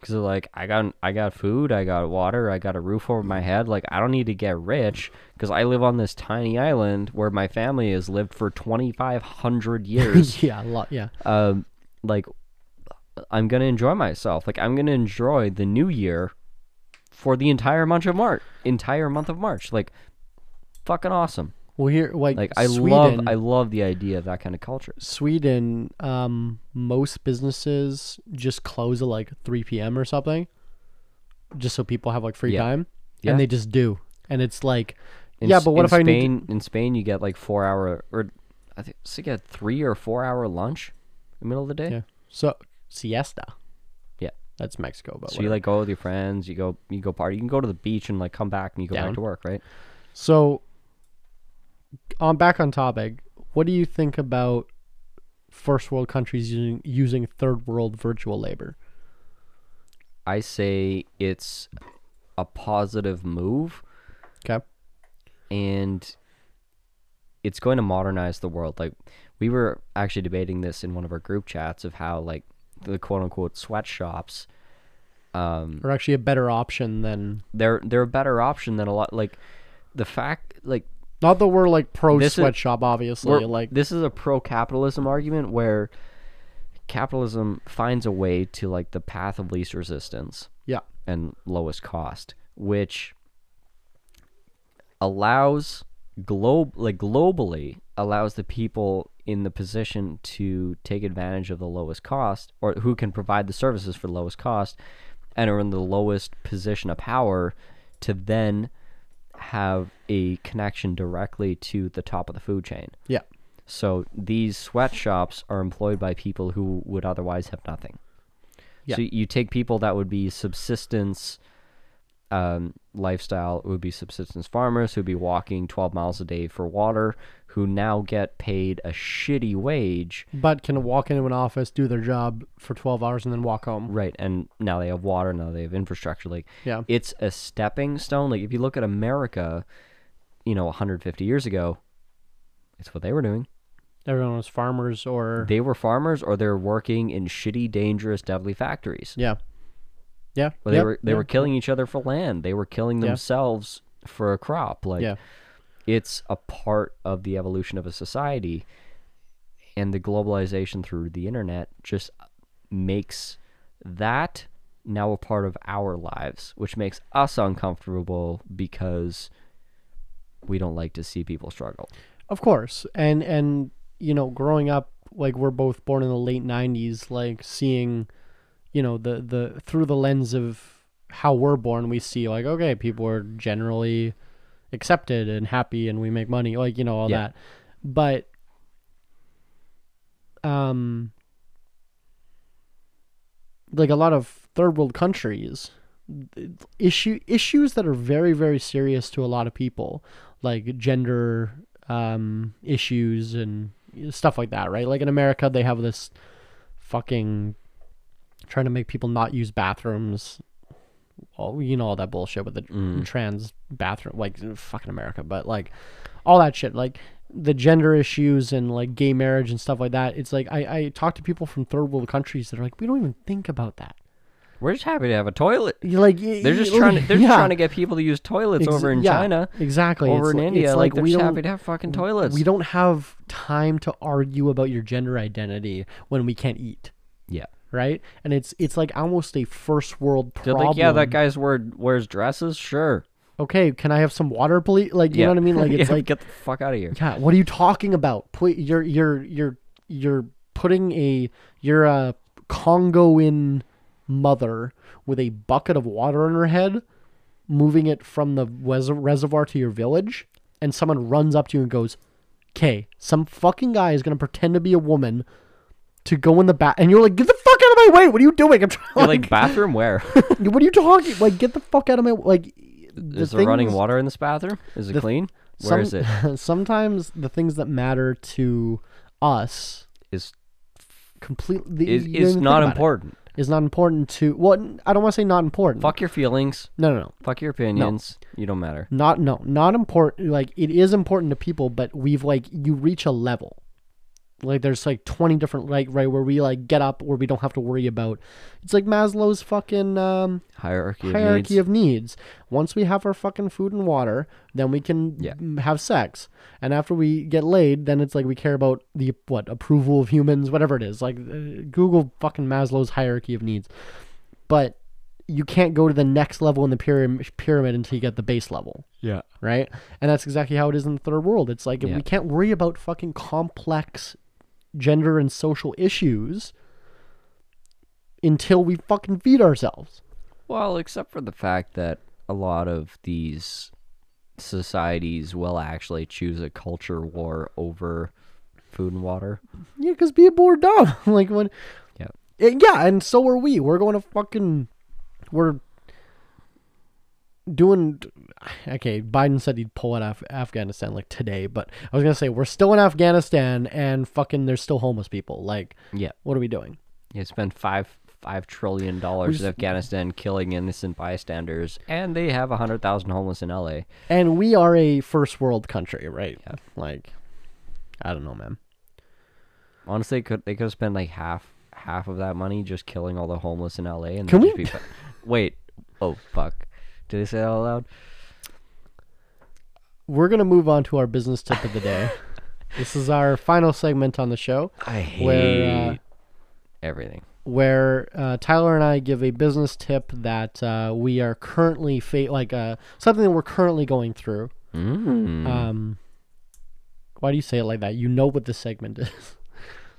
Speaker 2: because they're like, I got, I got food, I got water, I got a roof over my head. Like I don't need to get rich because I live on this tiny island where my family has lived for twenty five hundred years.
Speaker 1: yeah, a lot. Yeah,
Speaker 2: um, like I'm gonna enjoy myself. Like I'm gonna enjoy the new year for the entire month of March. Entire month of March. Like fucking awesome.
Speaker 1: well here like,
Speaker 2: Like I love, I love the idea of that kind of culture.
Speaker 1: Sweden, um, most businesses just close at like 3 p.m. or something, just so people have like free
Speaker 2: Yeah.
Speaker 1: time,
Speaker 2: Yeah.
Speaker 1: and they just do. And it's like,
Speaker 2: In
Speaker 1: yeah,
Speaker 2: S-
Speaker 1: but what
Speaker 2: in
Speaker 1: if
Speaker 2: Spain,
Speaker 1: I need? To,
Speaker 2: in Spain you get like four hour or I think so you get three or four hour lunch in the middle of the day.
Speaker 1: yeah, so siesta.
Speaker 2: Yeah.
Speaker 1: that's Mexico, but
Speaker 2: So
Speaker 1: whatever.
Speaker 2: you like go with your friends, you go you go party, you can go to the beach and like come back and you go
Speaker 1: Down.
Speaker 2: back to work, right?
Speaker 1: So, on back on topic, what do you think about first world countries using using third world virtual labor?
Speaker 2: I say it's a positive move
Speaker 1: Okay.
Speaker 2: and it's going to modernize the world. Like we were actually debating this in one of our group chats of how like the quote unquote sweatshops um
Speaker 1: Or actually, a better option than
Speaker 2: they're they're a better option than a lot like the fact like
Speaker 1: not that we're like pro
Speaker 2: This is-
Speaker 1: sweatshop, obviously.
Speaker 2: We're-
Speaker 1: like
Speaker 2: this is a pro capitalism argument where capitalism finds a way to like the path of least resistance
Speaker 1: yeah,
Speaker 2: and lowest cost, which allows globe like globally allows the people in the position to take advantage of the lowest cost or who can provide the services for the lowest cost and are in the lowest position of power to then have a connection directly to the top of the food chain.
Speaker 1: yeah.
Speaker 2: So these sweatshops are employed by people who would otherwise have nothing.
Speaker 1: Yeah.
Speaker 2: So you take people that would be subsistence um, lifestyle, it would be subsistence farmers who'd be walking 12 miles a day for water, who now get paid a shitty wage.
Speaker 1: but can walk into an office, do their job for 12 hours, and then walk home.
Speaker 2: Right. And now they have water, now they have infrastructure. Like,
Speaker 1: Yeah.
Speaker 2: it's a stepping stone. Like, if you look at America, you know, 150 years ago, it's what they were doing.
Speaker 1: Everyone was farmers or
Speaker 2: They were farmers or they're working in shitty, dangerous, deadly factories.
Speaker 1: yeah, yeah.
Speaker 2: Where they
Speaker 1: yep,
Speaker 2: were they
Speaker 1: yeah.
Speaker 2: were killing each other for land. They were killing
Speaker 1: Yeah.
Speaker 2: themselves for a crop. Like
Speaker 1: Yeah.
Speaker 2: it's a part of the evolution of a society and the globalization through the internet just makes that now a part of our lives, which makes us uncomfortable because we don't like to see people struggle.
Speaker 1: Of course. And and you know, growing up like we're both born in the late 90s like seeing you know the the through the lens of how we're born we see like okay, people are generally accepted and happy and we make money like you know all
Speaker 2: Yeah.
Speaker 1: that. But um like a lot of third world countries issue issues that are very very serious to a lot of people like gender um issues and stuff like that right like in america they have this fucking trying to make people not use bathrooms all you know all that bullshit with the
Speaker 2: Mm.
Speaker 1: trans bathroom like fucking america but like all that shit like the gender issues and like gay marriage and stuff like that it's like i i talk to people from third world countries that are like we don't even think about that
Speaker 2: We're just happy to have a toilet.
Speaker 1: you like y-
Speaker 2: They're just
Speaker 1: y-
Speaker 2: trying to they're
Speaker 1: yeah.
Speaker 2: just trying to get people to use toilets
Speaker 1: Ex-
Speaker 2: over in
Speaker 1: yeah,
Speaker 2: China,
Speaker 1: exactly
Speaker 2: over
Speaker 1: It's
Speaker 2: in
Speaker 1: li-
Speaker 2: India.
Speaker 1: it's
Speaker 2: like,
Speaker 1: like
Speaker 2: they're
Speaker 1: we
Speaker 2: just
Speaker 1: don't
Speaker 2: happy to have fucking toilets.
Speaker 1: we don't have time to argue about your gender identity when we can't eat
Speaker 2: Yeah.
Speaker 1: right and it's it's like almost a first world
Speaker 2: They're
Speaker 1: problem
Speaker 2: like, yeah, that guy's wear, wears dresses. Sure.
Speaker 1: okay can i have some water please like you know what i mean like it's
Speaker 2: Yeah,
Speaker 1: like
Speaker 2: get the fuck out of here.
Speaker 1: yeah what are you talking about put you're you're you're you're putting a you're a congoan mother with a bucket of water on her head moving it from the res- reservoir to your village and someone runs up to you and goes okay some fucking guy is going to pretend to be a woman to go in the bath and you're like get the fuck out of my way what are you doing i'm
Speaker 2: You're
Speaker 1: trying
Speaker 2: like bathroom where?
Speaker 1: what are you talking like get the fuck out of my like the
Speaker 2: is there running
Speaker 1: things-
Speaker 2: water in this bathroom? Is it clean? Where is it?
Speaker 1: it? Sometimes the things that matter to us
Speaker 2: Is
Speaker 1: completely
Speaker 2: is,
Speaker 1: you don't
Speaker 2: is
Speaker 1: even think about
Speaker 2: not
Speaker 1: it.
Speaker 2: important.
Speaker 1: Is not important to well, n- I don't want to say not important.
Speaker 2: Fuck your feelings.
Speaker 1: No, no, no.
Speaker 2: Fuck your opinions. You don't matter.
Speaker 1: Not no, not important. Like it is important to people, but we've like you reach a level. Like there's like 20 different like right where we like get up where we don't have to worry about. It's like Maslow's fucking um
Speaker 2: Hierarchy. of
Speaker 1: hierarchy
Speaker 2: needs.
Speaker 1: of needs. Once we have our fucking food and water, then we can
Speaker 2: Yeah.
Speaker 1: m- have sex. And after we get laid, then it's like we care about the what approval of humans, whatever it is. Like uh, Google fucking Maslow's hierarchy of needs. But you can't go to the next level in the pyram- pyramid until you get the base level,
Speaker 2: yeah.
Speaker 1: right? And that's exactly how it is in the third world. It's like if
Speaker 2: Yeah.
Speaker 1: we can't worry about fucking complex gender and social issues until we fucking feed ourselves.
Speaker 2: Well, except for the fact that a lot of these societies will actually choose a culture war over food and water.
Speaker 1: Yeah, because people are dumb. like when.
Speaker 2: Yeah.
Speaker 1: Eh, yeah, and so are we. We're going to fucking. We're doing. Okay, Biden said he'd pull out of Afghanistan like today, but I was gonna say we're still in Afghanistan and fucking there's still homeless people. Like,
Speaker 2: Yeah.
Speaker 1: what are we doing?
Speaker 2: You spend five five trillion dollars in Afghanistan killing innocent bystanders, and they have a hundred thousand homeless in LA.
Speaker 1: And we are a first world country, right? Yeah. Like, I don't know, man.
Speaker 2: Honestly, they could they could have spent like half half of that money just killing all the homeless in LA and
Speaker 1: Can
Speaker 2: then just
Speaker 1: we-
Speaker 2: be fi- wait. Oh fuck! Did I say that out loud?
Speaker 1: We're gonna move on to our business tip of the day. this is our final segment on the show.
Speaker 2: I hate
Speaker 1: Where, uh,
Speaker 2: everything.
Speaker 1: where uh, Tyler and I give a business tip that uh, we are currently fa- like uh, something that we're currently going through.
Speaker 2: Mm.
Speaker 1: Um, why do you say it like that? You know what this segment is.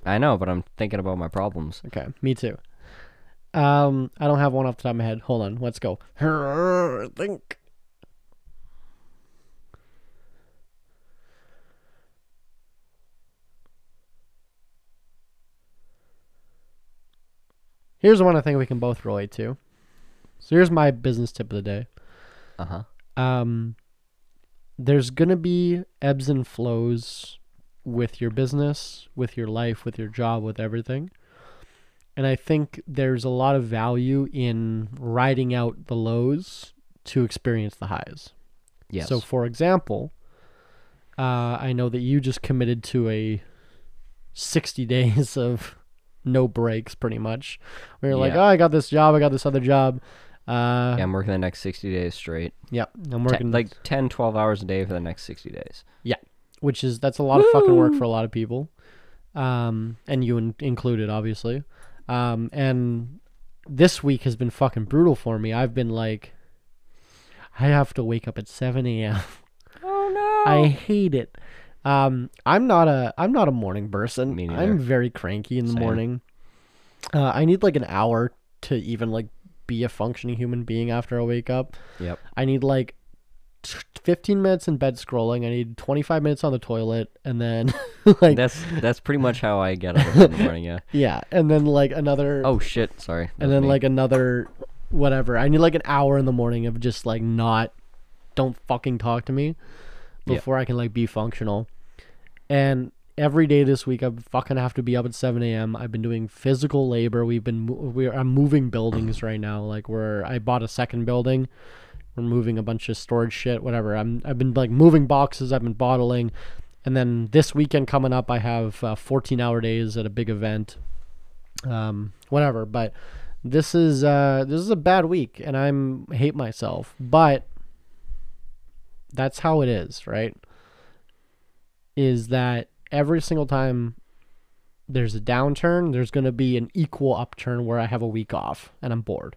Speaker 2: I know, but I'm thinking about my problems.
Speaker 1: okay, me too. Um, I don't have one off the top of my head. Hold on, let's go. Think. Here's one I think we can both relate to. So here's my business tip of the day.
Speaker 2: Uh huh.
Speaker 1: Um, there's gonna be ebbs and flows with your business, with your life, with your job, with everything. And I think there's a lot of value in riding out the lows to experience the highs.
Speaker 2: Yes.
Speaker 1: uh, So, for example, uh, I know that you just committed to a 60 days of no breaks pretty much. We were like,
Speaker 2: Yeah.
Speaker 1: "Oh, I got this job, I got this other job." Uh,
Speaker 2: Yeah, I'm working the next 60 days straight.
Speaker 1: yep. I'm
Speaker 2: Te-
Speaker 1: working
Speaker 2: like 10, 12 hours a day for the next 60 days.
Speaker 1: which is that's a lot of fucking work for a lot of people, um, and you in- included, obviously. Um, and this week has been fucking brutal for me. I've been like, I have to wake up at seven a.m.
Speaker 2: Oh
Speaker 1: I hate it. Um, I'm not a I'm not a morning person.
Speaker 2: Me neither.
Speaker 1: I'm very cranky in the
Speaker 2: Same.
Speaker 1: morning. Uh, I need like an hour to even like be a functioning human being after I wake up.
Speaker 2: Yep.
Speaker 1: I need like t- 15 minutes in bed scrolling. I need 25 minutes on the toilet, and then like
Speaker 2: That's that's pretty much how I get up in the morning. Yeah.
Speaker 1: yeah, and then like another
Speaker 2: Oh shit. Sorry. That
Speaker 1: and
Speaker 2: was
Speaker 1: then
Speaker 2: me.
Speaker 1: like another whatever. I need like an hour in the morning of just like not don't fucking talk to me
Speaker 2: Yeah.
Speaker 1: before I can like be functional. And every day this week I fucking have to be up at 7 a.m. I've been doing physical labor. We've been mo- we I'm moving buildings right now. Like we're I bought a second building. We're moving a bunch of storage shit, whatever. I'm I've been like moving boxes. I've been bottling. And then this weekend coming up, I have uh, 14 hour days at a big event um, whatever. But this is uh, this is a bad week, and I'm hate myself. But that's how it is, right? Is that every single time there's a downturn, there's going to be an equal upturn where I have a week off and I'm bored.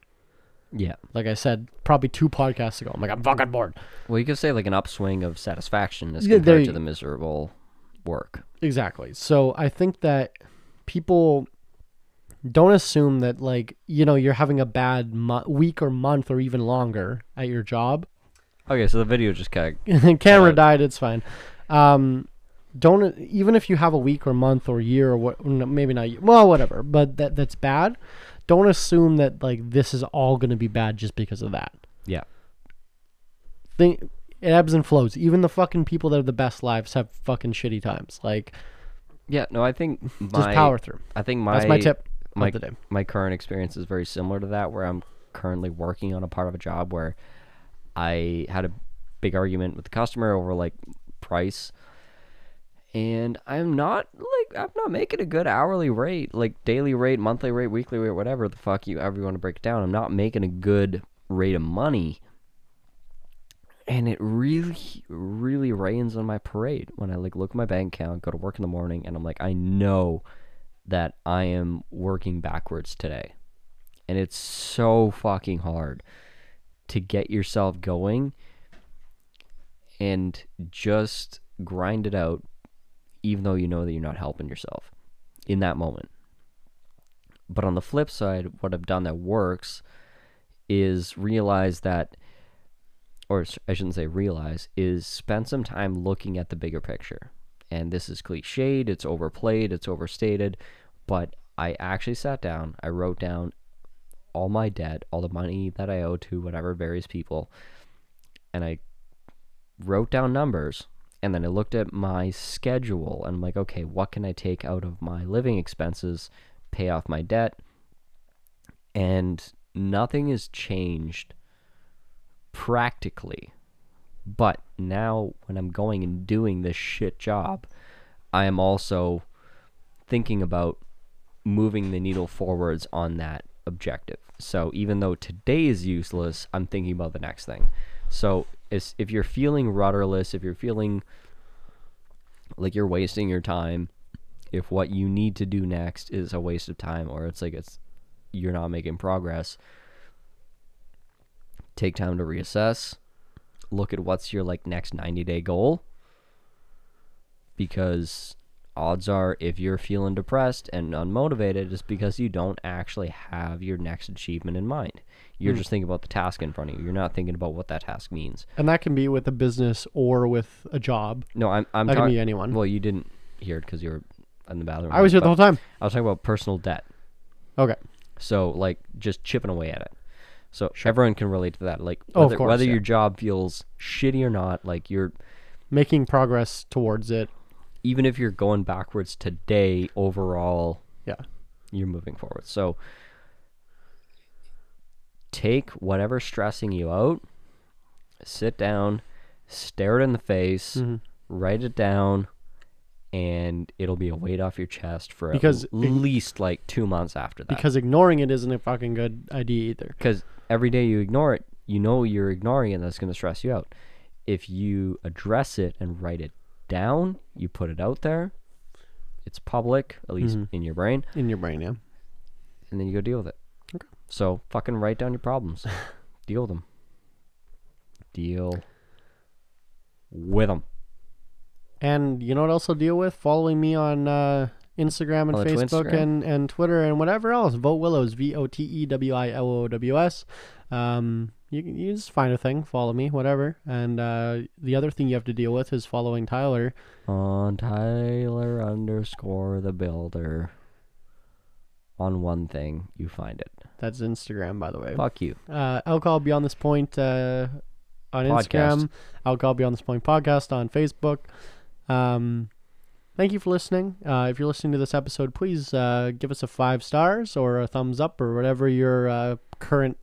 Speaker 2: yeah.
Speaker 1: Like I said, probably two podcasts ago, I'm like, I'm fucking bored.
Speaker 2: Well, you could say like an upswing of satisfaction as
Speaker 1: Yeah,
Speaker 2: compared
Speaker 1: there
Speaker 2: to
Speaker 1: you-
Speaker 2: the miserable work.
Speaker 1: Exactly. So I think that people don't assume that like you know you're having a bad mo- week or month or even longer at your job.
Speaker 2: Okay, so the video just kind of
Speaker 1: Camera
Speaker 2: out.
Speaker 1: died. It's fine. Um, don't even if you have a week or month or year or what no, maybe not ye- well whatever but that that's bad. Don't assume that like this is all going to be bad just because of that.
Speaker 2: yeah.
Speaker 1: Think it ebbs and flows. Even the fucking people that have the best lives have fucking shitty times. Like
Speaker 2: Yeah, no, I think my
Speaker 1: just power through.
Speaker 2: I think my
Speaker 1: That's my tip
Speaker 2: my
Speaker 1: of the day.
Speaker 2: my current experience is very similar to that where I'm currently working on a part of a job where I had a big argument with the customer over like price and I'm not like I'm not making a good hourly rate, like daily rate, monthly rate, weekly rate, whatever the fuck you ever want to break it down. I'm not making a good rate of money. And it really, really rains on my parade when I like look at my bank account, go to work in the morning, and I'm like, I know that I am working backwards today. And it's so fucking hard to get yourself going and just grind it out, even though you know that you're not helping yourself in that moment. But on the flip side, what I've done that works is realize that, or s- I shouldn't say realize, is spend some time looking at the bigger picture. And this is cliched, it's overplayed, it's overstated, but I actually sat down, I wrote down all my debt, all the money that I owe to whatever various people, and I wrote down numbers and then I looked at my schedule and I'm like, okay, what can I take out of my living expenses, pay off my debt? And nothing has changed practically. But now when I'm going and doing this shit job, I am also thinking about moving the needle forwards on that objective. So even though today is useless, I'm thinking about the next thing. So it's- if you're feeling rudderless, if you're feeling like you're wasting your time, if what you need to do next is a waste of time or it's like it's you're not making progress, take time to reassess, look at what's your like next 90 day goal because odds are if you're feeling depressed and unmotivated it's because you don't actually have your next achievement in mind you're
Speaker 1: Hmm.
Speaker 2: just thinking about the task in front of you you're not thinking about what that task means
Speaker 1: And that can be with a business or with a job.
Speaker 2: no i'm, I'm
Speaker 1: That can
Speaker 2: talk-
Speaker 1: be anyone.
Speaker 2: well you didn't hear it because you were in the bathroom
Speaker 1: I was here the
Speaker 2: but
Speaker 1: whole time.
Speaker 2: i was talking about personal debt
Speaker 1: Okay.
Speaker 2: So like just chipping away at it. So everyone can relate to that. Like
Speaker 1: Oh, of
Speaker 2: whether,
Speaker 1: course,
Speaker 2: whether
Speaker 1: yeah.
Speaker 2: your job feels shitty or not, like you're
Speaker 1: Making progress towards it.
Speaker 2: even if you're going backwards today, overall
Speaker 1: Yeah.
Speaker 2: you're moving forward. So take whatever's stressing you out,
Speaker 1: Mm-hmm.
Speaker 2: sit down, stare it in the face, write it down, and it'll be a weight off your chest for
Speaker 1: Because
Speaker 2: at least like two months after that.
Speaker 1: Because ignoring it isn't a fucking good idea either.
Speaker 2: because every day you ignore it, you know you're ignoring it, and that's going to stress you out. If you address it and write it down, you put it out there, it's public, at least in your brain,
Speaker 1: In your brain, yeah.
Speaker 2: and then you go deal with it.
Speaker 1: Okay.
Speaker 2: So fucking write down your problems, deal with them, deal with them.
Speaker 1: And you know what else I'll deal with? Following me on uh, Instagram and
Speaker 2: On the Twin
Speaker 1: Facebook
Speaker 2: Instagram?
Speaker 1: and, and Twitter and whatever else. Vote Willows, V O T E W I L O W S. Um, you can you just find a thing, follow me, whatever. And uh, the other thing you have to deal with is following Tyler.
Speaker 2: On Tyler underscore the builder. On one thing, you find it.
Speaker 1: That's Instagram, by the way.
Speaker 2: Fuck you.
Speaker 1: uh, alcohol beyond this point uh, on
Speaker 2: Podcast.
Speaker 1: instagram alcohol beyond this point podcast on facebook um, thank you for listening uh, if you're listening to this episode please uh, give us a five stars or a thumbs up or whatever your uh, current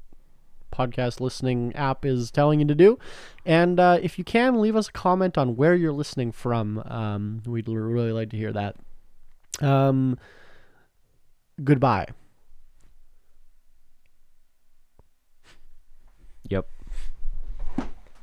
Speaker 1: podcast listening app is telling you to do and uh, if you can leave us a comment on where you're listening from um, we'd l- really like to hear that um, goodbye